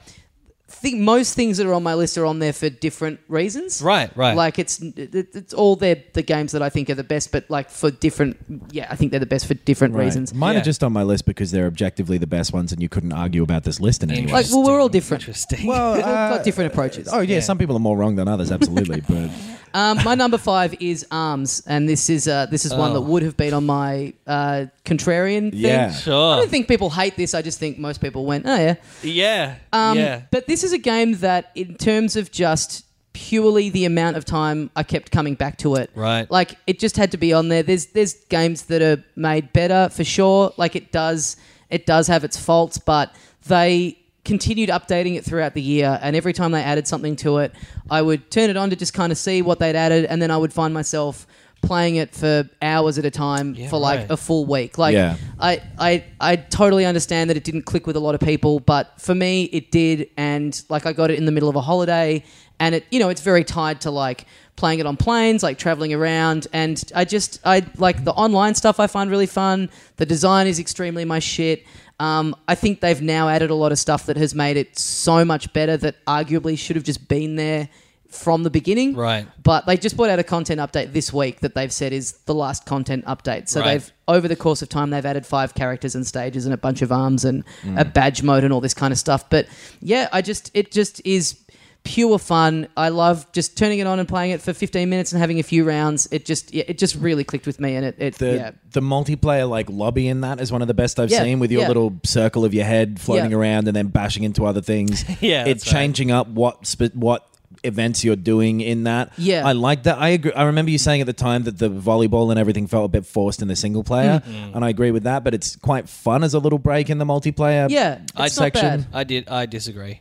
C: think most things that are on my list are on there for different reasons.
D: Right, right.
C: Like, it's it- it's all the, the games that I think are the best, but, like, for different, yeah, I think they're the best for different
E: Right.
C: reasons.
E: Mine
D: Yeah.
E: are just on my list because they're objectively the best ones, and you couldn't argue about this list in any way.
C: Like, well, we're all different. We've
D: Interesting.
C: all
E: Well, uh,
C: got different approaches.
E: Oh yeah, some people are more wrong than others, absolutely. but
C: Um, my number five is arms, and this is uh, this is one that would have been on my uh, contrarian thing.
E: Oh. Yeah. Oh.
D: Sure.
C: I don't think people hate this. I just think most people went, oh yeah.
D: yeah.
C: Um,
D: yeah.
C: But this is a game that, in terms of just purely the amount of time I kept coming back to it,
D: Right.
C: Like it just had to be on there. There's there's games that are made better for sure. Like it does it does have its faults, but they continued updating it throughout the year and every time they added something to it i would turn it on to just kind of see what they'd added and then i would find myself playing it for hours at a time for like
D: right.
C: a full week like
E: Yeah.
C: I, I I totally understand that it didn't click with a lot of people, but for me it did and like I got it in the middle of a holiday and it you know it's very tied to like playing it on planes, like traveling around and I just I like the online stuff I find really fun. The design is extremely my shit. Um, I think they've now added a lot of stuff that has made it so much better that arguably should have just been there from the beginning.
D: Right.
C: But they just brought out a content update this week that they've said is the last content update. So
D: Right.
C: they've over the course of time they've added five characters and stages and a bunch of arms and
E: Mm.
C: a badge mode and all this kind of stuff. But yeah, I just it just is pure fun. I love just turning it on and playing it for 15 minutes and having a few rounds. It just yeah, it just really clicked with me and it, it
E: the
C: yeah.
E: the multiplayer like lobby in that is one of the best I've
C: Yeah,
E: seen with your
C: yeah.
E: little circle of your head floating
C: Yeah.
E: around and then bashing into other things.
D: Yeah,
E: it's
D: that's right.
E: changing up what sp- what events you're doing in that.
C: Yeah.
E: I like that. I agree. I remember you saying at the time that the volleyball and everything felt a bit forced in the single player,
C: Mm.
E: Mm. and I agree with that. But it's quite fun as a little break in the multiplayer.
C: Yeah, it's not
E: section.
C: bad.
D: I did. I disagree.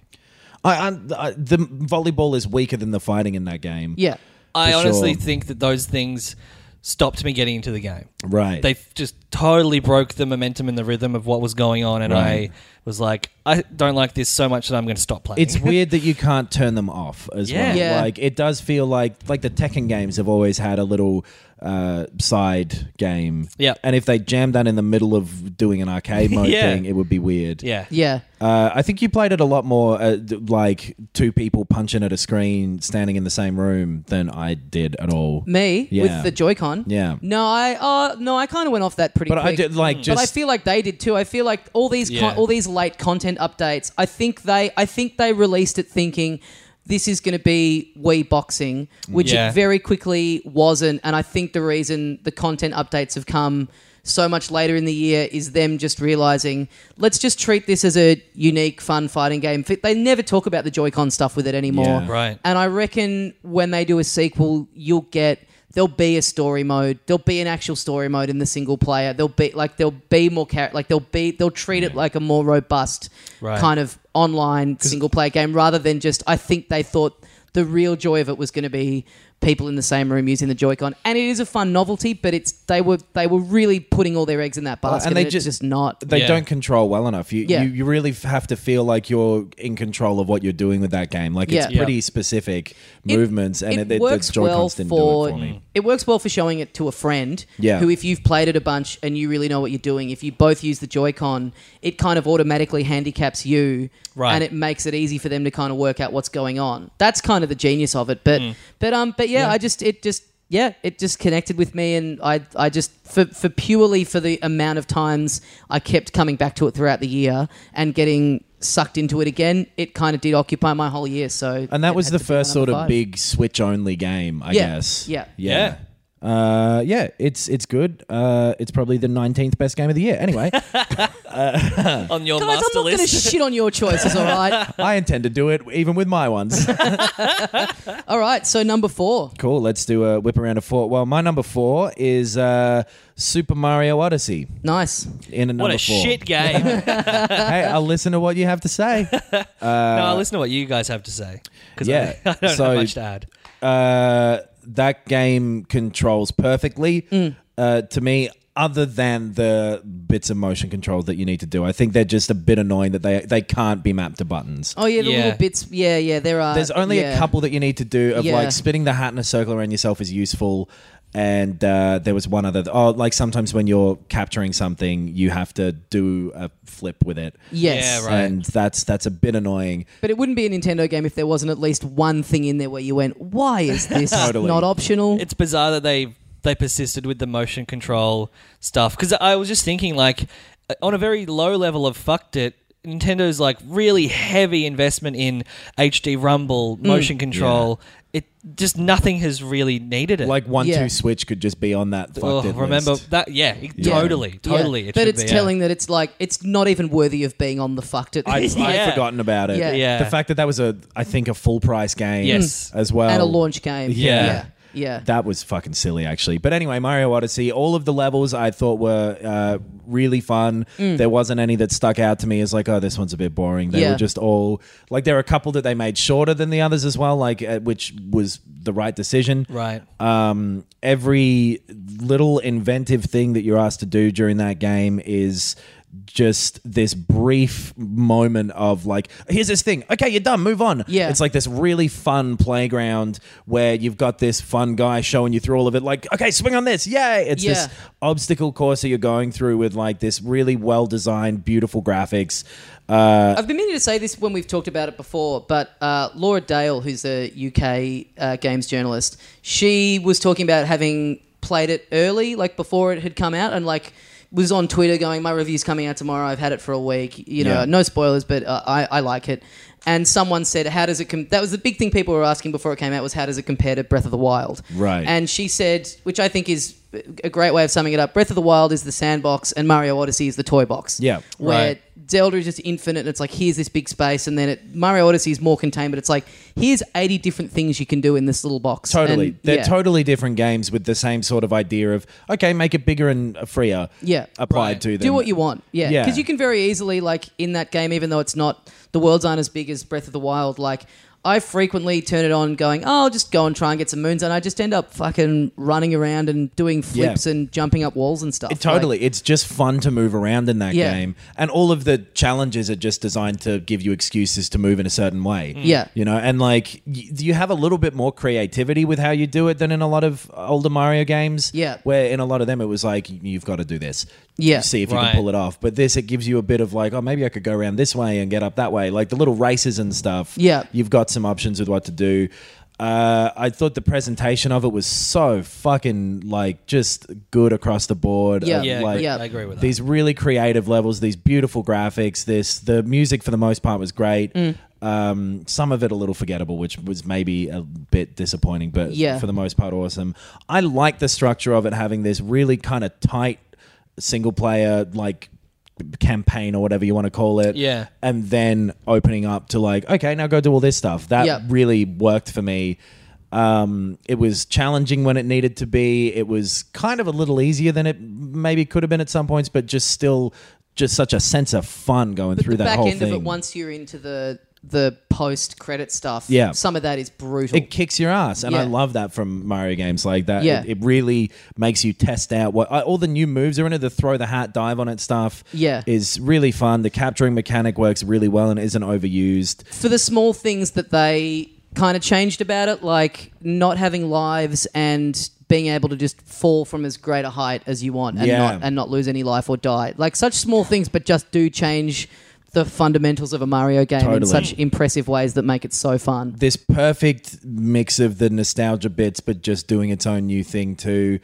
E: I, I, I the volleyball is weaker than the fighting in that game.
C: Yeah.
D: I
E: For
D: honestly
E: sure.
D: think that those things stopped me getting into the game.
E: Right.
D: They f- just totally broke the momentum and the rhythm of what was going on, and I
E: Right.
D: was like, I don't like this so much that I'm going to stop playing.
E: It's weird that you can't turn them off as
D: Yeah.
E: well.
C: Yeah.
E: Like it does feel like like the Tekken games have always had a little uh, side game.
D: Yeah.
E: And if they jammed that in the middle of doing an arcade mode
D: Yeah.
E: thing, it would be weird.
D: yeah,
C: Yeah.
E: Uh, I think you played it a lot more uh, d- like two people punching at a screen standing in the same room than I did at all.
C: Me
E: Yeah.
C: with the Joy-Con.
E: Yeah.
C: No, I uh no, I kind of went off that pretty
E: But
C: quick.
E: I did like just
C: but I feel like they did too. I feel like all these
D: Yeah.
C: con- all these late content updates. I think they I think they released it thinking this is going to be Wii boxing, which
D: Yeah.
C: it very quickly wasn't. And I think the reason the content updates have come so much later in the year is them just realizing let's just treat this as a unique, fun fighting game. They never talk about the Joy-Con stuff with it anymore.
E: Yeah.
D: Right.
C: And I reckon when they do a sequel, you'll get there'll be a story mode, there'll be an actual story mode in the single player. There'll be like there'll be more character, like there'll be they'll treat it like a more robust
D: Right.
C: kind of online single player game rather than just. I think they thought the real joy of it was going to be people in the same room using the Joy-Con, and it is a fun novelty, but it's they were they were really putting all their eggs in that basket, and,
E: they
C: it's
E: just-
C: just not.
E: they
D: Yeah.
E: don't control well enough. You,
C: Yeah.
E: you you really f- have to feel like you're in control of what you're doing with that game. Like
C: Yeah.
E: it's
C: Yeah.
E: pretty specific movements, and it, it,
C: works
E: the Joy-Cons
C: well
E: didn't
C: for,
E: do it for me.
C: it works well for showing it to a friend
E: Yeah.
C: who if you've played it a bunch and you really know what you're doing if you both use the joy-con it kind of automatically handicaps you
D: Right.
C: and it makes it easy for them to kind of work out what's going on that's kind of the genius of it but
E: Mm.
C: but um but yeah, i just it just yeah, it just connected with me, and I, I just for, for purely for the amount of times I kept coming back to it throughout the year and getting sucked into it again. It kind of did occupy my whole year. So
E: And that
C: it
E: was
C: had
E: the
C: to be
E: first
C: my number
E: sort of
C: five.
E: big Switch only game, I
C: Yeah.
E: guess.
C: Yeah.
E: Yeah. Uh, yeah, it's it's good. Uh, it's probably the nineteenth best game of the year. Anyway,
D: on your
C: Guys, I'm
D: master
C: not going to
D: list.
C: shit on your choices, all right?
E: I intend to do it even with my ones.
C: All right, so number four.
E: cool. Let's do a whip around a four. Well, my number four is uh, Super Mario Odyssey.
C: Nice.
E: In a
D: what
E: number
D: a
E: four.
D: shit game! no,
E: Hey, I'll listen to what you have to say.
D: I listen to what you guys have to say because
E: yeah.
D: I, I don't
E: So-
D: have much to add.
E: Uh, that game controls perfectly
C: Mm.
E: uh, to me. Other than the bits of motion control that you need to do, I think they're just a bit annoying that they they can't be mapped to buttons.
C: Oh, yeah, the
D: Yeah.
C: little bits. Yeah, yeah, there are.
E: There's only
C: yeah.
E: a couple that you need to do of
C: Yeah.
E: like spinning the hat in a circle around yourself is useful. And uh, there was one other. Oh, like sometimes when you're capturing something, you have to do a flip with it.
C: Yes.
D: Yeah, right.
E: And that's that's a bit annoying.
C: But it wouldn't be a Nintendo game if there wasn't at least one thing in there where you went, why is this
E: Totally.
C: not optional?
D: it's bizarre that they they persisted with the motion control stuff because I was just thinking like uh, on a very low level of fucked it. Nintendo's like really heavy investment in HD Rumble,
E: Mm.
D: motion control. It just nothing has really needed it.
E: Like one
C: Yeah.
E: two switch could just be on that.
D: Oh,
E: fucked it
D: remember
E: list.
D: that? Yeah, it-
E: Yeah.
D: totally,
C: Yeah.
D: totally. It
C: but
D: should
C: it's
D: be, yeah.
C: telling that it's like, it's not even worthy of being on the fucked it.
E: I'd,
C: list.
D: Yeah.
E: I'd forgotten about it.
C: Yeah.
D: Yeah.
E: The fact that that was a, I think, a full price game.
D: Yes.
E: As well.
C: and a launch game.
E: Yeah.
C: Yeah. Yeah.
E: That was fucking silly, actually. But anyway, Mario Odyssey, all of the levels I thought were uh, really fun. There wasn't any that stuck out to me as like, oh, this one's a bit boring. They
C: Mm. Yeah.
E: were just all like, there are a couple that they made shorter than the others as well, like uh, which was the right decision.
D: Right.
E: Um, every little inventive thing that you're asked to do during that game is just this brief moment of like, here's this thing. Okay, you're done. Move on.
C: Yeah.
E: It's like this really fun playground where you've got this fun guy showing you through all of it. Like, okay, swing on this. Yay. It's
C: Yeah.
E: this obstacle course that you're going through with like this really well designed, beautiful graphics. Uh,
C: I've been meaning to say this when we've talked about it before, but uh, Laura Dale, who's a UK uh, games journalist, she was talking about having played it early, like before it had come out, and like was on Twitter going, "My review's coming out tomorrow. I've had it for a week. You know,
E: Yeah.
C: no spoilers, but uh, I, I like it." And someone said, "How does it?" Com-? That was the big thing people were asking before it came out was how does it compare to Breath of the Wild?
E: Right.
C: And she said, which I think is a great way of summing it up. Breath of the Wild is the sandbox, and Mario Odyssey is the toy box.
E: Yeah.
C: Where
D: Right.
C: Zelda is just infinite, and it's like here's this big space, and then it, Mario Odyssey is more contained, but it's like here's eighty different things you can do in this little box.
E: Totally.
C: And,
E: They're
C: yeah.
E: totally different games with the same sort of idea of, okay, make it bigger and freer
C: Yeah.
E: applied
D: Right.
E: to them.
C: Do what you want, yeah,
E: Yeah.
C: because you can very easily like in that game, even though it's not the worlds aren't as big as Breath of the Wild. Like I frequently turn it on, going, oh, I'll just go and try and get some moons, and I just end up fucking running around and doing flips and jumping up walls and stuff.
E: It- totally.
C: Like,
E: it's just fun to move around in that
C: Yeah.
E: game. And all of the challenges are just designed to give you excuses to move in a certain way.
C: Mm. Yeah.
E: You know, and like y- you have a little bit more creativity with how you do it than in a lot of older Mario games.
C: Yeah.
E: Where in a lot of them it was like, you've got to do this.
C: Yeah.
E: See if you
D: Right.
E: can pull it off. But this, it gives you a bit of like, oh, maybe I could go around this way and get up that way. Like the little races and stuff.
C: Yeah.
E: You've got some options with what to do. Uh, I thought the presentation of it was so fucking like just good across the board.
C: Yeah.
E: Uh,
D: Yeah, I
E: like,
D: agree-
C: Yeah.
D: I agree with that.
E: these really creative levels, these beautiful graphics. This the music for the most part was great.
C: Mm.
E: Um, some of it a little forgettable, which was maybe a bit disappointing, but
C: Yeah.
E: for the most part, awesome. I like the structure of it having this really kind of tight single player like campaign or whatever you want to call it.
D: Yeah.
E: and then opening up to like, okay, now go do all this stuff. That
C: Yeah.
E: really worked for me. Um, it was challenging when it needed to be. It was kind of a little easier than it maybe could have been at some points, but just still, just such a sense of fun going
C: but
E: through
C: the
E: that
C: back
E: whole
C: end
E: thing.
C: of it, once you're into the the post credit stuff,
E: Yeah.
C: some of that is brutal.
E: it kicks your ass, and I
C: Yeah.
E: love that from Mario games like that.
C: Yeah.
E: It, it really makes you test out what I, all the new moves are in it. The throw the hat, dive on it stuff.
C: Yeah.
E: is really fun. The capturing mechanic works really well and isn't overused.
C: for the small things that they kind of changed about it, like not having lives and being able to just fall from as great a height as you want and
E: Yeah.
C: not and not lose any life or die. Like such small things, but just do change the fundamentals of a Mario game in
E: Totally.
C: such impressive ways that make it so fun.
E: this perfect mix of the nostalgia bits, but just doing its own new thing too.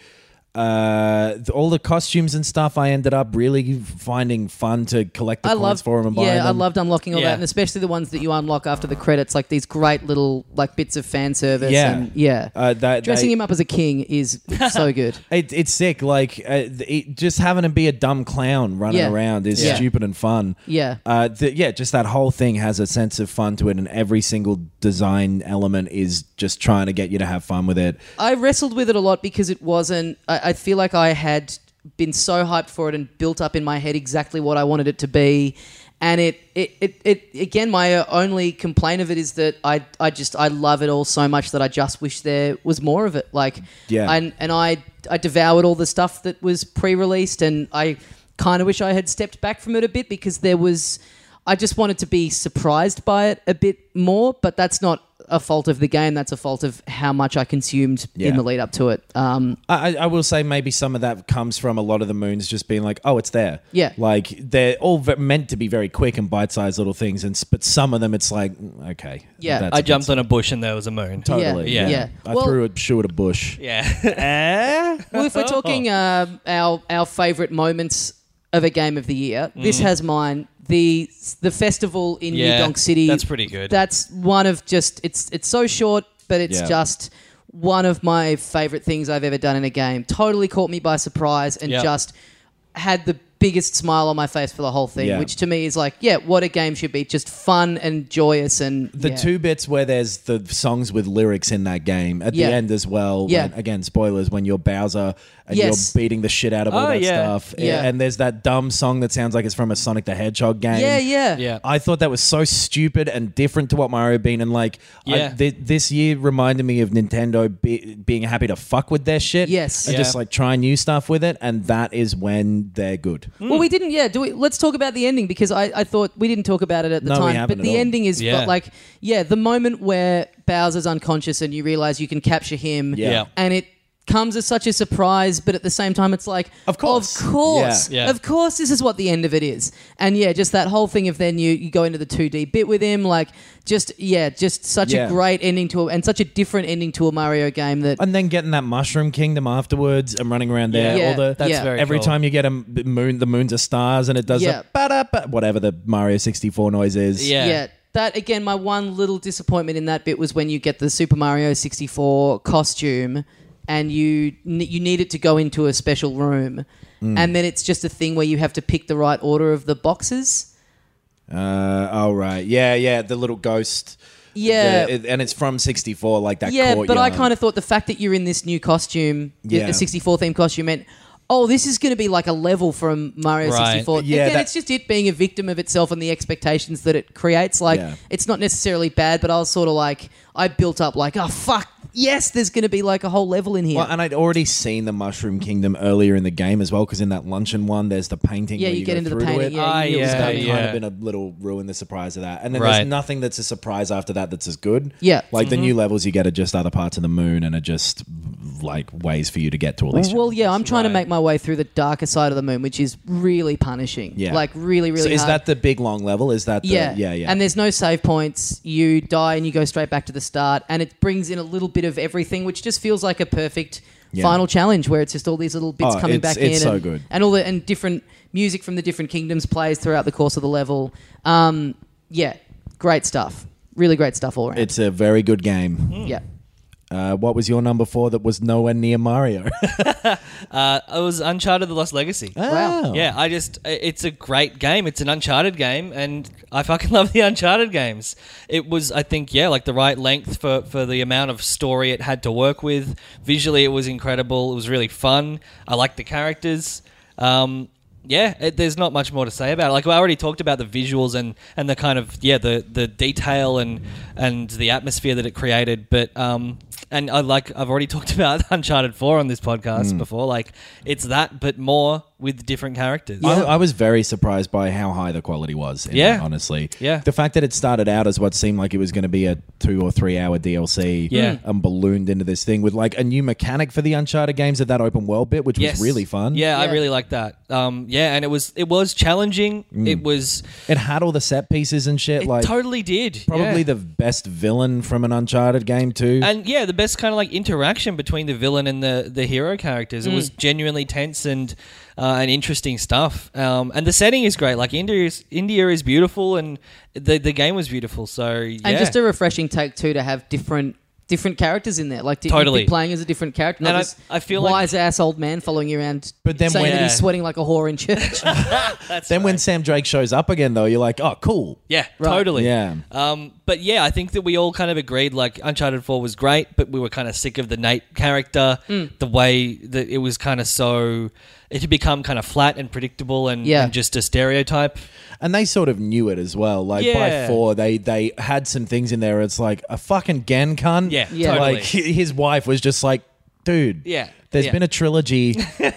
E: Uh, th- all the costumes and stuff, I ended up really finding fun to collect the
C: I
E: coins
C: loved,
E: for 'em and buy
C: yeah,
E: them.
C: I loved unlocking all
D: Yeah.
C: that, and especially the ones that you unlock after the credits, like these great little like bits of fan service.
E: Yeah.
C: and, yeah.
E: Uh, that-
C: Dressing
E: they-
C: him up as a king is so good.
E: It, it's sick. Like uh, th- it, just having to be a dumb clown running
C: Yeah.
E: around is
C: Yeah.
E: stupid and fun.
C: Yeah.
E: Uh, th- yeah. Just that whole thing has a sense of fun to it, and every single design element is just trying to get you to have fun with it.
C: I wrestled with it a lot because it wasn't. I, I feel like I had been so hyped for it and built up in my head exactly what I wanted it to be. And it, it, it, it again, my only complaint of it is that I, I just, I love it all so much that I just wish there was more of it. Like,
E: Yeah.
C: And, and I, I devoured all the stuff that was pre released and I kind of wish I had stepped back from it a bit because there was, I just wanted to be surprised by it a bit more, but that's not a fault of the game. That's a fault of how much I consumed
E: Yeah.
C: in the lead up to it. Um,
E: I, I- I will say maybe some of that comes from a lot of the moons just being like, oh, it's there.
C: Yeah.
E: Like they're all ve- meant to be very quick and bite-sized little things, and s- but some of them it's like, mm, okay,
C: Yeah.
D: I jumped on a bush and there was a moon.
E: totally.
D: Yeah.
C: Yeah.
E: I
C: Well-
E: threw a shoe at a bush.
D: Yeah.
C: well, if we're talking
D: Oh.
C: uh, our our favourite moments of a game of the year, this has mine. The the festival in
D: Mm. Yeah,
C: New Donk City.
D: that's pretty good.
C: That's one of just it's it's so short, but it's
E: Yeah.
C: just one of my favourite things I've ever done in a game. Totally caught me by surprise and
D: Yeah.
C: just had the biggest smile on my face for the whole thing,
E: Yeah.
C: which to me is like, yeah, what a game should be. Just fun and joyous and
E: The
C: yeah.
E: two bits where there's the songs with lyrics in that game at
C: Yeah.
E: the end as well.
C: Yeah.
E: when- again, spoilers when you're Bowser and
C: Yes.
E: you're beating the shit out of
D: Oh,
E: all that
D: yeah.
E: stuff.
C: Yeah.
E: And there's that dumb song that sounds like it's from a Sonic the Hedgehog game.
C: Yeah, yeah.
D: Yeah.
E: I thought that was so stupid and different to what Mario been and like
D: Yeah.
E: I, th- this year reminded me of Nintendo be- being happy to fuck with their shit.
C: Yes.
E: and
D: Yeah.
E: just like try new stuff with it, and that is when they're good.
C: Well, we didn't. Yeah, do we? Let's talk about the ending because I, I thought we didn't talk about it at the
E: No, we
C: time. but
E: haven't at
C: the
E: all.
C: ending is
D: Yeah.
C: like yeah, the moment where Bowser's unconscious and you realize you can capture him.
E: Yeah.
D: Yeah.
C: and it comes as such a surprise, but at the same time, it's like
E: Of course.
C: of course,
D: Yeah. Yeah.
C: of course, this is what the end of it is. And yeah, just that whole thing of then you you go into the two D bit with him, like just yeah, just such
E: Yeah.
C: a great ending to a, and such a different ending to a Mario game that
E: And then getting that Mushroom Kingdom afterwards and running around there.
C: Yeah.
E: all the,
C: That's Yeah. very
E: every
D: cool.
E: time you get a m- moon, the moon's are stars, and it does
C: Yeah.
E: yeah. whatever the Mario sixty four noise is.
D: Yeah.
C: yeah. That again, my one little disappointment in that bit was when you get the Super Mario 64 costume and you n- you need it to go into a special room, and then it's just a thing where you have to pick the right order of the boxes.
E: Uh, all right. Yeah, yeah. The little ghost.
C: Yeah.
E: The- it- and it's from 64, like that
C: yeah, but I
E: courtyard.
C: kind of thought the fact that you're in this new costume,
E: Yeah.
C: a 64 theme costume, meant, oh, this is going to be like a level from Mario
D: Right.
C: 64.
E: Yeah,
C: Again,
E: that-
C: it's just it being a victim of itself and the expectations that it creates. Like,
E: Yeah.
C: it's not necessarily bad, but I was sort of like, I built up like, oh, fuck, yes, there's going to be like a whole level in here.
E: Well, and I'd already seen the Mushroom Kingdom earlier in the game as well, because in that luncheon one, there's the painting.
C: Yeah,
E: where
C: you get
E: go
C: into the
E: through to
C: painting,
E: it.
C: yeah, you Ah, knew it was
D: yeah,
E: That kind
D: yeah.
E: of been a little ruin the surprise of that. And then
D: Right.
E: there's nothing that's a surprise after that that's as good.
C: Yeah. Mm-hmm.
E: like the new levels you get are just other parts of the moon and are just like ways for you to get to all these.
C: Well, yeah, I'm trying to
D: Right.
C: make my way through the darker side of the moon, which is really punishing.
E: Yeah.
C: Like, really, really
E: so is
C: hard.
E: that the big long level? Is that the,
C: yeah.
E: yeah, yeah?
C: And there's no save points. You die and you go straight back to the start. And it brings in a little bit of everything, which just feels like a perfect
E: Yeah.
C: final challenge where it's just all these little bits
E: Oh,
C: coming
E: it's-
C: back in.
E: it's so
C: and,
E: good.
C: and all the and different music from the different kingdoms plays throughout the course of the level. Um, yeah, great stuff. Really great stuff all around.
E: it's a very good
D: Mm.
E: game.
C: yeah.
E: Uh, what was your number four that was nowhere near Mario?
D: Uh, it was Uncharted: The Lost Legacy.
C: Wow.
D: Yeah, I just i- it's a great game. It's an Uncharted game, and I fucking love the Uncharted games. It was, I think, yeah, like the right length for for the amount of story it had to work with. Visually, it was incredible. It was really fun. I liked the characters. Um, yeah, it, there's not much more to say about it. Like I already talked about the visuals and, and the kind of yeah the, the detail and and the atmosphere that it created. But um, and I like I've already talked about Uncharted Four on this podcast before. Like it's that, but more with different characters.
E: I, I Oh, was very surprised by how high the quality was. in
D: Yeah.
E: that, honestly.
D: Yeah.
E: The fact that it started out as what seemed like it was going to be a two or three hour DLC
D: Yeah.
E: and ballooned into this thing with like a new mechanic for the Uncharted games of that open world bit, which was really fun.
D: Yeah,
C: Yeah.
D: I really like that. Um, yeah, and it was it was challenging. It was
E: It had all the set pieces and shit.
D: it
E: Mm. like,
D: totally did
E: probably
D: yeah.
E: the best villain from an Uncharted game, too.
D: and yeah, the best kind of like interaction between the villain and the the hero characters.
C: Mm.
D: It was genuinely tense and uh, and interesting stuff. Um, and the setting is great. Like India is India is beautiful, and the the game was beautiful. So yeah,
C: And just a refreshing take too to have different different characters in there. Like to,
D: Totally.
C: be playing as a different character. Not
D: And I-
C: just
D: I feel like-
C: wise ass old man following you around
E: But then
C: saying
E: when-
C: that he's
D: Yeah.
C: sweating like a whore in church.
E: then when Sam Drake shows up again, though, you're like, oh, cool.
D: yeah, totally.
E: Yeah.
D: Um, but yeah, I think that we all kind of agreed like Uncharted 4 was great, but we were kind of sick of the Nate character, the way that it was kind of so. It had become kind of flat and predictable and,
C: Yeah.
D: and just a stereotype.
E: And they sort of knew it as well. Like by
D: Yeah.
E: four, they they had some things in there. It's like a fucking Gen cunt.
D: Yeah,
C: Yeah.
D: totally.
E: Like hi- his wife was just like, dude.
D: Yeah,
E: there's
D: yeah.
E: been a trilogy.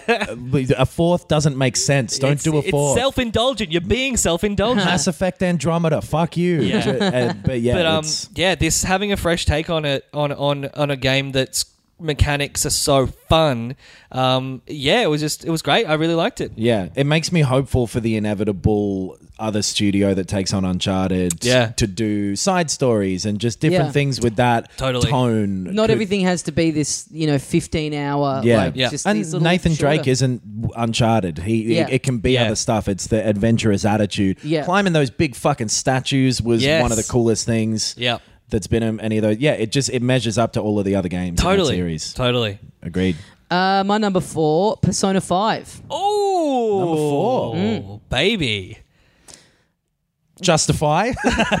E: a fourth doesn't make sense. Don't
D: It's-
E: do a fourth.
D: It's self indulgent. You're being self
E: Mass
D: indulgent.
E: Effect Andromeda. Fuck you.
D: Yeah.
E: Uh, but yeah,
D: but um,
E: it's-
D: yeah, this having a fresh take on it on on on a game that's mechanics are so fun. Um, yeah, it was just it was great. I really liked it.
E: yeah, it makes me hopeful for the inevitable other studio that takes on Uncharted
D: Yeah.
E: to do side stories and just different
C: Yeah.
E: things with that
D: Totally.
E: tone.
C: not
E: Could-
C: everything has to be this, you know, fifteen hour.
E: Yeah,
C: like,
D: Yeah.
C: Just
E: and
C: these little
E: Nathan
C: shorter-
E: Drake isn't w- uncharted. He
C: Yeah.
E: it, it can be
D: Yeah.
E: other stuff. It's the adventurous attitude.
C: Yeah.
E: climbing those big fucking statues was
D: Yes.
E: one of the coolest things.
D: Yep.
E: that's been in any of those. Yeah, it just it measures up to all of the other games. in that
D: Totally.
E: series.
D: Totally.
E: Agreed.
C: Uh, my number four, Persona Five.
D: Oh, number
E: four.
D: baby.
E: Justify.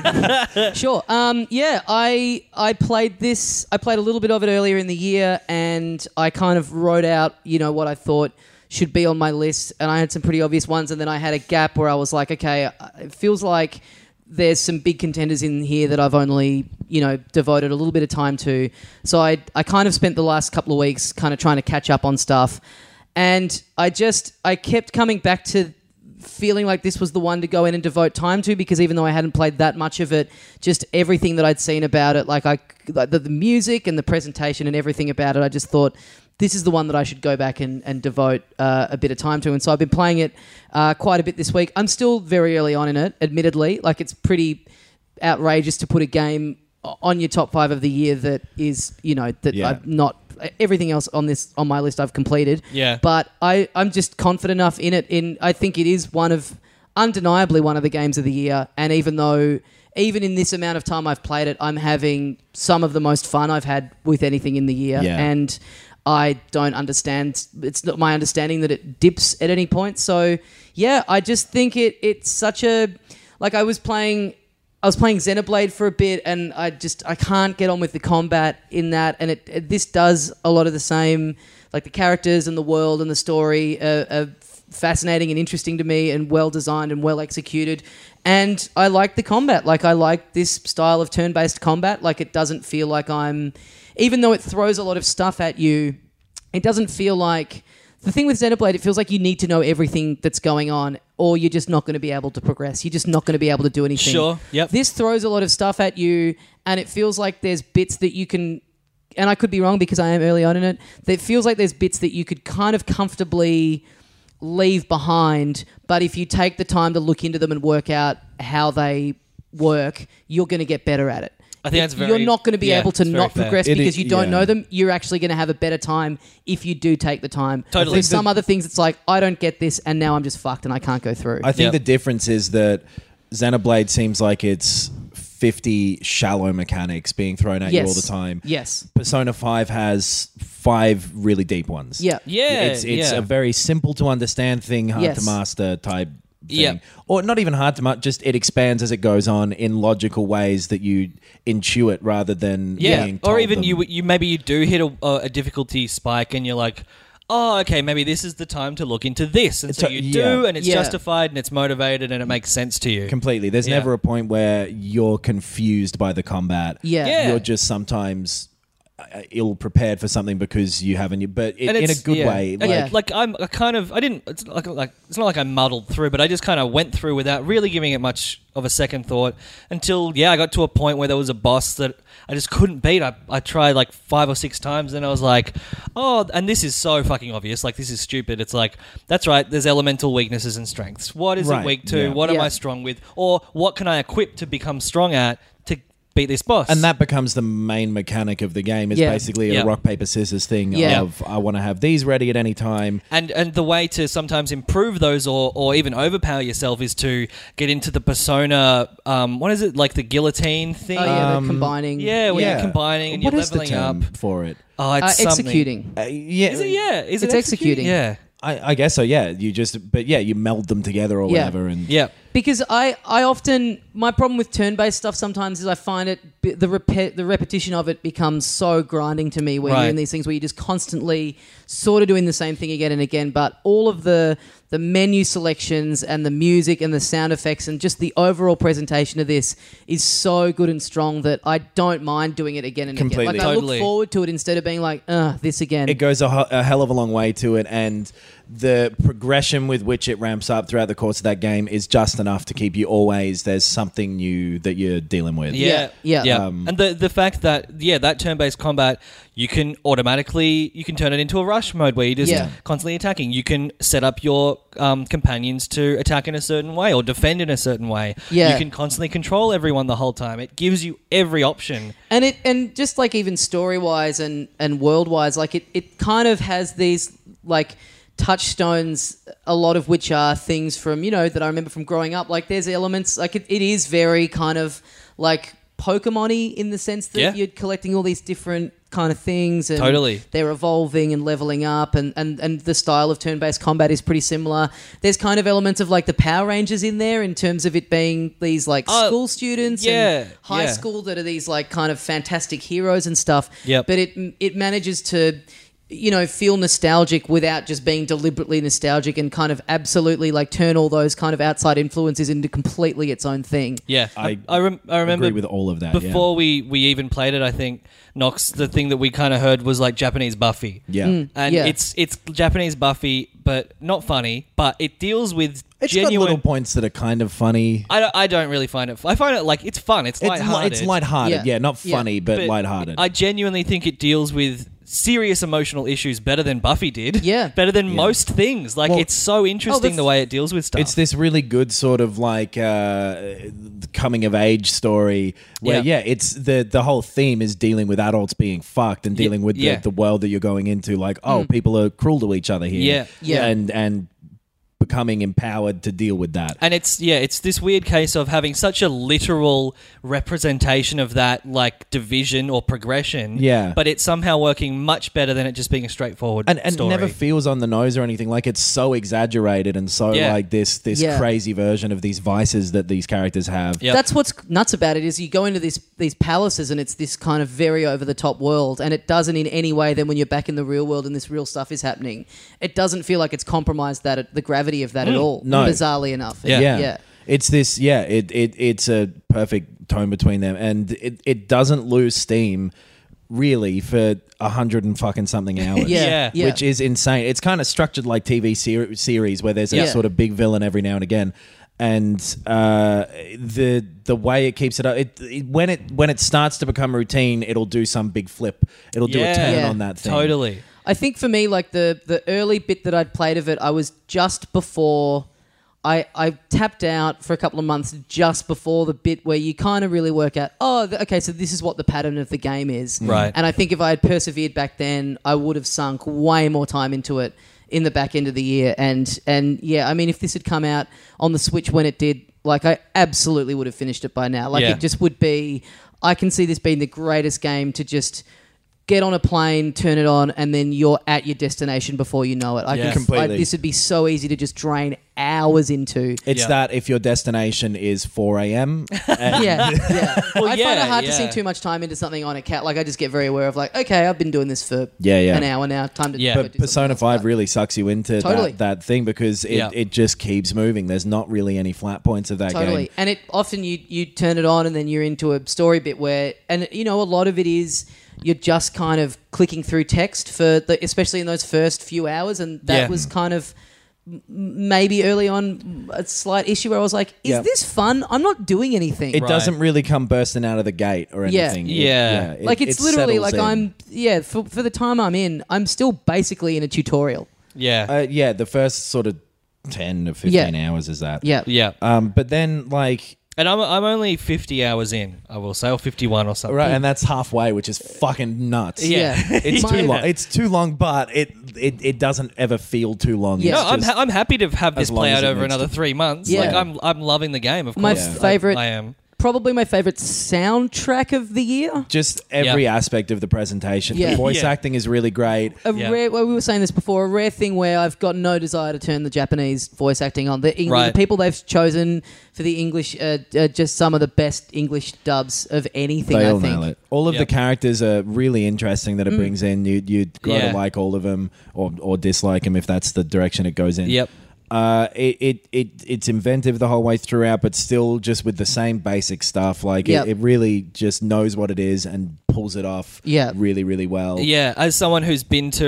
C: Sure. Um, yeah, I I played this. I played a little bit of it earlier in the year, and I kind of wrote out, you know, what I thought should be on my list, and I had some pretty obvious ones, and then I had a gap where I was like, okay, uh, it feels like there's some big contenders in here that I've only, you know, devoted a little bit of time to. So I I kind of spent the last couple of weeks kind of trying to catch up on stuff, and I just I kept coming back to feeling like this was the one to go in and devote time to because even though I hadn't played that much of it, just everything that I'd seen about it, like I, like the, the music and the presentation and everything about it, I just thought this is the one that I should go back and, and devote uh, a bit of time to. And so I've been playing it uh, quite a bit this week. I'm still very early on in it, admittedly. Like it's pretty outrageous to put a game o- on your top five of the year that is, you know, that
E: Yeah.
C: I've not everything else on this on my list I've completed.
D: Yeah.
C: But I, I'm just confident enough in it in I think it is one of undeniably one of the games of the year. And even though even in this amount of time I've played it, I'm having some of the most fun I've had with anything in the year.
E: Yeah.
C: And I don't understand it's not my understanding that it dips at any point. So yeah, I just think it it's such a like I was playing I was playing Xenoblade for a bit, and I just I can't get on with the combat in that. And it, it- this does a lot of the same, like the characters and the world and the story are, are fascinating and interesting to me, and well designed and well executed. And I like the combat. Like I like this style of turn-based combat. Like it doesn't feel like I'm, even though it throws a lot of stuff at you, it doesn't feel like the thing with Xenoblade, it feels like you need to know everything that's going on, or you're just not going to be able to progress. You're just not going to be able to do anything.
D: Sure, yep.
C: This throws a lot of stuff at you, and it feels like there's bits that you can. And I could be wrong because I am early on in it. That it feels like there's bits that you could kind of comfortably leave behind, but if you take the time to look into them and work out how they work, you're going to get better at it.
D: I think that's very-
C: You're not going to be
D: yeah,
C: able to
D: it's very
C: not
D: fair.
C: progress
E: It
C: because
E: is-
C: you don't
E: yeah.
C: know them. You're actually going to have a better time if you do take the time.
D: Totally.
C: There's some other things. It's like I don't get this, and now I'm just fucked, and I can't go through.
E: I think
D: Yep.
E: the difference is that Xenoblade seems like it's 50 shallow mechanics being thrown at you
C: Yes.
E: all the time.
C: Yes.
E: Persona 5 has five really deep ones.
C: Yeah.
D: Yeah,
E: It's it's
D: yeah.
E: a very simple to understand thing, hard
C: Yes.
E: to master type thing.
D: Yeah.
E: Or not even hard to master, just it expands as it goes on in logical ways that you intuit rather than
D: yeah,
E: being
D: or
E: told
D: even
E: them.
D: you you maybe you do hit a, a difficulty spike and you're like. Oh, okay. Maybe this is the time to look into this, and so
E: a-
D: you do,
E: yeah.
D: and it's
C: Yeah.
D: justified, and it's motivated, and it makes sense to you.
E: completely. There's
D: Yeah.
E: never a point where you're confused by the combat.
C: Yeah.
D: Yeah.
E: you're just sometimes uh, ill prepared for something because you haven't. But it,
D: And
E: in a
D: it's-
E: good
D: yeah.
E: way,
D: And
E: like
C: Yeah.
D: it- like I'm I kind of I didn't. It's not like, like it's not like I muddled through, but I just kind of went through without really giving it much of a second thought until yeah, I got to a point where there was a boss that I just couldn't beat. I I tried like five or six times, and I was like, oh, and this is so fucking obvious. Like this is stupid. It's like that's right. There's elemental weaknesses and strengths. What is
E: Right,
D: it weak to?
E: yeah.
D: What am
C: Yeah.
D: I strong with? Or what can I equip to become strong at to beat this boss?
E: and that becomes the main mechanic of the game. Is
C: Yeah.
E: basically
D: Yeah.
E: a rock paper scissors thing
C: Yeah.
E: of I want to have these ready at any time.
D: and and the way to sometimes improve those or or even overpower yourself is to get into the persona um what is it like the guillotine thing Um,
C: Oh yeah, the combining.
D: yeah when you're combining and
E: What
D: you're
E: is the
D: leveling up
E: term for it?
D: oh
C: Uh,
D: it's something.
C: executing.
E: Uh, yeah,
D: is it yeah is it
C: It's executing.
D: yeah
E: I, I guess so. Yeah, you just but yeah, you meld them together or
C: Yeah.
E: whatever, and
D: yeah
C: Because I, I often my problem with turn-based stuff sometimes is I find it b- the repe- the repetition of it becomes so grinding to me when
D: Right.
C: you're in these things where you're just constantly sort of doing the same thing again and again but all of the the menu selections and the music and the sound effects and just the overall presentation of this is so good and strong that I don't mind doing it again and
E: Completely.
C: again. Like I
D: Totally.
C: look forward to it instead of being like, "Ugh, this again."
E: it goes a, ho- a hell of a long way to it and the progression with which it ramps up throughout the course of that game is just enough to keep you always there's something new that you're dealing with
D: yeah,
C: Yeah, yeah.
D: and the the fact that yeah, that turn based combat, you can automatically you can turn it into a rush mode where you're just
C: Yeah.
D: constantly attacking. You can set up your um, companions to attack in a certain way or defend in a certain way.
C: Yeah.
D: you can constantly control everyone the whole time. It gives you every option.
C: and it and just like even story wise and and world wise like it it kind of has these like touchstones a lot of which are things from you know that i remember from growing up like there's elements like it, it is very kind of like pokemon in the sense that
D: Yeah.
C: you're collecting all these different kind of things and
D: Totally.
C: they're evolving and leveling up and, and, and the style of turn-based combat is pretty similar there's kind of elements of like the power rangers in there in terms of it being these like
D: Oh,
C: school students
D: yeah,
C: and high
D: yeah.
C: school school that are these like kind of fantastic heroes and stuff.
D: Yep.
C: But it it manages to you know feel nostalgic without just being deliberately nostalgic and kind of absolutely like turn all those kind of outside influences into completely its own thing.
D: Yeah,
E: I
D: rem- I remember
E: agree with all of that, yeah.
D: before we we even played it. I think Knox, the thing that we kind of heard was like Japanese Buffy.
E: yeah
D: And
C: Yeah.
D: it's it's Japanese Buffy, but not funny. But it deals with
E: it's got
D: genuine
E: little points that are kind of funny
D: I don't, I don't really find it. F- I find it like it's fun. It's
E: it's, li-
D: lighthearted.
E: it's lighthearted yeah,
C: Yeah.
E: not
C: Yeah.
E: funny but,
D: but
E: lighthearted
D: I genuinely think it deals with serious emotional issues better than Buffy did.
C: Yeah. Oh,
D: better than most things. Like
E: Well-
D: it's so interesting
C: that's-
D: the way it deals with stuff.
E: It's this really good sort of like uh, coming of age story where
D: Yeah.
E: yeah. it's the the whole theme is dealing with adults being fucked and dealing with the,
D: yeah. Hmm.
E: the world that you're going into like oh people are cruel to each other here
D: Yeah.
C: Yeah.
E: and and becoming empowered to deal with that.
D: And it's yeah, it's this weird case of having such a literal representation of that like division or progression.
E: Yeah.
D: But it's somehow working much better than it just being a straightforward
E: and and
D: story.
E: never feels on the nose or anything. Like it's so exaggerated and so
D: Yeah.
E: like this this
C: Yeah.
E: crazy version of these vices that these characters have.
D: Yep.
C: That's what's nuts about it is you go into these these palaces and it's this kind of very over the top world and it doesn't in any way then when you're back in the real world and this real stuff is happening it doesn't feel like it's compromised that the gravity of that at all
E: no.
C: bizarrely enough
D: Mm. Yeah.
E: yeah.
C: yeah
E: It's this, yeah. It, it it's a perfect tone between them, and it, it doesn't lose steam really for a hundred and fucking something hours.
C: yeah,
D: Yeah.
C: yeah.
E: which is insane. It's kind of structured like TV ser- series where there's a
C: Yeah.
E: sort of big villain every now and again, and uh, the the way it keeps it up, it, it- when it when it starts to become routine, it'll do some big flip. It'll do
D: Yeah.
E: a turn
C: Yeah.
E: on that thing.
D: Totally.
C: I think for me, like the the early bit that I'd played of it, I was just before. I, I tapped out for a couple of months just before the bit where you kind of really work out, oh, th- okay, so this is what the pattern of the game is.
D: Right.
C: And I think if I had persevered back then, I would have sunk way more time into it in the back end of the year. And, and yeah, I mean, if this had come out on the Switch when it did, like, I absolutely would have finished it by now. Like,
D: Yeah.
C: it just just would be I can see this being the greatest game to just get on a plane, turn it on, and then you're at your destination before you know it. I
D: Yeah.
C: can
E: Completely.
C: I, this would be so easy to just drain hours into.
E: It's
D: Yeah.
E: that if your destination is 4 a.m. and-
C: Yeah, yeah. I find
D: yeah,
C: it hard to
D: yeah.
C: sink too much time into something on a cat. Like I just get very aware of like, okay, I've been doing this for
E: Yeah, yeah.
C: an hour now. Time to
D: Yeah.
C: go
D: But
C: do something
E: Persona
C: else.
E: 5 really sucks you into
C: Totally.
E: that, that thing because it,
D: Yeah.
E: it just keeps moving. There's not really any flat points of that
C: totally
E: game.
C: and it often you you turn it on and then you're into a story bit where and you know a lot of it is you're just kind of clicking through text for the especially in those first few hours and that
D: Yeah.
C: was kind of m- maybe early on a slight issue where i was like is
E: Yeah.
C: this fun i'm not doing anything
E: It doesn't really come bursting out of the gate or
C: Yeah.
E: anything. It-
D: Yeah.
E: it-
C: like it's
E: it
C: literally like
E: settles in.
C: i'm yeah for, for the time i'm in i'm still basically in a tutorial
D: Yeah.
E: Uh, yeah, the first sort of 10 to 15
C: Yeah.
E: hours is that.
C: yeah
D: yeah.
E: Um, but then, like,
D: And I'm, I'm only 50 hours in, I will say, or 51 or something.
E: right, and that's halfway, which is fucking nuts.
C: Yeah.
E: It's
C: My-
E: too long. It's too long, but it it, it doesn't ever feel too long.
C: Yeah.
E: It's
D: No, I'm,
E: just-
D: ha- I'm happy to have this
E: as long
D: play
E: as
D: out
E: it
D: over
E: needs
D: another
E: to.
D: three months.
C: Yeah.
D: Like I'm, I'm loving the game. Of
C: my
D: course, I-
C: favorite
D: I, am.
C: probably my favorite soundtrack of the year
E: just every
D: Yeah.
E: aspect of the presentation.
C: Yeah.
E: The voice
D: Yeah.
E: acting is really great.
C: a
D: Yeah.
C: rare. Well, we were saying this before. A rare thing where I've got no desire to turn the Japanese voice acting on. The, Eng-
D: Right.
C: the people they've chosen for the English uh, are just some of the best English dubs of anything.
E: They
C: I
E: all
C: think. Mm.
E: nail it. All of
D: Yep.
E: the characters are really interesting that it brings in. You you grow
D: Yeah.
E: to like all of them or or dislike them if that's the direction it goes in.
D: Yep.
E: Uh, it, it it it's inventive the whole way throughout, but still just with the same basic stuff. Like
C: Yep.
E: it, it really just knows what it is and pulls it off.
C: Yeah.
E: really, really well.
D: Yeah, as someone who's been to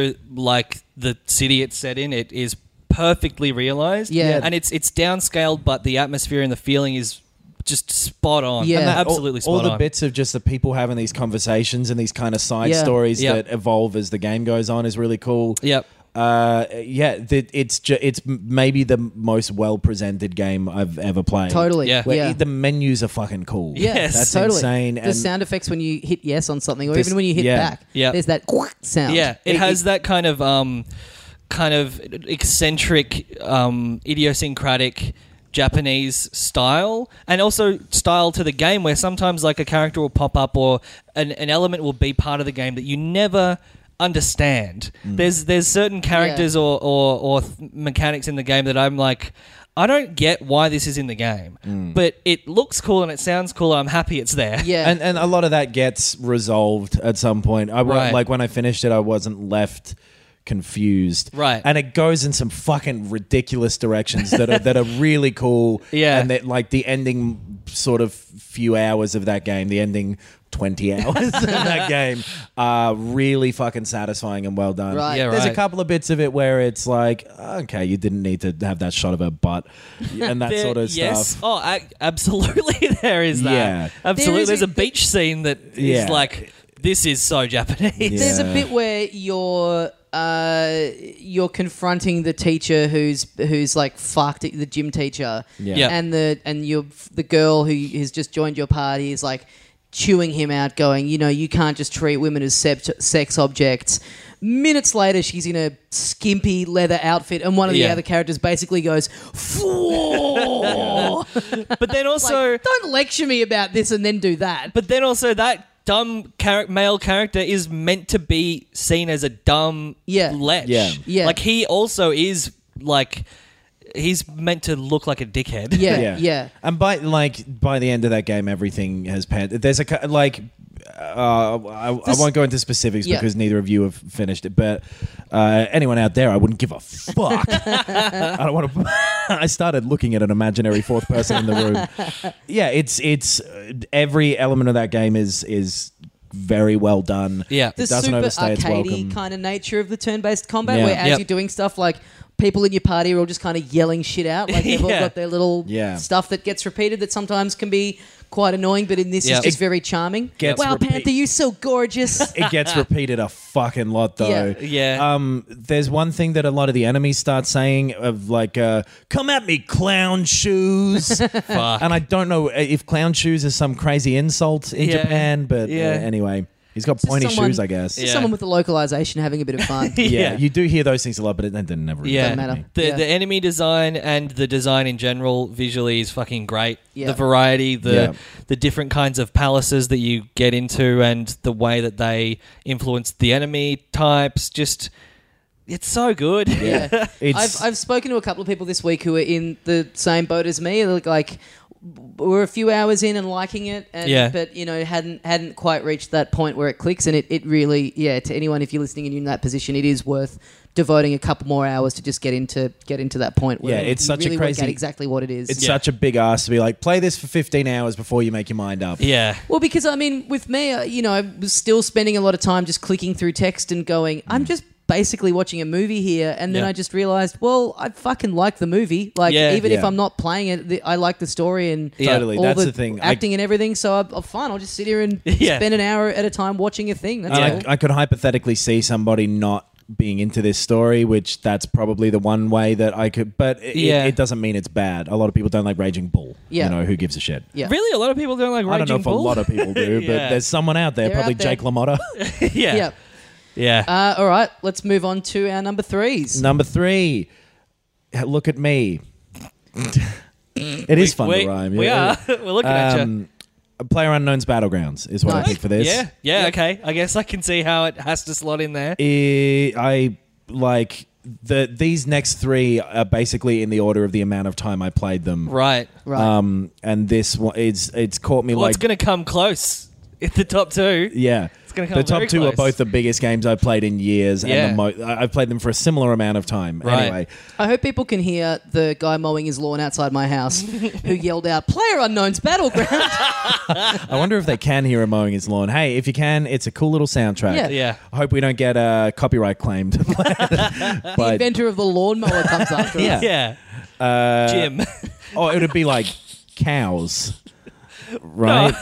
D: like the city it's set in, it is perfectly realized.
C: Yeah.
D: and it's it's downscaled, but the atmosphere and the feeling is just spot on.
C: Yeah. And that-
D: absolutely spot
E: all, all the
D: on.
E: bits of just the people having these conversations and these kind of side
C: Yeah.
E: stories
D: Yeah.
E: that evolve as the game goes on is really cool.
D: Yep.
E: Uh, yeah, th- it's ju- it's m- maybe the most well presented game I've ever played.
C: Totally.
D: Yeah.
E: Where
C: Yeah.
E: e- the menus are fucking cool.
C: Yeah,
D: Yes.
E: that's
C: totally.
E: insane.
C: The
E: and
C: sound effects when you hit yes on something, or
E: This-
C: even when you hit
E: yeah.
C: back.
D: Yeah.
C: There's that sound.
D: Yeah, it, has that kind of um, kind of eccentric, um, idiosyncratic Japanese style, and also style to the game where sometimes like a character will pop up or an, an element will be part of the game that you never understand. There's there's certain characters or or, or th- mechanics in the game that I'm like. I don't get why this is in the game, but it looks cool and it sounds cool. And I'm happy it's there.
C: Yeah.
E: and and a lot of that gets resolved at some point. I wa-
D: Right.
E: like when I finished it, I wasn't left confused.
D: Right.
E: and it goes in some fucking ridiculous directions that are that are really cool.
D: Yeah.
E: and that like the ending sort of few hours of that game, the ending. 20 hours of that game are really fucking satisfying and well done.
C: Right.
D: Yeah,
E: There's a
D: right.
E: couple of bits of it where it's like, okay, you didn't need to have that shot of her butt and that
D: There-
E: sort of
D: yes.
E: stuff.
D: Oh, I, absolutely, there is that.
E: Yeah.
D: absolutely.
C: There is
D: There's
C: a-
D: a beach scene that is
E: Yeah.
D: like this is so Japanese.
C: There's
E: Yeah.
C: a bit where you're uh, you're confronting the teacher who's who's like fucked it- the gym teacher,
E: Yeah.
D: Yeah.
C: and the and your the girl who has just joined your party is like. chewing him out, going, you know, you can't just treat women as sep- sex objects. Minutes later, she's in a skimpy leather outfit, and one of the
D: Yeah.
C: other characters basically goes, "Fool!"
D: But then also,
C: Like, don't lecture me about this and then do that.
D: but then also that dumb char- male character is meant to be seen as a dumb
C: Yeah.
D: lech.
E: Yeah.
C: Yeah.
D: Like he also is like he's meant to look like a dickhead.
C: yeah, yeah,
E: And by like by the end of that game, everything has panned. There's a cu- like. Uh, I, I won't go into specifics
C: Yeah.
E: because neither of you have finished it. But uh, anyone out there, I wouldn't give a fuck. I don't want to. I started looking at an imaginary fourth person in the room. Yeah, it's it's uh, every element of that game is is very well done.
D: Yeah.
E: it
C: The
E: doesn't
C: super
E: overstay its
C: arcadey
E: welcome.
C: kind of nature of the turn-based combat,
E: Yeah.
C: where as
D: Yep.
C: you're doing stuff, like people in your party are all just kind of yelling shit out, like they've all
D: Yeah.
C: got their little
E: Yeah.
C: stuff that gets repeated that sometimes can be quite annoying, but in this
D: Yeah.
C: is just
D: It
C: very charming.
E: gets
C: wow,
E: repeat-
C: Panther, you so gorgeous.
E: it gets repeated a fucking lot though.
C: Yeah.
D: Yeah.
E: Um, there's one thing that a lot of the enemies start saying of like, uh, "Come at me, clown shoes," and I don't know uh, if clown shoes is some crazy insult in
D: Yeah.
E: Japan, but
D: Yeah.
E: uh, anyway, he's got pointy
C: Someone-
E: shoes, I guess.
C: just
D: Yeah.
C: Someone with the localization having a bit of fun.
E: Yeah, you do hear those things a lot, but it, that didn't never. really
D: Yeah.
E: hit
C: Doesn't matter.
E: me.
D: The,
C: Yeah.
D: the enemy design and the design in general visually is fucking great.
C: Yeah.
D: The variety, the
E: Yeah.
D: the different kinds of palaces that you get into, and the way that they influence the enemy types. Just, it's so good.
C: Yeah.
E: It's-
C: I've, I've spoken to a couple of people this week who are in the same boat as me. Like, like we're a few hours in and liking it, and,
D: Yeah.
C: but you know hadn't hadn't quite reached that point where it clicks. And it, it really, yeah, to anyone if you're listening and you're in that position, it is worth devoting a couple more hours to just get into get into that point. Where
E: Yeah, it's
C: you
E: such a
C: really work out
E: crazy-
C: exactly what it is.
E: It's such a big ass to be like, play this for 15 hours before you make your mind up.
D: yeah.
C: Well, because I mean, with me, uh, you know, I was still spending a lot of time just clicking through text and going,
E: Mm.
C: I'm just basically watching a movie here. And then
D: Yeah.
C: I just realized, well, I fucking like the movie. Like,
D: Yeah.
C: even if
E: Yeah.
C: I'm not playing it, the, I like the story and
D: Yeah.
E: Totally,
C: all
E: that's
C: the,
E: the, thing. I-
C: acting and everything. So I'm, I'm fine. I'll just sit here and
D: Yeah.
C: spend an hour at a time watching a thing. That's all.
E: And I, I could hypothetically see somebody not being into this story, which that's probably the one way that I could. But it,
D: Yeah.
E: it doesn't mean it's bad. A lot of people don't like Raging Bull.
C: Yeah.
E: You know, who gives a shit?
C: Yeah.
D: Really, a lot of people don't like Raging
E: I don't know if
D: Bull.
E: a lot of people do,
D: Yeah.
E: but there's someone out there,
C: They're
E: probably
C: out there.
E: Jake LaMotta.
D: yeah,
C: yeah.
D: yeah.
C: Uh, all right. Let's move on to our number threes.
E: Number three, look at me. it is fun
D: we,
E: to rhyme.
D: we
E: yeah.
D: are. We're looking at you.
E: Um, Player Unknown's Battlegrounds is what I
C: Nice.
E: picked for this.
D: Yeah, yeah, okay. I guess I can see how it has to slot in there.
E: I Eh, I like the these next three are basically in the order of the amount of time I played them.
D: right.
C: Right.
E: Um, and this one, it's it's caught me
D: Well,
E: like
D: it's going to come close. It's the top two.
E: yeah.
D: gonna come
E: the top
D: very
E: two are
D: close.
E: both the biggest games I've played in years,
D: Yeah.
E: and the mo- I- I've played them for a similar amount of time.
D: Right.
E: Anyway,
C: I hope people can hear the guy mowing his lawn outside my house who yelled out, Player Unknown's Battleground.
E: I wonder if they can hear him mowing his lawn. Hey, if you can, it's a cool little soundtrack.
C: Yeah.
D: Yeah.
E: I hope we don't get a copyright claim. To play it.
C: the
E: but
C: inventor of the lawnmower comes after us.
E: yeah, Uh,
D: Yeah. Jim.
E: Oh, it would be like cows, right?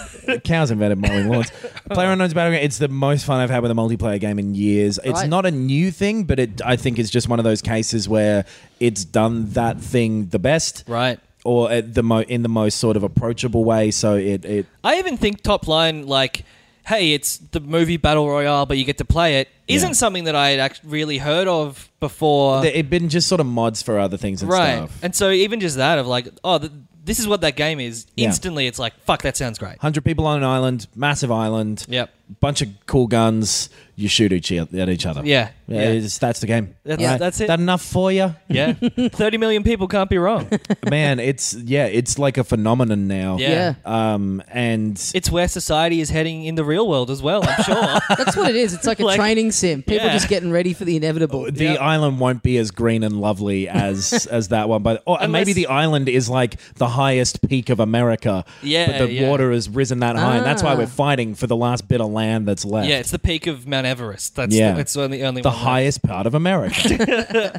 E: cows invented mowing lawns. Player Unknown's Battleground. It's the most fun I've had with a multiplayer game in years. It's
C: Right.
E: not a new thing, but it I think is just one of those cases where it's done that thing the best,
D: Right.
E: Or at the mo- in the most sort of approachable way. So it it
D: I even think top line like, hey, it's the movie battle royale, but you get to play it. Isn't
E: Yeah.
D: something that I had act- really heard of before,
E: it had been just sort of mods for other things and
D: Uh. right?
E: stuff.
D: And so even just that of like, oh, th- this is what that game is.
E: Yeah.
D: Instantly, it's like, fuck, that sounds great.
E: Hundred people on an island, massive island.
D: Yep.
E: Bunch of cool guns. You shoot each oth- at each other.
D: Yeah.
E: Yeah,
D: Yeah.
E: it's- that's the game.
D: That's-
E: Alright.
D: that's it.
E: That enough for you?
D: Yeah, thirty million people can't be wrong.
E: man it's yeah it's like a phenomenon now
D: Yeah.
C: Yeah.
E: um and
D: It's where society is heading in the real world as well. I'm sure.
C: That's what it is. It's like a
D: Like-
C: training sim. People
D: Yeah.
C: just getting ready for the inevitable.
E: the island won't be as green and lovely as as that one but or, and maybe
D: Unless-
E: the island is like the highest peak of america
D: Yeah,
E: but the
D: yeah.
E: water has risen that high and that's why
C: Ah.
E: we're fighting for the last bit of land that's left
D: yeah, it's the peak of Mount Everest. That's
E: Yeah.
D: the, it's the only only
E: the
D: one there.
E: highest part of America.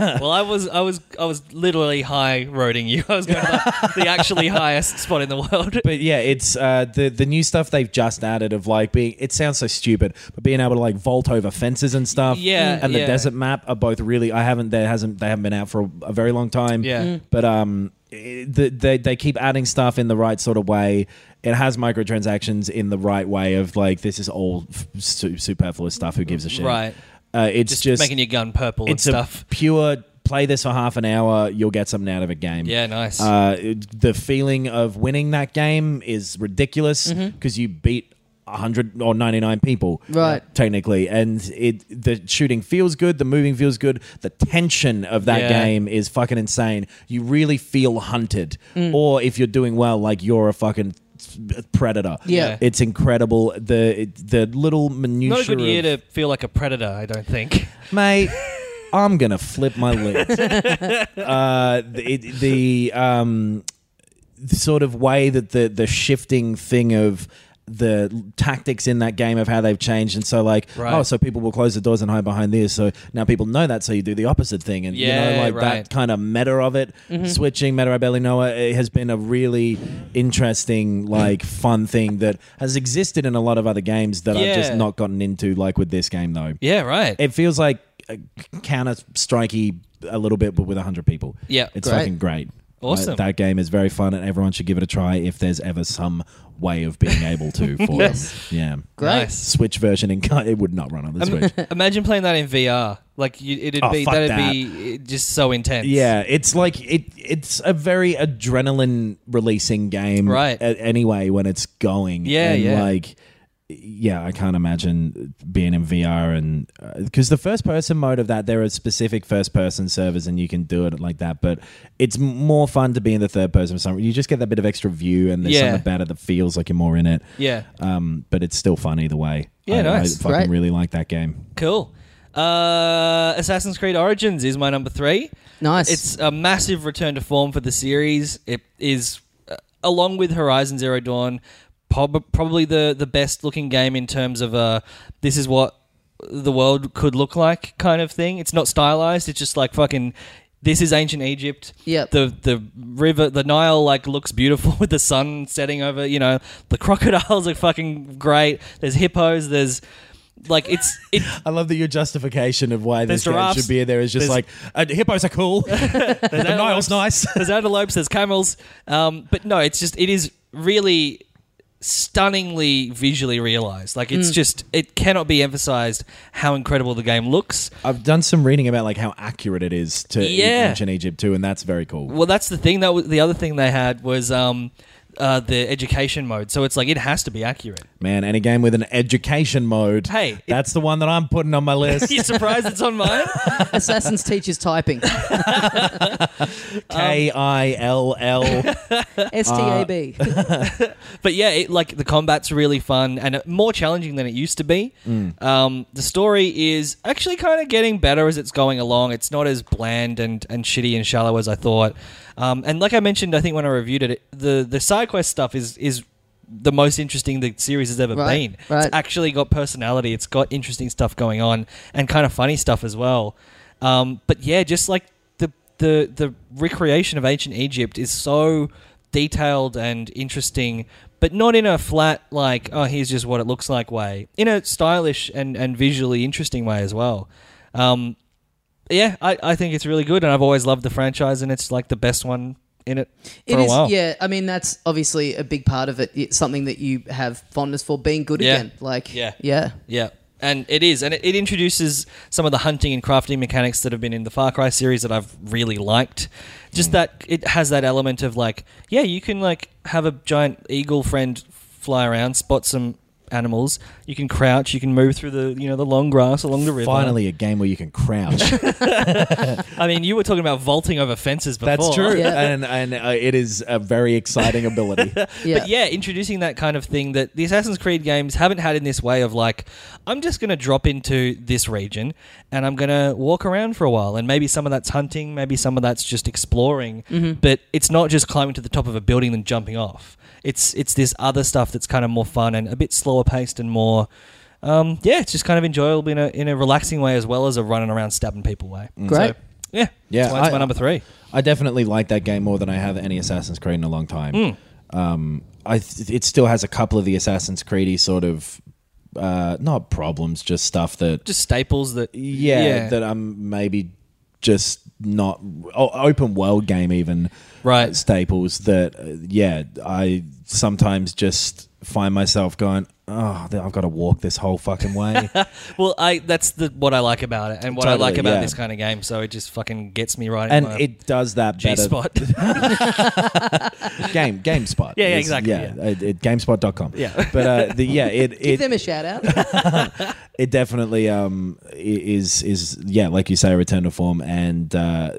D: Well, I was I was I was literally high roading you. I was going to the, the actually highest spot in the world.
E: but yeah, it's uh, the the new stuff they've just added of like being. It sounds so stupid, but being able to like vault over fences and stuff.
D: Yeah,
E: and the
D: yeah.
E: desert map are both really. I haven't. There hasn't. They haven't been out for a, a very long time.
D: Yeah. Mm.
E: but um, it- the, they they keep adding stuff in the right sort of way. It has microtransactions in the right way of like this is all f- su- superfluous stuff. Who gives a shit?
D: Right.
E: Uh, it's
D: Just,
E: just,
D: making your gun purple
E: it's
D: and
E: a
D: stuff.
E: pure play this for half an hour. You'll get something out of a game.
D: Yeah, nice.
E: Uh, it- the feeling of winning that game is ridiculous
D: Mm-hmm.
E: because you beat. 100 or 99 people
C: Right.
E: technically and it the shooting feels good the moving feels good the tension of that
D: Yeah.
E: game is fucking insane you really feel hunted
D: Mm.
E: or if you're doing well like you're a fucking predator
C: Yeah.
E: it's incredible the the little minutiae
D: Not a good
E: of-
D: year to feel like a predator, I don't think.
E: mate. I'm gonna flip my lid. uh, the, the um, the sort of way that the the shifting thing of the tactics in that game of how they've changed, and so like,
D: Right.
E: oh, so people will close the doors and hide behind this. So now people know that, so you do the opposite thing, and you
D: Yeah,
E: know, like
D: right. Mm-hmm.
E: that kind of meta of it, switching meta. I barely know it. It has been a really interesting, like, fun thing that has existed in a lot of other games that I've just
D: Yeah.
E: not gotten into, like with this game though
D: Yeah, right.
E: it feels like a counter strikey a little bit, but with hundred people.
D: Yeah.
E: it's
C: Great.
E: fucking great.
D: Awesome.
E: Uh, that game is very fun, and everyone should give it a try if there's ever some way of being able to. For
C: Yes.
E: them. yeah,
C: Great.
D: Nice.
E: Switch version in it would not run on the Switch.
D: Imagine playing that in VR. Like you, it'd
E: Oh,
D: be
E: fuck
D: that'd
E: that.
D: be just so intense.
E: Yeah, it's like it. It's a very adrenaline releasing game,
D: Right.
E: a- anyway, when it's going,
D: Yeah,
E: And,
D: yeah.
E: Like, yeah, I can't imagine being in VR and because the first person mode of that, there are specific first person servers, and you can do it like that. But it's m- more fun to be in the third person. For some, you just get that bit of extra view, and there's
D: Yeah.
E: something about it that feels like you're more in it.
D: Yeah.
E: Um, but it's still fun either way.
D: Yeah,
E: I,
D: nice.
E: I fucking
C: Great.
E: really like that game.
D: Cool. Uh, Assassin's Creed Origins is my number three.
C: Nice.
D: It's a massive return to form for the series. It is, uh, along with Horizon Zero Dawn, prob- probably the, the best looking game in terms of uh, this is what the world could look like kind of thing. It's not stylized. It's just like fucking. This is ancient Egypt.
C: Yep.
D: The the river, the Nile, like looks beautiful with the sun setting over. You know, the crocodiles are fucking great. There's hippos. There's like it's it.
E: I love that your justification of why
D: There's
E: this game
D: giraffes.
E: should be there is just
D: There's-
E: like uh, hippos are cool. the Nile's nice.
D: there's antelopes, there's camels. Um, but no, it's just it is really stunningly visually realized. Like it's just it cannot be emphasized how incredible the game looks.
E: I've done some reading about like how accurate it is to e-
D: Yeah.
E: ancient Egypt too, and that's very cool.
D: Well, that's the thing. That was, the other thing they had was um, uh, the education mode. So it's like it has to be accurate.
E: Man, any game with an education mode,
D: Hey, it-
E: that's the one that I'm putting on my list.
D: You surprised it's on mine?
C: Assassin's teaches typing.
E: K I L L.
C: S T A B.
D: but yeah, it, like the combat's really fun and uh, more challenging than it used to be.
C: Mm.
D: Um, the story is actually kind of getting better as it's going along. It's not as bland and, and shitty and shallow as I thought. Um, and like I mentioned, I think when I reviewed it, it the the side quest stuff is is the most interesting the series has ever
C: Right,
D: been.
C: right.
D: It's actually got personality. It's got interesting stuff going on and kind of funny stuff as well. Um, but yeah, just like the the the recreation of ancient Egypt is so detailed and interesting, but not in a flat like oh here's just what it looks like way. In a stylish and and visually interesting way as well. Um, yeah, I, I think it's really good, and I've always loved the franchise, and it's like the best one in it for
C: It
D: a
C: is,
D: while.
C: yeah. I mean, that's obviously a big part of it. It's something that you have fondness for being good
D: Yeah.
C: again. Like,
D: Yeah.
C: yeah.
D: Yeah. And it is, and it, it introduces some of the hunting and crafting mechanics that have been in the Far Cry series that I've really liked. Just
E: Mm.
D: that it has that element of like, yeah, you can like have a giant eagle friend fly around, spot some animals. You can crouch, you can move through the you know the long grass along the river.
E: Finally, a game where you can crouch.
D: I mean, you were talking about vaulting over fences before.
E: That's true,
C: Yeah.
E: and and uh, it is a very exciting ability.
C: Yeah.
D: But yeah, introducing that kind of thing that the Assassin's Creed games haven't had in this way of like, I'm just going to drop into this region and I'm going to walk around for a while. And maybe some of that's hunting, maybe some of that's just exploring. But it's not just climbing to the top of a building and jumping off. It's it's this other stuff that's kind of more fun and a bit slower paced and more. Um, yeah, it's just kind of enjoyable in a, in a relaxing way as well as a running around stabbing people way.
C: Great.
D: Yeah,
E: Yeah,
D: that's why it's
E: I-
D: my number three.
E: I definitely like that game more than I have any Assassin's Creed in a long time.
D: Hmm.
E: Um, I th- it still has a couple of the Assassin's Creedy sort of uh, not problems, just stuff that
D: Just staples that.
E: yeah,
D: yeah.
E: that I'm maybe just not o- open world game even uh,
D: Right.
E: staples that uh, yeah I sometimes just find myself going oh th- I've got to walk this whole fucking way
D: Well, I that's the what I like about it, and what I
E: Totally,
D: like about
E: yeah.
D: this kind of game. So it just fucking gets me right.
E: and
D: in my
E: it does that
D: G
E: better
D: spot.
E: game GameSpot
D: Yeah, yeah,
E: It's-
D: exactly,
E: yeah, It, it, GameSpot.com
D: Yeah.
E: but uh, the, yeah it
C: Give
E: it,
C: them a shout out.
E: it definitely um i- is is yeah like you say a return to form and uh,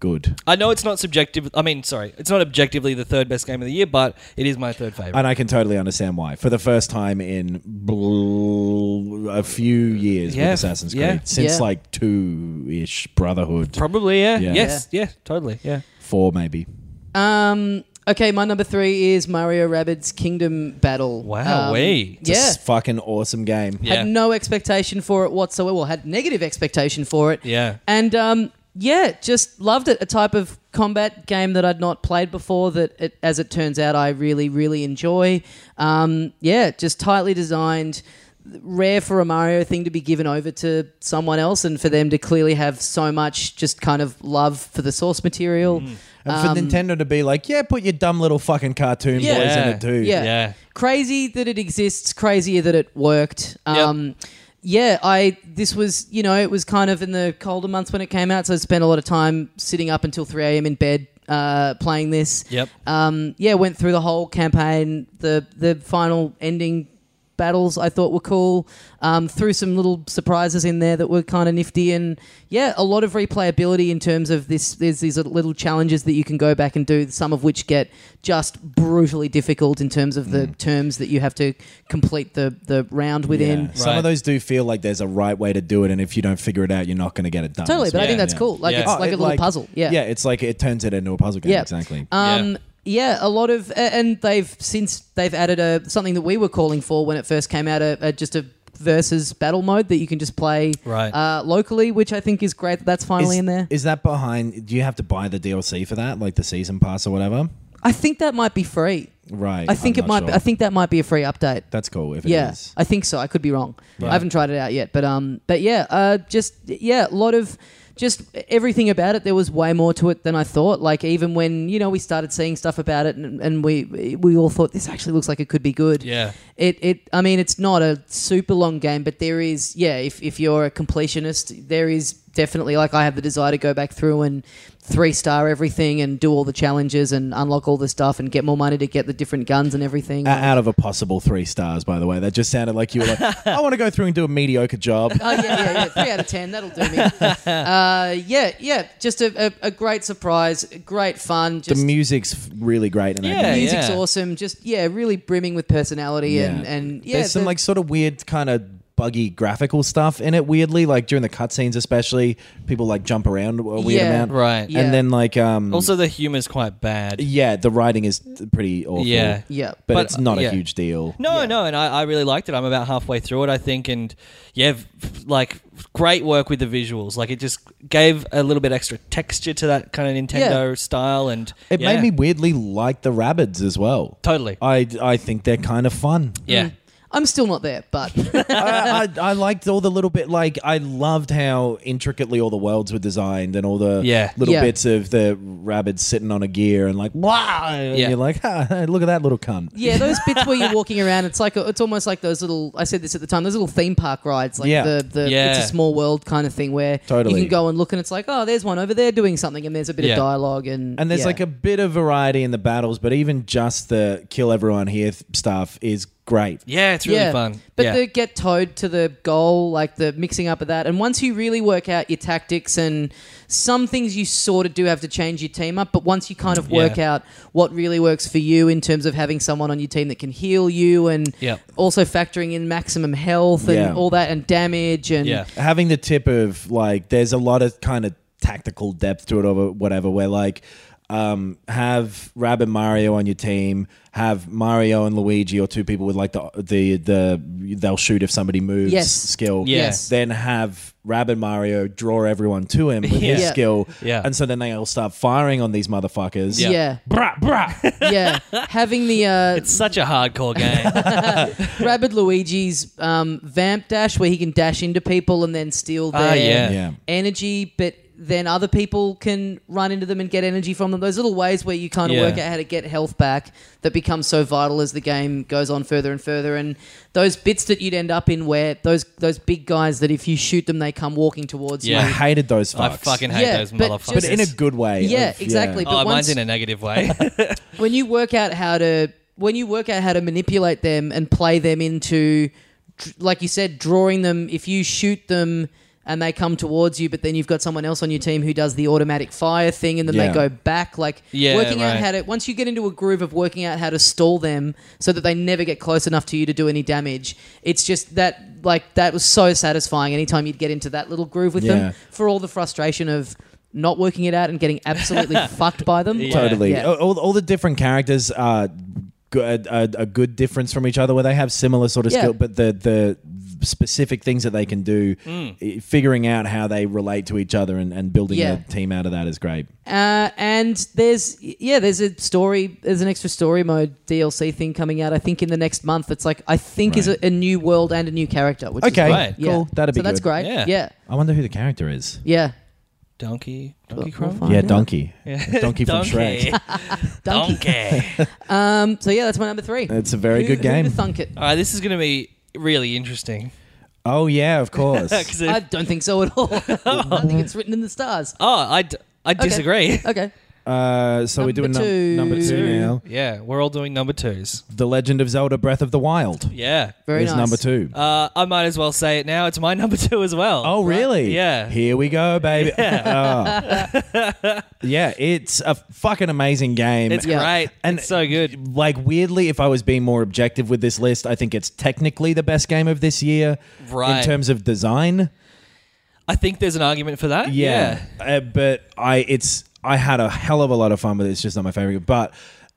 E: good
D: I know it's not subjective. I mean, sorry, it's not objectively the third best game of the year, but it is my third favorite.
E: and I can totally understand why. For the first time in bl- a few years
D: Yeah,
E: with Assassin's
D: yeah.
E: Creed, since
C: Yeah.
E: like two ish Brotherhood,
D: Probably, yeah.
E: Yeah.
D: Yes, yeah. totally, yeah.
E: four maybe.
C: Um. Okay, my number three is Mario Rabbids Kingdom Battle. Um,
D: Wowee.
E: It's
C: yeah.
E: a s- fucking awesome game.
D: Yeah.
C: Had no expectation for it whatsoever. Well, had negative expectation for it.
D: Yeah.
C: And um, yeah, just loved it. A type of combat game that I'd not played before. That, it, as it turns out, I really, really enjoy. Um, yeah, just tightly designed. Rare for a Mario thing to be given over to someone else, and for them to clearly have so much just kind of love for the source material.
D: Mm.
E: And for Nintendo to be like, yeah, put your dumb little fucking cartoon
C: Um, Yeah.
E: boys in it too.
C: Yeah.
D: Yeah.
C: Crazy that it exists, crazier that it worked. Um Yeah, I this was you know it was kind of in the colder months when it came out, so I spent a lot of time sitting up until three a.m. in bed uh, playing this.
D: Yep.
C: Um, yeah, went through the whole campaign. The the final ending battles I thought were cool. Um, threw some little surprises in there that were kind of nifty, and yeah, a lot of replayability in terms of this. There's these little challenges that you can go back and do. Some of which get just brutally difficult in terms of
D: Mm.
C: the terms that you have to complete the the round within.
E: Yeah. Some
D: Right.
E: of those do feel like there's a right way to do it, and if you don't figure it out, you're not going to get it done.
C: Totally, but I think
D: Yeah.
C: that's cool. Like
D: Yeah.
C: it's
E: Oh,
C: like
E: it
C: a little puzzle.
E: yeah, it's like it turns it into a puzzle game.
C: Yeah.
E: Exactly.
C: Um, yeah. a lot of, a- and they've since they've added a something that we were calling for when it first came out, a, a just a versus battle mode that you can just play
D: Right.
C: uh, locally, which I think is great. that That's finally
E: is,
C: in there.
E: is that behind? Do you have to buy the DLC for that, like the season pass or whatever?
C: I think that might be free.
E: Right.
C: I think
E: I'm
C: it
E: not
C: might.
E: sure.
C: Be, I think that might be a free update.
E: That's cool if it is.
C: Yeah, I think so. I could be wrong. I haven't tried it out yet, but um, but yeah, uh, just yeah, a lot of just everything about it. There was way more to it than I thought. Like even when you know we started seeing stuff about it, and, and we we all thought this actually looks like it could be good.
D: Yeah.
C: It it. I mean, it's not a super long game, but there is yeah. If if you're a completionist, there is definitely like I have the desire to go back through and three star everything and do all the challenges and unlock all the stuff and get more money to get the different guns and everything.
E: O- Out of a possible three stars, by the way, that just sounded like you were like, I want to go through and do a mediocre job.
C: Oh yeah, yeah, yeah. Three out of ten, that'll do me. Uh, yeah, yeah. Just a, a, a great surprise, great fun.
E: the
C: Just
E: music's f- really great in that
D: Yeah,
E: game.
C: music's
D: yeah.
C: awesome. Just yeah, really brimming with personality and and yeah.
E: there's some
C: the-
E: like sort of weird kind of buggy graphical stuff in it. Weirdly, like during the cutscenes, especially people like jump around a weird
C: Yeah.
E: amount,
D: Right.
C: Yeah.
E: And then like um,
D: Also, the humor's quite bad.
E: yeah, the writing is t- pretty awful.
D: Yeah.
C: yeah.
E: but,
D: But,
E: it's not
D: yeah.
E: a huge deal.
D: No, no, and I, I really liked it. I'm about halfway through it, I think, and yeah, v- like great work with the visuals. Like it just gave a little bit extra texture to that kind of Nintendo style, and
E: It
D: yeah.
E: made me weirdly like the Rabbids as well.
D: totally.
E: I, Mm. I think they're kind of fun.
D: yeah,
C: mm, I'm still not there, but
E: I, I, I liked all the little bit like I loved how intricately all the worlds were designed and all the
D: Yeah.
E: little
C: Yeah.
E: bits of the rabbits sitting on a gear and like wow and
D: Yeah.
E: you're like ha, look at that little cunt
C: yeah, those bits where you're walking around, it's like a, it's almost like those little. I said this at the time. Those little theme park rides, like
E: Yeah.
C: the the
D: Yeah.
C: it's a small world kind of thing where
E: Totally.
C: you can go and look, and it's like oh, there's one over there doing something, and there's a bit
D: Yeah.
C: of dialogue, and
E: and there's
C: yeah.
E: like a bit of variety in the battles but even just the kill everyone here th- stuff is great
D: yeah, it's really fun.
C: But
D: yeah.
C: the get towed to the goal, like the mixing up of that, and once you really work out your tactics and some things you sort of do have to change your team up, but once you kind of work
D: Yeah.
C: out what really works for you in terms of having someone on your team that can heal you and
D: Yep.
C: also factoring in maximum health and
E: Yeah.
C: all that and damage and
D: yeah,
E: having the tip of like there's a lot of kind of tactical depth to it or whatever where like um, have Rab and Mario on your team. Have Mario and Luigi, or two people with like the the the they'll shoot if somebody moves
C: Yes.
E: skill.
D: Yeah.
C: Yes.
E: Then have Rab and Mario draw everyone to him with his
C: Yeah.
E: skill.
D: Yeah.
E: And so then they all start firing on these motherfuckers.
D: Yeah.
C: yeah,
E: Brah brah.
C: yeah. having the uh,
D: it's such a hardcore game.
C: Rabid Luigi's um, vamp dash where he can dash into people and then steal their
D: Ah, yeah.
E: Yeah.
C: energy, but then other people can run into them and get energy from them. Those little ways where you kind of
D: Yeah.
C: work out how to get health back that becomes so vital as the game goes on further and further. And those bits that you'd end up in where those those big guys that if you shoot them, they come walking towards
D: Yeah.
E: I
C: you.
E: hated those
D: I
E: fucks.
D: fucking hate
C: Yeah,
D: those
C: but
D: motherfuckers.
E: but
C: just-
E: in a good way.
C: Yeah,
E: of-
C: exactly.
D: oh,
C: But once-
D: mine's in a negative way.
C: when you work out how to when you work out how to manipulate them and play them into dr- like you said drawing them if you shoot them and they come towards you but then you've got someone else on your team who does the automatic fire thing and then
E: Yeah.
C: they go back like
D: Yeah,
C: working out
D: right.
C: how to once you get into a groove of working out how to stall them so that they never get close enough to you to do any damage it's just that like that was so satisfying anytime you'd get into that little groove with
E: Yeah.
C: them for all the frustration of not working it out and getting absolutely fucked by them
E: totally.
C: Yeah.
E: All- All, all the different characters are good, a, a good difference from each other, where they have similar sort of
C: Yeah.
E: skill, but the the specific things that they can do, i- figuring out how they relate to each other and, and building
C: Yeah.
E: a team out of that is great.
C: Uh, and there's yeah, there's a story, there's an extra story mode DLC thing coming out. I think in the next month. It's like I think is
E: Right.
C: a, a new world and a new character. Which
E: Okay,
C: is
D: right.
C: great.
E: cool.
C: Yeah.
E: That'd be
C: so that's
E: good.
C: great.
D: Yeah.
C: Yeah, yeah.
E: I wonder who the character is.
D: donkey, Donkey
C: We'll- we'll
D: Kong.
C: find
E: yeah,
C: out.
E: Donkey. Donkey from Shrek.
C: Donkey. Um, so yeah, that's my number three.
E: It's a very
C: Who-
E: good game.
C: Who'd have thunk it?
D: All right, this is going to be really interesting.
E: Oh yeah, of course.
D: 'Cause
C: I
D: it-
C: don't think so at all. I think it's written in the stars.
D: oh, I, d- I disagree.
C: Okay.
E: uh, so we're doing
C: Number
E: num- number
C: two.
E: two now.
D: Yeah, we're all doing number twos.
E: The Legend of Zelda: Breath of the Wild
D: Yeah.
C: Very
E: is
C: nice.
E: number two.
D: Uh, I might as well say it now. It's my number two as well.
E: Oh, really?
D: Yeah.
E: Here we go, baby. Yeah, yeah it's a fucking amazing game.
D: It's
C: Yeah.
D: great. And it's so good.
E: like weirdly, if I was being more objective with this list, I think it's technically the best game of this year
D: Right.
E: in terms of design.
D: I think there's an argument for that.
E: Uh, but I it's I had a hell of a lot of fun with it. It's just not my favorite, but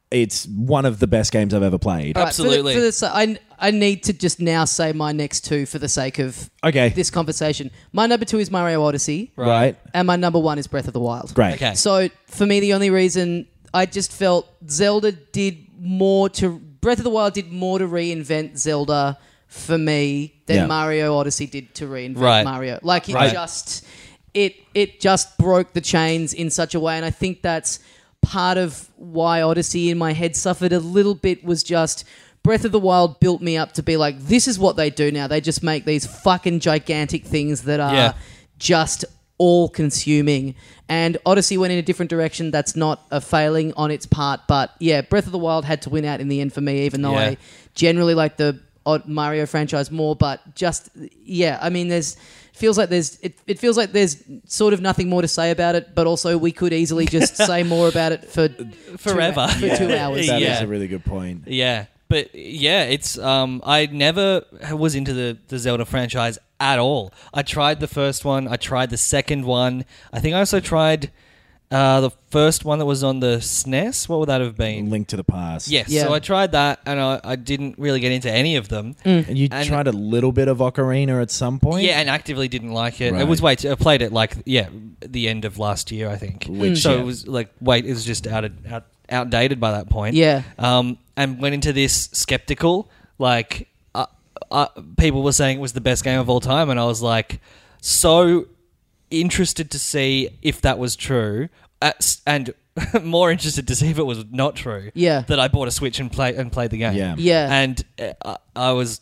E: it's one of the best games I've ever played.
C: Right, for the-
D: Absolutely.
C: For the, sa- I, I need to just now say my next two for the sake of
E: Okay.
C: this conversation. My number two is Mario Odyssey,
E: right.
C: and my number one is Breath of the Wild.
E: Great.
D: Okay.
C: So for me, the only reason I just felt Zelda did more to Breath of the Wild did more to reinvent Zelda for me than
E: Yeah.
C: Mario Odyssey did to reinvent
D: Right.
C: Mario. Like it
D: Right.
C: just it it just broke the chains in such a way, and I think that's part of why Odyssey in my head suffered a little bit was just. Breath of the Wild built me up to be like, this is what they do now. They just make these fucking gigantic things that are
D: Yeah.
C: just all consuming. And Odyssey went in a different direction. That's not a failing on its part. But yeah, Breath of the Wild had to win out in the end for me, even though
D: Yeah.
C: I generally like the odd Mario franchise more. But just, yeah, I mean, there's. Feels like there's it, it. feels like there's sort of nothing more to say about it, but also we could easily just say more about it for
D: Forever.
C: two, for two hours.
E: That is
D: Yeah.
E: a really good point.
D: Yeah, but yeah, it's um, I never was into the the Zelda franchise at all. I tried the first one. I tried the second one. I think I also tried uh, the first one that was on the SNES. What would that have been?
E: Link to the past.
D: Yes.
C: Yeah.
D: So I tried that, and I, I didn't really get into any of them.
E: And you
D: And-
E: tried a little bit of Ocarina at some point.
D: Yeah, and actively didn't like it. It
E: Right.
D: was way too, I played it like yeah, the end of last year I think.
E: Which,
D: so
E: yeah.
D: it was like wait, it was just out, of, out outdated by that point.
C: Yeah.
D: Um, and went into this skeptical. Like, uh, uh, people were saying it was the best game of all time, and I was like, so interested to see if that was true, uh, s- and more interested to see if it was not true.
C: Yeah.
D: That I bought a Switch and play and played the game.
E: Yeah.
C: Yeah.
D: And uh, I- I was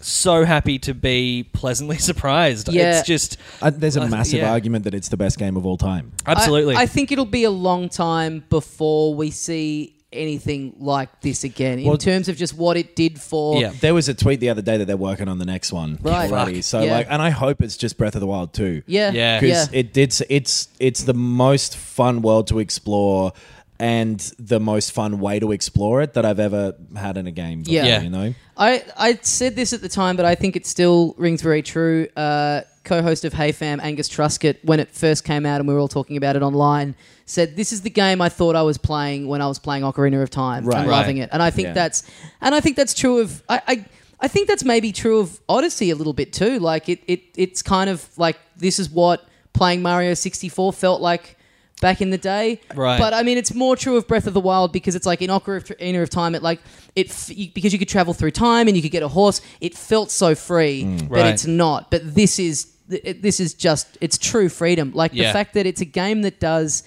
D: so happy to be pleasantly surprised.
C: Yeah.
D: It's just
E: Uh, there's a
D: Uh,
E: massive
D: yeah.
E: argument that it's the best game of all time.
D: absolutely.
C: I, I think it'll be a long time before we see anything like this again in
E: Well-
C: terms of just what it did for
D: Yeah.
E: There was a tweet the other day that they're working on the next one
C: Right.
E: already. So
C: Yeah.
E: like, and I hope it's just Breath of the Wild too.
C: yeah
D: Yeah.
E: because it did. s- It's it's the most fun world to explore, and the most fun way to explore it that I've ever had in a game. Before,
C: Yeah.
D: Yeah.
E: you know.
C: I, I said this at the time, but I think it still rings very true. Uh, co-host of Hey Fam, Angus Truscott, when it first came out and we were all talking about it online, said this is the game I thought I was playing when I was playing Ocarina of Time
E: Right.
C: and loving it. And I think
E: Yeah.
C: that's and I think that's true of I, I I think that's maybe true of Odyssey a little bit too. Like it, it it's kind of like this is what playing Mario sixty four felt like back in the day.
D: Right.
C: But I mean, it's more true of Breath of the Wild because it's like in Ocarina of Time, it like it f- you, because you could travel through time and you could get a horse. It felt so free, but
D: Right.
C: it's not. But this is th- this is just it's true freedom. Like
D: Yeah.
C: the fact that it's a game that does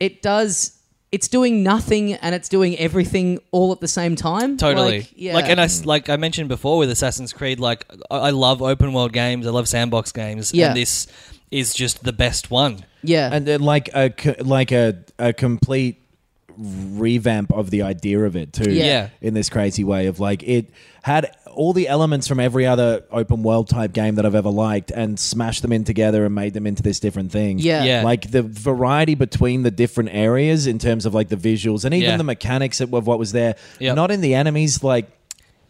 C: it does it's doing nothing and it's doing everything all at the same time.
D: Totally.
C: Like, yeah.
D: Like, and I
E: Mm.
D: s- like I mentioned before with Assassin's Creed, like I, I love open world games. I love sandbox games.
C: Yeah.
D: And this is just the best one.
C: yeah.
E: and then Uh, like a co- like a a complete revamp of the idea of it too
C: Yeah.
D: Yeah.
E: in this crazy way of like it had all the elements from every other open world type game that I've ever liked and smashed them in together and made them into this different thing
C: Yeah.
D: Yeah.
E: like the variety between the different areas in terms of like the visuals and even
D: Yeah.
E: the mechanics of of what was there
D: Yep.
E: not in the enemies like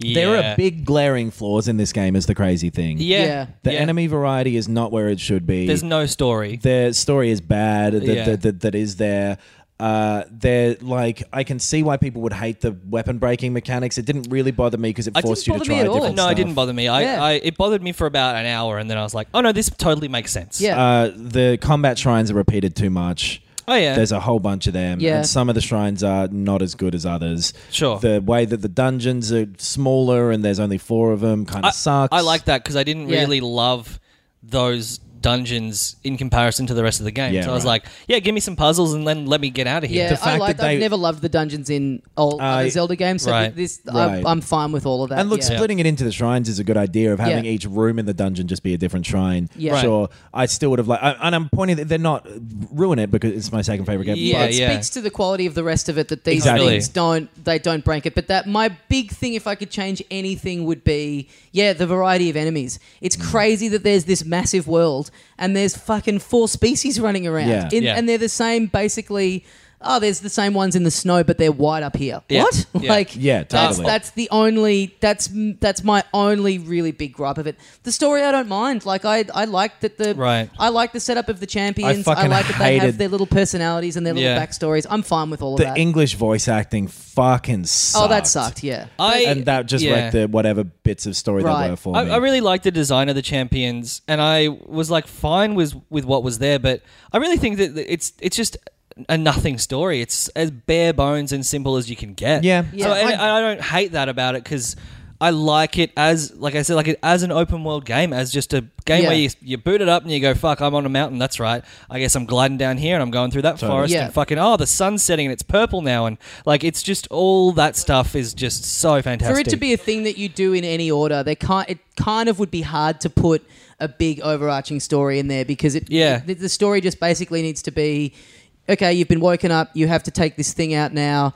E: there
D: Yeah.
E: are big glaring flaws in this game is the crazy thing
D: Yeah.
C: Yeah.
E: the
D: Yeah.
E: enemy variety is not where it should be
D: There's no story.
E: their story is bad that,
D: Yeah.
E: that, that, that is there. Uh, they're like I can see why people would hate the weapon breaking mechanics. It didn't really bother me because it
C: It
E: forced you
C: didn't
E: to
C: bother me
E: try
C: at all.
E: different
D: No,
E: stuff.
D: it didn't bother me. I,
C: Yeah.
D: I it bothered me for about an hour, and then I was like, oh no, this totally makes sense.
C: yeah.
E: Uh, the combat shrines are repeated too much.
D: Oh yeah.
E: There's a whole bunch of them,
C: Yeah.
E: and some of the shrines are not as good as others.
D: Sure.
E: The way that the dungeons are smaller and there's only four of them kind of sucks.
D: I like that because I didn't
C: Yeah.
D: really love those dungeons in comparison to the rest of the game.
E: Yeah,
D: so I was
E: right.
D: like, yeah, give me some puzzles and then let me get out of here.
C: yeah, I
E: fact
C: like.
E: that
C: I've
E: they-
C: never loved the dungeons in all other Zelda games, so
D: right.
C: this
E: Right.
C: I, I'm fine with all of that.
E: And look,
C: yeah.
E: splitting it into the shrines is a good idea of having
C: Yeah.
E: each room in the dungeon just be a different shrine.
C: Yeah. Right.
E: Sure, I still would have like, I, and I'm pointing that they're not ruin it because it's my second favorite game.
D: Yeah,
E: but
C: it
D: yeah.
C: speaks to the quality of the rest of it that these
E: Exactly.
C: things don't they don't break it. But that my big thing, if I could change anything, would be yeah the variety of enemies. It's
E: Mm.
C: crazy that there's this massive world and there's fucking four species running around,
E: Yeah.
C: In,
D: Yeah.
C: and they're the same basically. Oh, there's the same ones in the snow, but they're white up here.
D: Yeah.
C: What?
D: Yeah.
C: Like,
E: Yeah,
C: that's
E: totally.
C: that's the only that's that's my only really big gripe of it. The story, I don't mind. Like, I I like that the
D: Right.
C: I like the setup of the champions. I,
E: fucking
C: like that they have
E: hated-
C: their little personalities and their little
D: Yeah.
C: backstories. I'm fine with all of
E: the
C: that.
E: English voice acting fucking sucked.
C: oh, that sucked. Yeah.
D: I,
E: and that just
D: yeah.
E: wrecked the whatever bits of story
C: Right.
E: there were for
D: I,
E: me.
D: I really liked the design of the champions, and I was like fine with with what was there, but I really think that it's it's just a nothing story. It's as bare bones and simple as you can get.
E: Yeah.
C: Yeah.
D: So and I, I don't hate that about it because. I like it as, like I said, like it as an open world game, as just a game
C: Yeah.
D: where you, you boot it up and you go, "Fuck, I'm on a mountain. That's right. I guess I'm gliding down here and I'm going through that forest
C: Yeah.
D: and fucking oh, the sun's setting and it's purple now and like it's just all that stuff is just so fantastic.
C: For it to be a thing that you do in any order, they can't. It kind of would be hard to put a big overarching story in there because it.
D: Yeah.
C: the- the story just basically needs to be, okay, you've been woken up. You have to take this thing out now.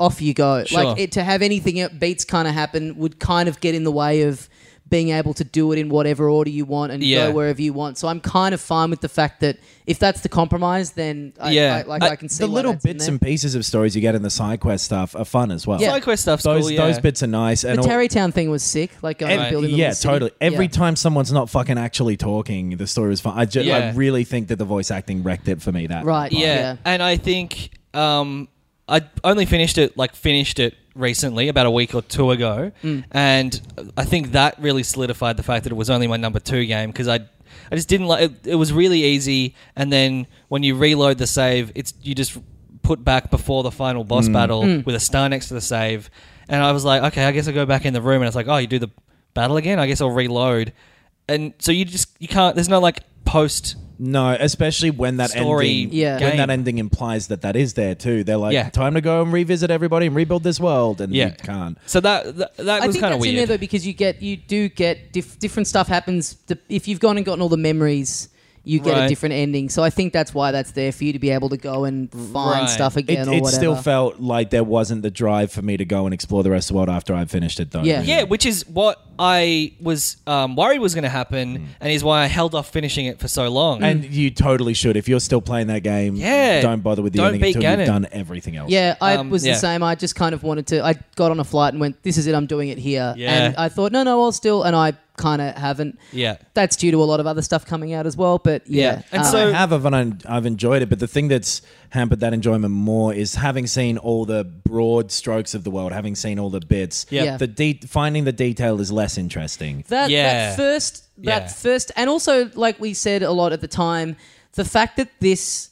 C: Off you go.
D: Sure.
C: Like it, to have anything else- beats kind of happen would kind of get in the way of being able to do it in whatever order you want and
D: Yeah.
C: go wherever you want. So I'm kind of fine with the fact that if that's the compromise, then I,
D: Yeah.
C: I, like I,
D: I-
C: can see
E: the
C: why
E: little
C: that's in
E: bits
C: there.
E: and pieces of stories you get in the side quest stuff are fun as well.
C: Yeah.
D: Side quest stuff's
E: Those
D: cool.
E: those
D: yeah.
E: bits are nice. And
C: the
E: all-
C: Terrytown thing was sick. Like going and
D: Right.
C: building. the
E: yeah,
C: little city.
E: totally. Every
C: Yeah.
E: time someone's not fucking actually talking, the story was fun. I, ju-
D: Yeah.
E: I really think that the voice acting wrecked it for me. That
C: Right.
D: yeah.
C: yeah.
D: and I think um, I only finished it like finished it recently, about a week or two ago,
C: Mm.
D: and I think that really solidified the fact that it was only my number two game because I. I just didn't like it. It was really easy, and then when you reload the save, it's you just put back before the final boss battle
C: Mm.
D: with a star next to the save, and I was like, okay, I guess I go back in the room, and it's like, oh, you do the battle again? I guess I'll reload, and so you just you can't. There's no like post
E: No, especially when that
D: Story
E: ending,
C: Yeah.
E: when that
D: game.
E: ending implies that that is there too. They're like,
D: Yeah.
E: time to go and revisit everybody and rebuild this world, and
D: Yeah.
E: you can't.
D: So that that, that
C: I
D: was
C: think
D: kind of
C: that's in there
D: weird.
C: though because you get you do get dif- different stuff happens. The, if you've gone and gotten all the memories, you get
D: Right.
C: a different ending. So I think that's why that's there for you to be able to go and find
D: Right.
C: stuff
E: It,
C: again or
E: it
C: whatever.
E: still felt like there wasn't the drive for me to go and explore the rest of the world after I'd finished it, though.
C: Yeah.
E: really.
D: yeah, which is what I was um, worried was going to happen,
C: Mm.
D: and is why I held off finishing it for so long.
E: And you totally should. If you're still playing that game,
D: Yeah.
E: don't bother with the
D: Don't
E: ending
D: beat
E: until
D: Ganon.
E: you've done everything else.
C: yeah, I
D: Um,
C: was
D: yeah.
C: the same. I just kind of wanted to. I got on a flight and went, "This is it. I'm doing it here."
D: Yeah.
C: And I thought, "No, no, I'll still." And I kind of haven't.
D: yeah,
C: That's due to a lot of other stuff coming out as well. But yeah,
D: And
C: um,
D: so-
E: I have, I've, and I've enjoyed it, but the thing that's hampered that enjoyment more is having seen all the broad strokes of the world, having seen all the bits.
C: Yeah.
E: The de- finding the detail is less interesting.
C: that
D: Yeah.
C: that first that
D: Yeah.
C: first and also like we said a lot at the time the fact that this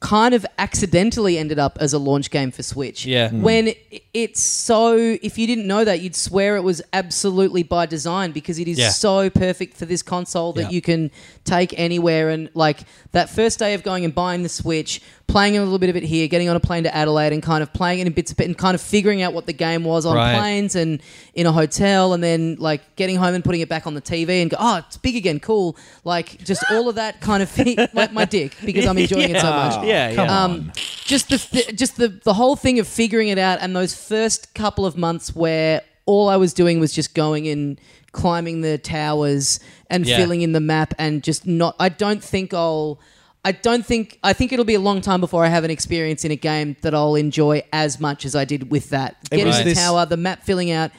C: kind of accidentally ended up as a launch game for Switch.
D: Yeah. Mm.
C: When i- it's so, if you didn't know that, you'd swear it was absolutely by design because it is
D: Yeah.
C: so perfect for this console that
D: Yeah.
C: you can take anywhere. And like that first day of going and buying the Switch, playing a little bit of it here, getting on a plane to Adelaide, and kind of playing it in bits of bit, and kind of figuring out what the game was on
D: Right.
C: planes and in a hotel, and then like getting home and putting it back on the TV and go, oh, it's big again, cool. Like just all of that kind of thing, like my dick because I'm enjoying it so much
D: Yeah, yeah.
C: um, just the th- just the the whole thing of figuring it out and those first couple of months where all I was doing was just going and climbing the towers and
D: Yeah.
C: filling in the map and just not I don't think I'll I don't think I think it'll be a long time before I have an experience in a game that I'll enjoy as much as I did with that. Getting
E: was
C: the
E: this-
C: tower, the map filling out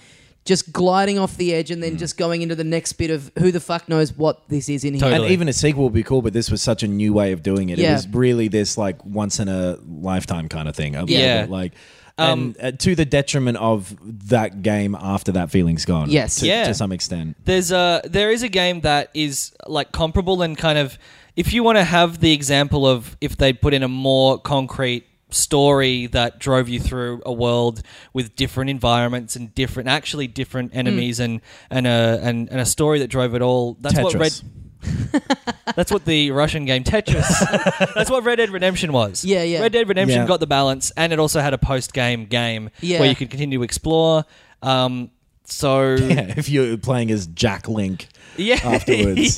C: just gliding off the edge and then just going into the next bit of who the fuck knows what this is in here.
D: Totally.
E: And even a sequel would be cool, but this was such a new way of doing it. It
C: Yeah.
E: was really this like once in a lifetime kind of thing. A little
D: Yeah.
E: bit, like um, and, uh, to the detriment of that game after that feeling's gone.
C: Yes.
E: to,
D: Yeah.
E: to some extent.
D: there's a there is a game that is like comparable and kind of if you want to have the example of if they put in a more concrete story that drove you through a world with different environments and different actually
C: Mm.
D: different enemies and and a and, and a story that drove it all that's what red
E: Tetris.
D: that's what the Russian game Tetris. that's what Red Dead Redemption was.
C: Yeah, yeah.
D: Red Dead Redemption
E: Yeah.
D: got the balance, and it also had a post-game game
C: Yeah.
D: where you could continue to explore. Um, so
E: Yeah, if you're playing as Jack Link,
D: yeah,
E: Afterwards.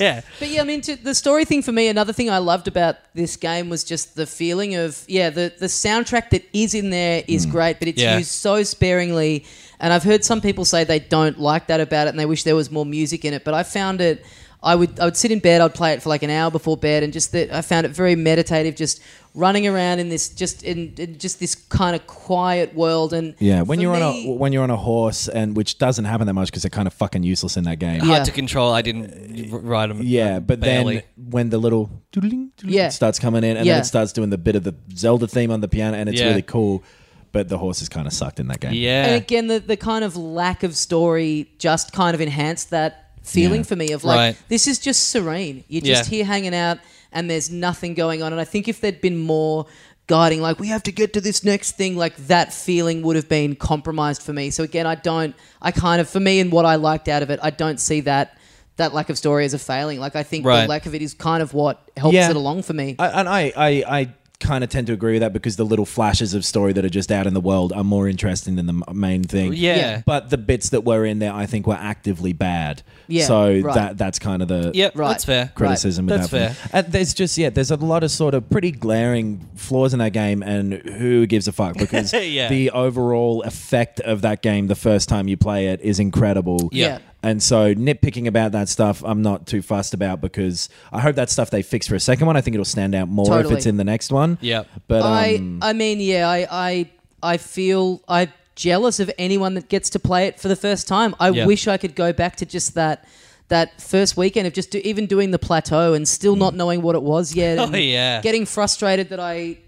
D: yeah,
C: But yeah, I mean, to, the story thing for me, another thing I loved about this game was just the feeling of, yeah, the, the soundtrack that is in there is
E: Mm.
C: great, but it's
D: Yeah.
C: used so sparingly. And I've heard some people say they don't like that about it and they wish there was more music in it, but I found it. I would I would sit in bed. I'd play it for like an hour before bed, and just that I found it very meditative. Just running around in this just in, in just this kind of quiet world, and
E: yeah, when
C: for
E: you're
C: me-
E: on a when you're on a horse, and which doesn't happen that much because they're kind of fucking useless in that game.
C: Yeah.
D: hard to control. I didn't r- ride them.
E: Yeah, but
D: barely.
E: then when the little doodling, doodling
C: Yeah.
E: starts coming in, and
C: Yeah.
E: then it starts doing the bit of the Zelda theme on the piano, and it's
D: Yeah.
E: really cool. But the horse is kind of sucked in that game.
D: yeah,
C: And again, the, the kind of lack of story just kind of enhanced that feeling
E: Yeah.
C: for me of like,
D: Right.
C: this is just serene. You're just
D: Yeah.
C: here hanging out and there's nothing going on. And I think if there'd been more guiding, like, we have to get to this next thing, like that feeling would have been compromised for me. So again, I don't, I kind of, for me and what I liked out of it, I don't see that. That lack of story as a failing. Like I think
D: Right.
C: the lack of it is kind of what helps
E: Yeah.
C: it along for me.
E: I, and I, I, I kind of tend to agree with that because the little flashes of story that are just out in the world are more interesting than the m- main thing.
D: Yeah. Yeah.
E: But the bits that were in there, I think, were actively bad.
C: Yeah,
E: So
C: right.
E: that that's kind of the
D: Yep,
C: Right.
D: that's fair.
E: criticism
D: Right.
E: with
D: That's
E: that. fair. And there's just yeah, there's a lot of sort of pretty glaring flaws in that game, and who gives a fuck? Because
D: Yeah.
E: the overall effect of that game the first time you play it is incredible.
C: Yeah.
E: And so nitpicking about that stuff, I'm not too fussed about because I hope that stuff they fix for a second one. I think it'll stand out more
C: Totally.
E: if it's in the next one.
D: Yep.
E: But um,
C: I I mean, yeah, I I I feel I'm jealous of anyone that gets to play it for the first time. I
D: Yeah.
C: wish I could go back to just that that first weekend of just do, even doing the plateau and still not knowing what it was yet. and
D: Mm. Oh, yeah.
C: getting frustrated that I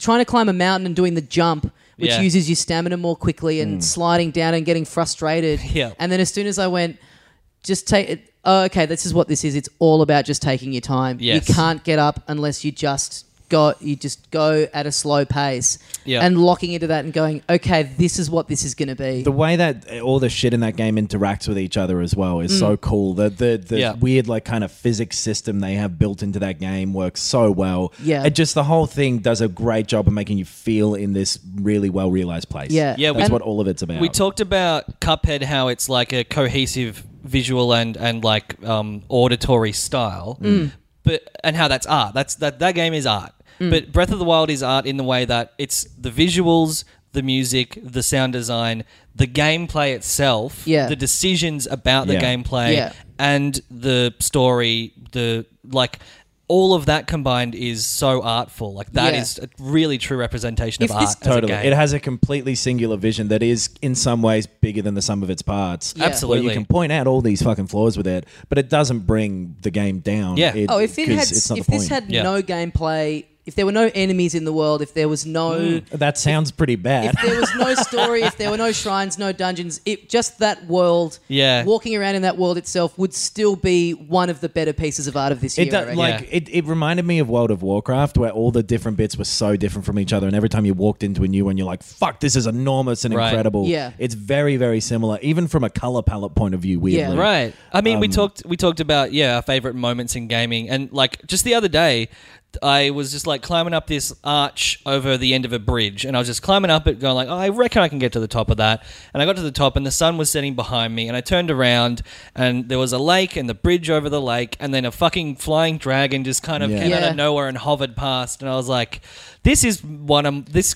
C: trying to climb a mountain and doing the jump. Which
D: Yeah. Mm.
C: uses your stamina more quickly and sliding down and getting frustrated.
D: Yeah.
C: And then as soon as I went, just take it. Oh, okay, this is what this is. It's all about just taking your time.
D: Yes.
C: You can't get up unless you just go. You just go at a slow pace.
D: Yeah.
C: And locking into that and going, okay, this is what this is going to be.
E: the way that all the shit in that game interacts with each other as well is
C: Mm.
E: so cool. The the, the
D: Yeah.
E: weird like kind of physics system they have built into that game works so well.
C: Yeah.
E: and just the whole thing does a great job of making you feel in this really well realized place.
C: Yeah.
D: Yeah,
E: that's
D: we-
E: what all of it's about.
D: We talked about Cuphead, how it's like a cohesive visual and and like um, auditory style,
C: Mm.
D: but and how that's art. That's that that game is art.
C: Mm.
D: But Breath of the Wild is art in the way that it's the visuals, the music, the sound design, the gameplay itself,
C: Yeah.
D: the decisions about the
E: Yeah.
D: gameplay,
C: Yeah.
D: and the story, the like. All of that combined is so artful. Like that
C: Yeah.
D: is a really true representation
C: If
D: of
C: this-
D: art.
E: Totally,
D: as a game.
E: it has a completely singular vision that is in some ways bigger than the sum of its parts.
C: Yeah.
D: Absolutely.
E: Where you can point out all these fucking flaws with it, but it doesn't bring the game down.
D: Yeah.
E: It,
C: oh, if it
E: 'cause
C: had,
E: it's not
C: if
E: the
C: this
E: point.
C: had
D: Yeah.
C: no gameplay, if there were no enemies in the world, if there was no
D: Hmm.
E: That sounds pretty bad.
C: if there was no story, if there were no shrines, no dungeons, it just that world.
D: Yeah.
C: walking around in that world itself would still be one of the better pieces of art of this year.
E: It
C: I
E: do-
C: reckon.
E: like it, it reminded me of World of Warcraft, where all the different bits were so different from each other, and every time you walked into a new one, you're like, "Fuck, this is enormous and
D: Right.
E: incredible."
C: Yeah.
E: it's very, very similar, even from a color palette point of view. Weirdly,
C: Yeah.
D: Right. I mean,
E: Um,
D: we talked we talked about yeah our favorite moments in gaming, and like just the other day, I was just like climbing up this arch over the end of a bridge, and I was just climbing up it, going like, oh, I reckon I can get to the top of that. And I got to the top, and the sun was setting behind me, and I turned around, and there was a lake, and the bridge over the lake, and then a fucking flying dragon just kind of
E: Yeah.
D: came out
C: Yeah.
D: of nowhere and hovered past, and I was like, this is one of this.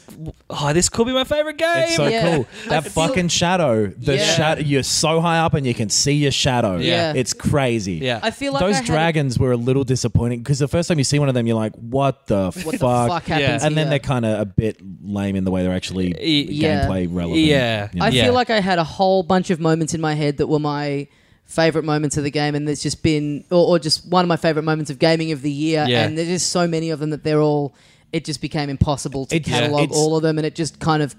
D: Oh, this could be my favorite game.
E: It's so
C: Yeah.
E: cool.
C: I
E: That
C: feel-
E: fucking shadow. The
C: Yeah.
E: shadow. You're so high up and you can see your shadow.
D: Yeah.
E: It's crazy.
D: Yeah.
C: I feel like
E: Those
C: I had-
E: dragons were a little disappointing because the first time you see one of them, you're like, "What the
C: What the
E: fuck?"
C: fuck
D: Yeah.
C: happens?
E: And then
C: here?
E: they're kind of a bit lame in the way they're actually
D: Yeah.
E: gameplay relevant.
D: Yeah.
E: you know?
C: I
D: Yeah.
C: feel like I had a whole bunch of moments in my head that were my favorite moments of the game, and there's just been, or, or just one of my favorite moments of gaming of the year,
D: Yeah.
C: and there's just so many of them that they're all. It just became impossible to
E: It's- yeah,
C: catalog
E: it's-
C: all of them, and it just kind of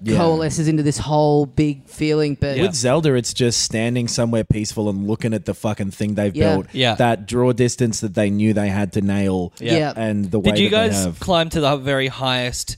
E: Yeah.
C: coalesces into this whole big feeling. But
E: With Zelda, it's just standing somewhere peaceful and looking at the fucking thing they've
C: Yeah.
E: built.
D: Yeah.
E: That draw distance that they knew they had to nail.
C: Yeah.
E: And the way
D: Did you
E: that they
D: guys
E: have.
D: climb to the very highest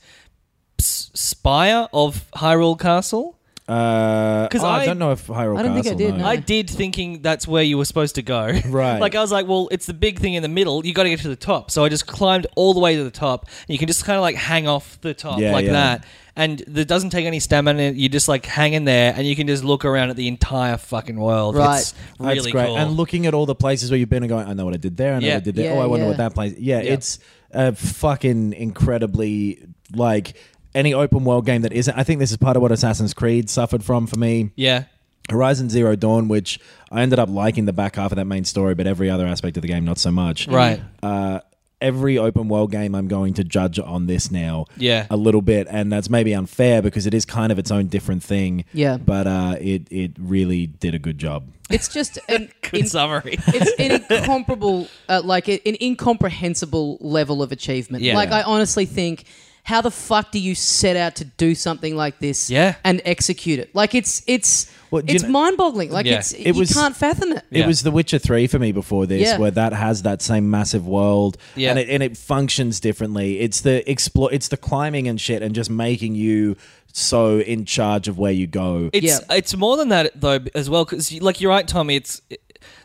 D: s- spire of Hyrule Castle?
E: Uh,
D: 'Cause
E: oh, I,
D: I-
E: don't know if Hyrule
C: I don't think I
E: Castle,
C: did,
E: no.
C: no.
D: I did thinking that's where you were supposed to go.
E: Right.
D: like I was like, well, it's the big thing in the middle. You got to get to the top. So I just climbed all the way to the top. And you can just kind of like hang off the top
E: Yeah,
D: like
E: yeah.
D: that. And it doesn't take any stamina. You just like hang in there and you can just look around at the entire fucking world.
C: Right.
D: It's really
E: That's great.
D: cool.
E: And looking at all the places where you've been and going, I know what I did there, I know
D: Yeah.
E: what I did there.
C: Yeah,
E: oh, I wonder
C: yeah.
E: what that place. Yeah, it's a fucking incredibly like any open world game that isn't. I think this is part of what Assassin's Creed suffered from for me.
D: yeah.
E: Horizon Zero Dawn, which I ended up liking the back half of that main story, but every other aspect of the game not so much.
D: Mm. Right.
E: Uh, every open world game, I'm going to judge on this now.
D: Yeah.
E: A little bit, and that's maybe unfair because it is kind of its own different thing.
C: Yeah.
E: But uh, it it really did a good job.
C: it's just an
D: Good
C: in-
D: summary.
C: it's an incomparable, uh, like a- an incomprehensible level of achievement.
D: Yeah.
C: Like I honestly think, how the fuck do you set out to do something like this?
D: Yeah.
C: and execute it. Like it's it's
E: Well, do you
C: it's
E: know-
C: mind-boggling. Like
D: Yeah.
C: it's
D: It
C: you
E: was-
C: can't fathom it.
D: Yeah.
E: It was The Witcher Three for me before this,
C: Yeah.
E: where that has that same massive world,
D: Yeah.
E: and it and it functions differently. It's the explore, it's the climbing and shit, and just making you so in charge of where you go.
D: It's
C: Yeah.
D: it's more than that though as well because like you're right, Tommy. It's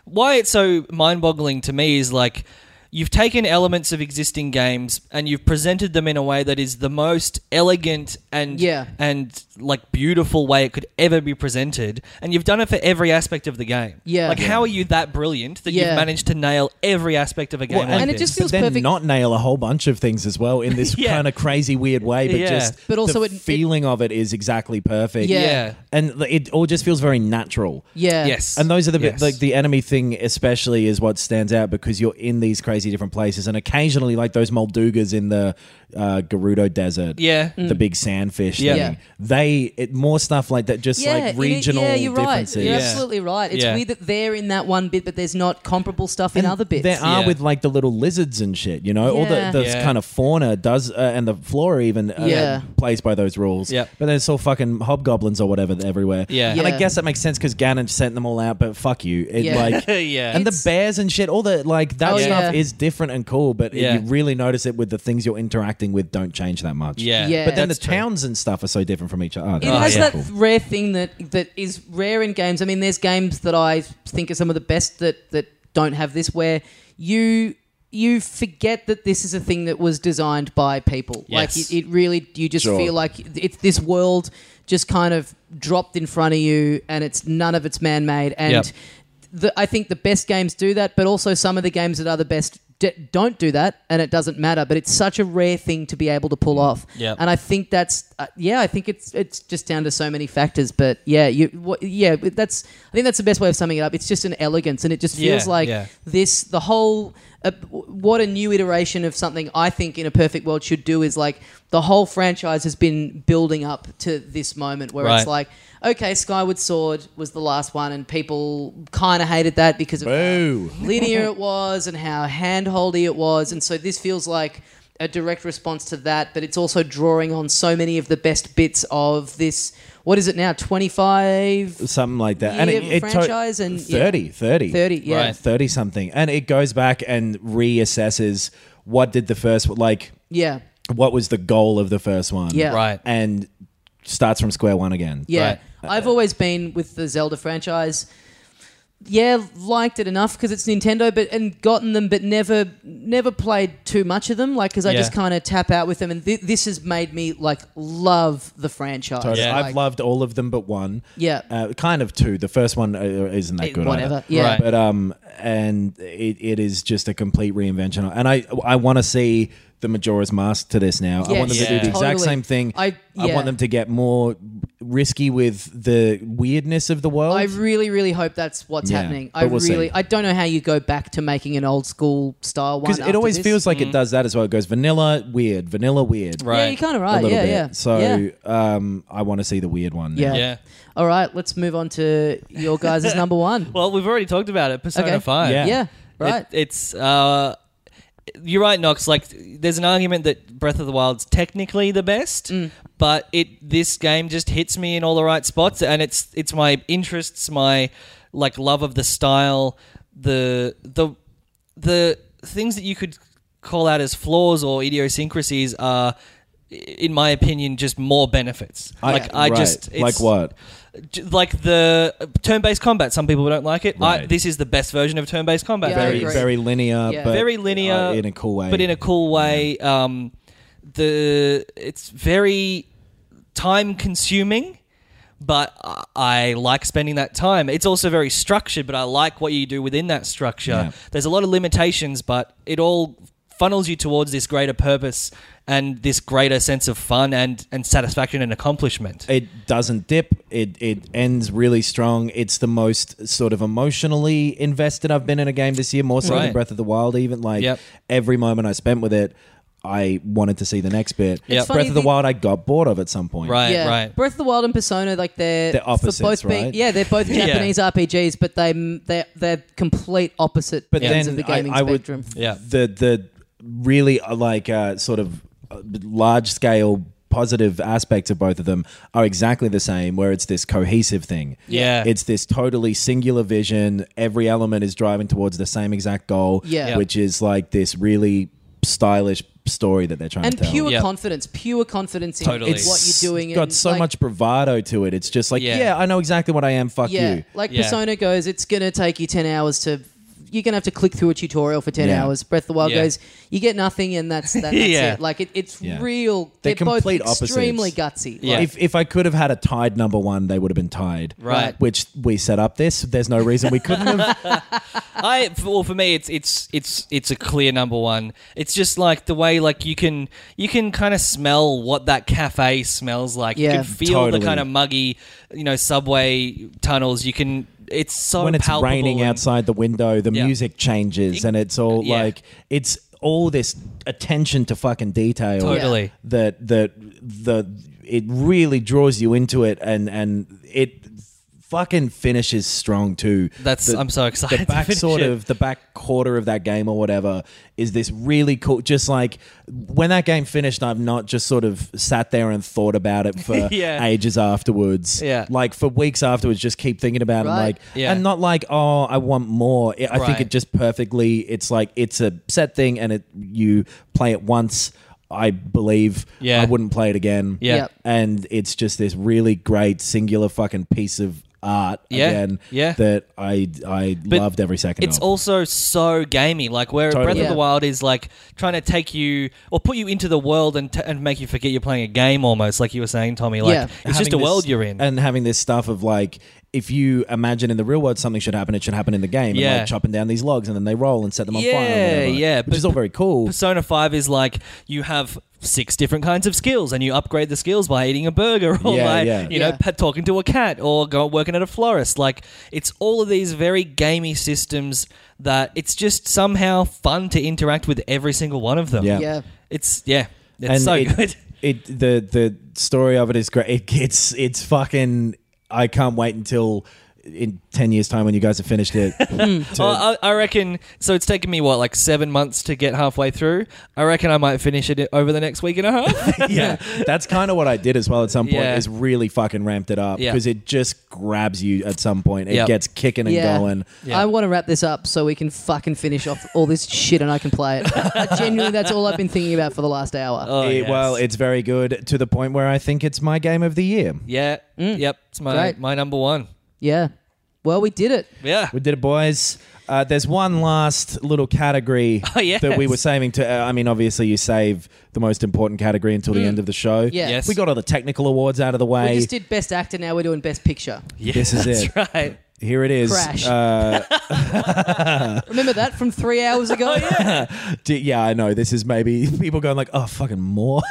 D: why it's so mind-boggling to me is like you've taken elements of existing games and you've presented them in a way that is the most elegant and
C: Yeah.
D: and like beautiful way it could ever be presented, and you've done it for every aspect of the game.
C: Yeah.
D: like how are you that brilliant that
C: Yeah.
D: you've managed to nail every aspect of a game?
E: Well,
D: like
C: and it
D: this?
C: just
E: but
C: feels
E: then
C: perfect.
E: not nail a whole bunch of things as well in this
D: Yeah.
E: kind of crazy weird way, but
D: Yeah.
E: just
C: But also
E: the
C: it- it-
E: feeling of it is exactly perfect.
C: Yeah.
D: yeah,
E: and it all just feels very natural.
C: yeah.
D: yes,
E: And those are the bit,
D: Yes.
E: like the enemy thing, especially is what stands out because you're in these crazy different places, and occasionally like those Moldugas in the uh, Gerudo Desert,
D: Yeah.
E: the big sandfish,
D: Yeah.
E: thing,
C: Mm. Yeah.
E: They it, more stuff like that, just
C: Yeah,
E: like
C: in it-
E: regional
C: yeah, you're
E: differences.
C: right. You're
D: Yeah.
C: absolutely right. It's
D: Yeah.
C: weird that they're in that one bit, but there's not comparable stuff in
E: And
C: other bits.
E: There are
D: Yeah.
E: with like the little lizards and shit, you know, all the,
C: Yeah.
E: the
D: Yeah.
E: kind of fauna does, uh, and the flora even uh,
C: Yeah.
E: plays by those rules.
D: Yep.
E: But then it's all fucking hobgoblins or whatever everywhere.
D: Yeah.
E: And I
C: Yeah.
E: guess that makes sense because Ganon sent them all out, but fuck you. It,
C: Yeah.
E: like,
D: Yeah.
E: And
C: It's-
E: the bears and shit, all the like that
C: Oh,
E: stuff
C: yeah.
E: is different and cool, but
D: Yeah.
E: you really notice it with the things you're interacting with don't change that much.
D: yeah,
C: Yeah.
E: But then
D: That's
E: the
D: true.
E: towns and stuff are so different from each other.
C: It
D: Oh,
C: has
D: yeah.
C: that rare thing that that is rare in games. I mean, there's games that I think are some of the best that that don't have this, where you you forget that this is a thing that was designed by people. Like
D: Yes.
C: it, it really, you just
E: Sure.
C: feel like it's this world just kind of dropped in front of you, and it's none of it's man made. And
D: Yep.
C: the, I think the best games do that, but also some of the games that are the best. d don't do that, and it doesn't matter. But it's such a rare thing to be able to pull off,
D: Yep.
C: and I think that's uh, yeah. I think it's it's just down to so many factors, but yeah, you wha- yeah. but That's I think that's the best way of summing it up. It's just an elegance, and it just feels
D: Yeah,
C: like
D: yeah.
C: this the whole. Uh, w- what a new iteration of something I think in a perfect world should do is like the whole franchise has been building up to this moment where it's
D: Right.
C: like, okay, Skyward Sword was the last one, and people kind of hated that because of how
E: Boo.
C: linear it was and how handholdy it was, and so this feels like a direct response to that, but it's also drawing on so many of the best bits of this. What is it now? Twenty five.
E: something like that. And
C: Yeah,
E: it, it to-
C: franchise and- yeah.
E: 30, 30.
C: 30, yeah. Right.
E: 30 something. And it goes back and reassesses what did the first like
C: Yeah.
E: what was the goal of the first one.
C: Yeah.
D: Right.
E: And starts from square one again.
C: Yeah.
D: Right.
C: I've always been with the Zelda franchise. Yeah, liked it enough because it's Nintendo, but and gotten them, but never never played too much of them. Like because I
D: Yeah.
C: just kind of tap out with them, and thi- this has made me like love the franchise.
E: Totally.
D: Yeah.
E: I've
C: Like,
E: loved all of them but one.
C: Yeah.
E: Uh, kind of two. The first one uh, isn't that good.
C: whatever.
E: either.
C: Yeah,
D: Right.
E: But um, and it, it is just a complete reinvention. And I I want to see the Majora's Mask to this now. I want them
D: Yes,
E: to do the exact
C: totally.
E: same thing.
C: I-
E: I
C: yeah.
E: want them to get more risky with the weirdness of the world.
C: I really, really hope that's what's
E: Yeah,
C: happening.
E: but
C: I
E: we'll see.
C: really, I don't know how you go back to making an old school style one.
E: because it
C: after
E: always
C: this.
E: feels like it does that as well. It goes vanilla weird, vanilla weird,
D: Right.
C: yeah, you're kind of
E: A
C: right.
E: little
C: Yeah,
E: bit.
C: yeah.
E: So
C: yeah.
E: um, I want to see the weird one. now.
C: Yeah.
D: Yeah.
C: All right, let's move on to your guys' number one.
D: Well, we've already talked about it. Persona
C: Okay.
D: Five.
E: Yeah.
C: yeah,
D: It-
C: right.
D: it's uh, you're right, Knox. Like, there's an argument that Breath of the Wild's technically the best, but it this game just hits me in all the right spots, and it's it's my interests, my like love of the style, the the the things that you could call out as flaws or idiosyncrasies are. In my opinion, just more benefits. like I
E: right.
D: just it's-
E: like what?
D: J- like the uh, turn-based combat. Some people don't like it. I,
E: Right.
D: this is the best version of turn-based combat.
C: Yeah, I
E: Very
C: agree.
E: very linear,
C: Yeah.
E: but
D: very linear,
E: uh, in a cool way.
D: But in a cool way. Um, the it's very time-consuming, but I, I like spending that time. It's also very structured, but I like what you do within that structure.
E: Yeah.
D: There's a lot of limitations, but it all funnels you towards this greater purpose and this greater sense of fun and and satisfaction and accomplishment.
E: it doesn't dip. It it ends really strong. It's the most sort of emotionally invested I've been in a game this year, more so
D: Right.
E: than Breath of the Wild. Even like
D: Yep.
E: every moment I spent with it, I wanted to see the next bit.
D: Yep.
E: Breath
C: funny
E: of the
C: thing-
E: Wild, I got bored of at some point.
D: Right,
C: yeah.
D: right.
C: Breath of the Wild and Persona, like they're,
E: They're
C: for
E: opposites,
C: both
E: right?
C: Being, yeah, they're both
D: Yeah.
C: Japanese RPGs, but they they're, they're complete opposite
E: But
C: ends
E: then
C: of the gaming
E: I, I would
C: spectrum.
D: Yeah.
E: Uh, the the really uh, like uh, sort of large scale positive aspects of both of them are exactly the same where it's this cohesive thing
D: Yeah.
E: it's this totally singular vision every element is driving towards the same exact goal
C: Yeah. Yeah.
E: which is like this really stylish story that they're trying
C: and
E: to tell
C: pure
D: Yeah.
C: confidence, pure confidence in
D: Totally.
C: what you're doing.
E: got
C: and,
E: so
C: like-
E: much bravado to it it's just like
D: Yeah.
E: yeah, i know exactly what i am fuck
C: Yeah,
E: you
C: like
D: Yeah.
C: Persona goes, it's gonna take you ten hours to. You're gonna have to click through a tutorial for ten
E: Yeah.
C: hours. Breath of the Wild
D: Yeah.
C: goes, you get nothing, and that's that, that's
D: Yeah.
C: it. Like it, it's
E: Yeah.
C: real.
E: They're
C: They're, both
E: complete opposites.
C: extremely gutsy.
D: Yeah.
E: If, if I could have had a tied number one, they would have been tied.
D: Right.
E: Which we set up this. There's no reason we couldn't have.
D: I for- well for me it's it's it's it's a clear number one. It's just like the way like you can you can kind of smell what that cafe smells like. you
C: Yeah.
D: can feel
E: Totally.
D: the kind of muggy, you know, subway tunnels. You can it's so
E: when it's
D: palpable
E: raining
D: and-
E: outside the window, the
D: Yeah.
E: music changes and it's all
D: Yeah.
E: like it's all this attention to fucking detail.
D: Totally. Yeah.
E: That that the it really draws you into it and and it fucking finishes strong too.
D: That's- I'm so excited
E: The
D: to
E: back
D: finish
E: sort
D: it.
E: of the back quarter of that game or whatever is this really cool just like when that game finished I've not just sort of sat there and thought about it for
D: Yeah.
E: ages afterwards
D: Yeah.
E: like for weeks afterwards just keep thinking about it
C: Right.
E: and like
D: Yeah.
E: and not like oh I want more I I
D: Right.
E: think it just perfectly it's like it's a set thing and it you play it once I believe
D: Yeah.
E: I wouldn't play it again
D: Yeah.
C: Yep.
E: and it's just this really great singular fucking piece of art
D: Yeah.
E: again
D: Yeah.
E: that I I loved every second
D: It's
E: of.
D: also so gamey. Like where
E: Totally.
D: Breath of
C: Yeah.
D: the Wild is like trying to take you or put you into the world and, t- and make you forget you're playing a game almost. Like you were saying, Tommy. Like
C: Yeah.
D: it's
E: Having
D: just a
E: this-
D: world you're in.
E: and having this stuff of like if you imagine in the real world something should happen it should happen in the game
D: Yeah.
E: and like chopping down these logs and then they roll and set them on fire
D: Yeah,
E: or whatever,
D: yeah,
E: which
D: but-
E: is all very cool
D: Persona 5 is like you have six different kinds of skills and you upgrade the skills by eating a burger or
E: Yeah,
D: by
E: yeah.
D: you know
C: Yeah.
D: pet talking to a cat or go working at a florist like it's all of these very gamey systems that it's just somehow fun to interact with every single one of them
E: Yeah.
C: yeah.
D: it's yeah it's so
E: it,
D: good
E: It the the story of it is great. It, it's it's fucking. I can't wait until in ten years' time when you guys have finished it.
D: Hmm.
E: to-
D: Well, I, I reckon. So it's taken me what, like seven months to get halfway through. I reckon I might finish it over the next week and a half.
E: yeah, that's kind of what I did as well. At some point,
D: Yeah.
E: is really fucking ramped it up
D: Yeah.
E: because it just grabs you at some point. It
D: Yep.
E: gets kicking and
C: Yeah.
E: going.
D: Yeah.
C: I want to wrap this up so we can fucking finish off all this shit and I can play it. I genuinely, that's all I've been thinking about for the last hour.
D: Oh,
E: It-
D: yes.
E: Well, it's very good to the point where I think it's my game of the year.
D: yeah, yep. It's my
C: Mm. Great.
D: my number one.
C: Yeah. Well, we did it.
D: Yeah.
E: We did it, boys. Uh, there's one last little category
D: Oh, yes.
E: that we were saving to. Uh, I mean, obviously, you save the most important category until the end of the show.
C: Yeah.
D: Mm. Yes.
E: We got all the technical awards out of the way.
C: We just did best actor, now we're doing best picture.
E: this is
D: that's
E: it.
D: right.
E: Here it is.
C: Crash.
E: Uh,
C: Remember that from three hours ago?
D: Oh,
E: D- yeah, I know. This is maybe people going like, "Oh, fucking more."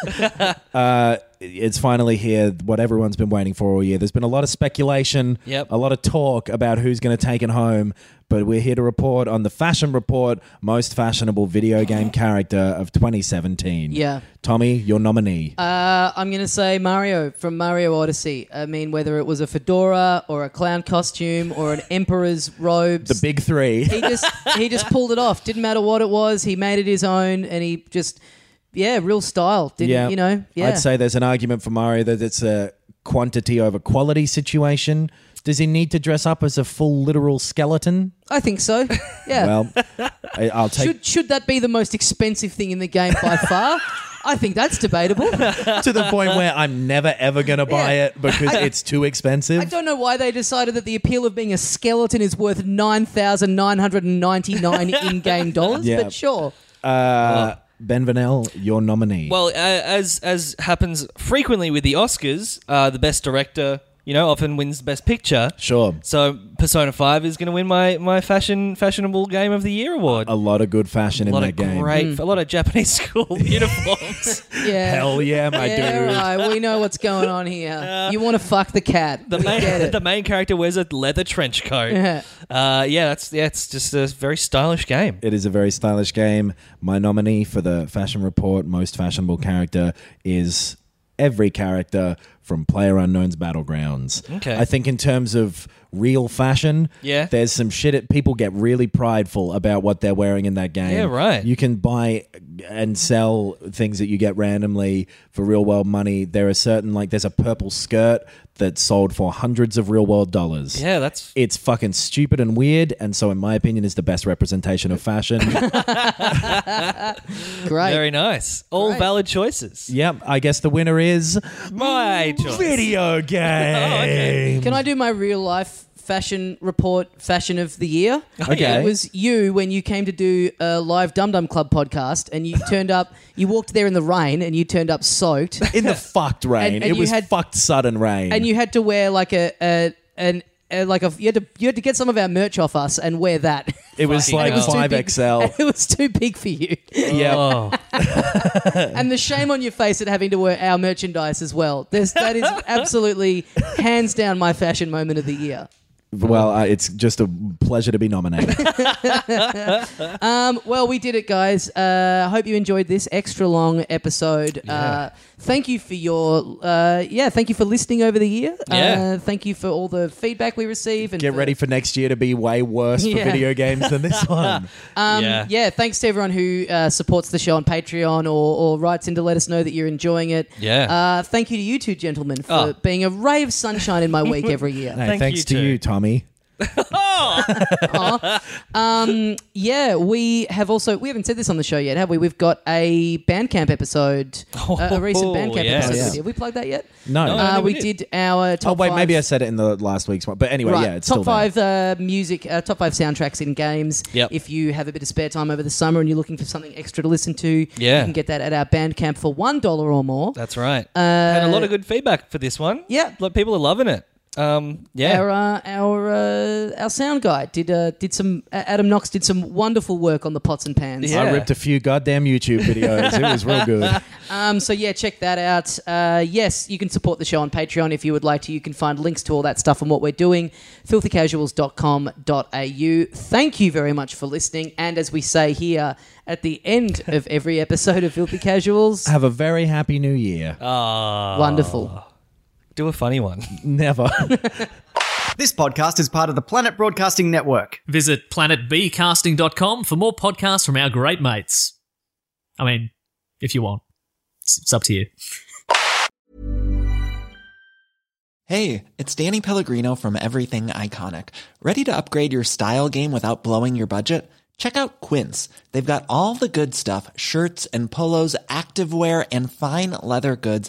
E: uh, it's finally here. What everyone's been waiting for all year. There's been a lot of speculation,
D: Yep.
E: a lot of talk about who's going to take it home, but we're here to report on the fashion report, most fashionable video game character of 2017.
C: Yeah.
E: Tommy, your nominee.
C: Uh, I'm going to say Mario from Mario Odyssey. I mean, whether it was a fedora or a clown costume or an emperor's robes.
E: the big three.
C: he just he just pulled it off. Didn't matter what it was. He made it his own, and he just yeah, real style. Didn't you know? Yeah,
E: I'd say there's an argument for Mario that it's a quantity over quality situation. Does he need to dress up as a full literal skeleton?
C: I think so. Yeah.
E: Well, I- I'll take
C: should should that be the most expensive thing in the game by far? I think that's debatable.
E: to the point where I'm never ever gonna buy
C: Yeah.
E: it because it's too expensive.
C: I don't know why they decided that the appeal of being a skeleton is worth nine thousand nine hundred and ninety nine in-game dollars.
E: Yeah.
C: But sure,
E: uh, ben Vanel, your nominee.
D: Well, uh, as as happens frequently with the Oscars, uh, the best director, you know, often wins best picture.
E: sure.
D: So Persona Five is going to win my my fashion fashionable game of the year award.
E: A lot of good fashion
D: a lot
E: in
D: of
E: that game.
D: great,
C: Hmm.
D: a lot of Japanese school uniforms.
C: yeah.
E: Hell yeah, my
C: yeah,
E: dude.
C: right. We know what's going on here. You want to fuck the cat?
D: The
C: we get
D: main,
C: it.
D: the main character wears a leather trench coat.
C: Yeah.
D: Uh, yeah, that's yeah, it's just a very stylish game.
E: It is a very stylish game. My nominee for the fashion report, most fashionable character, is every character from Player Unknown's Battlegrounds.
D: Okay.
E: I think in terms of real fashion,
D: Yeah.
E: there's some shit that people get really prideful about what they're wearing in that game.
D: Yeah, right.
E: You can buy and sell things that you get randomly for real world money. There are certain like there's a purple skirt that sold for hundreds of real world dollars
D: Yeah, that's
E: it's fucking stupid and weird, and so in my opinion, is the best representation of fashion.
C: Great.
D: very nice. All
C: Great.
D: valid choices.
E: yep, I guess the winner is
D: My choice.
E: video game.
C: Oh, Can I do my real life fashion report fashion of the year?
E: Okay.
C: It was you when you came to do a live Dum Dum Club podcast and you turned up, you walked there in the rain and you turned up soaked
E: In the fucked rain,
C: And- and
E: it
C: you
E: was
C: had-
E: fucked sudden rain.
C: and you had to wear like a, a an a, like a, you had to you had to get some of our merch off us and wear that.
E: it was
D: Fucking
E: like
D: hell.
E: five
C: big-
E: XL.
C: It was too big for you,
E: yeah,
D: Oh,
C: and the shame on your face at having to wear our merchandise as well. There's, that is absolutely hands down my fashion moment of the year.
E: well, uh, it's just a pleasure to be nominated.
C: Um, well, we did it, guys. Uh, hope you enjoyed this extra long episode. Uh, thank you for your uh, yeah. Thank you for listening over the year.
D: Yeah.
C: Uh, thank you for all the feedback we receive. And
E: Get
C: for-
E: ready for next year to be way worse for
C: Yeah.
E: video games than this one.
C: Um,
D: Yeah.
C: yeah. Thanks to everyone who uh, supports the show on Patreon or, or writes in to let us know that you're enjoying it.
D: Yeah.
C: Uh, thank you to you two gentlemen for
D: Oh.
C: being a ray of sunshine in my week every year.
E: Hey,
D: Thank
E: thanks
D: you
E: to
D: too.
E: you, Tommy.
C: Yeah, we have also we haven't said this on the show yet, have we? We've got a Bandcamp episode, a- a recent
D: Oh,
C: Bandcamp
D: yes.
C: episode.
E: Yeah.
C: Did we plug that yet?
E: No.
D: No.
C: Uh,
D: think we
C: we
D: did.
C: did. our
E: oh
C: top
E: wait,
C: five.
E: maybe I said it in the last week's one, but anyway,
C: Right.
E: yeah, it's
C: top
E: still there.
C: five uh, music, uh, top five soundtracks in games.
D: Yep.
C: If you have a bit of spare time over the summer and you're looking for something extra to listen to,
D: Yeah.
C: you can get that at our Bandcamp for one dollar or more.
D: that's right. Uh, and a lot of good feedback for this one.
C: Yeah.
D: Lot- people are loving it. Um, yeah,
C: Our uh, our uh, our sound guy did uh, did some uh, Adam Knox did some wonderful work on the pots and pans.
D: Yeah.
E: I ripped a few goddamn YouTube videos. it was real good.
C: Um, so yeah, check that out. Uh, yes, you can support the show on Patreon if you would like to. You can find links to all that stuff and what we're doing. Filthycasuals.com.au. Thank you very much for listening. And as we say here at the end of every episode of Filthy Casuals,
E: Have a very happy new year.
D: Uh,
C: wonderful.
D: do a funny one.
E: Never.
A: This podcast is part of the Planet Broadcasting Network.
B: Visit planetbcasting.com for more podcasts from our great mates. I mean, if you want, it's, it's up to you.
F: Hey, it's Danny Pellegrino from Everything Iconic. Ready to upgrade your style game without blowing your budget? Check out Quince. They've got all the good stuff shirts and polos, activewear, and fine leather goods,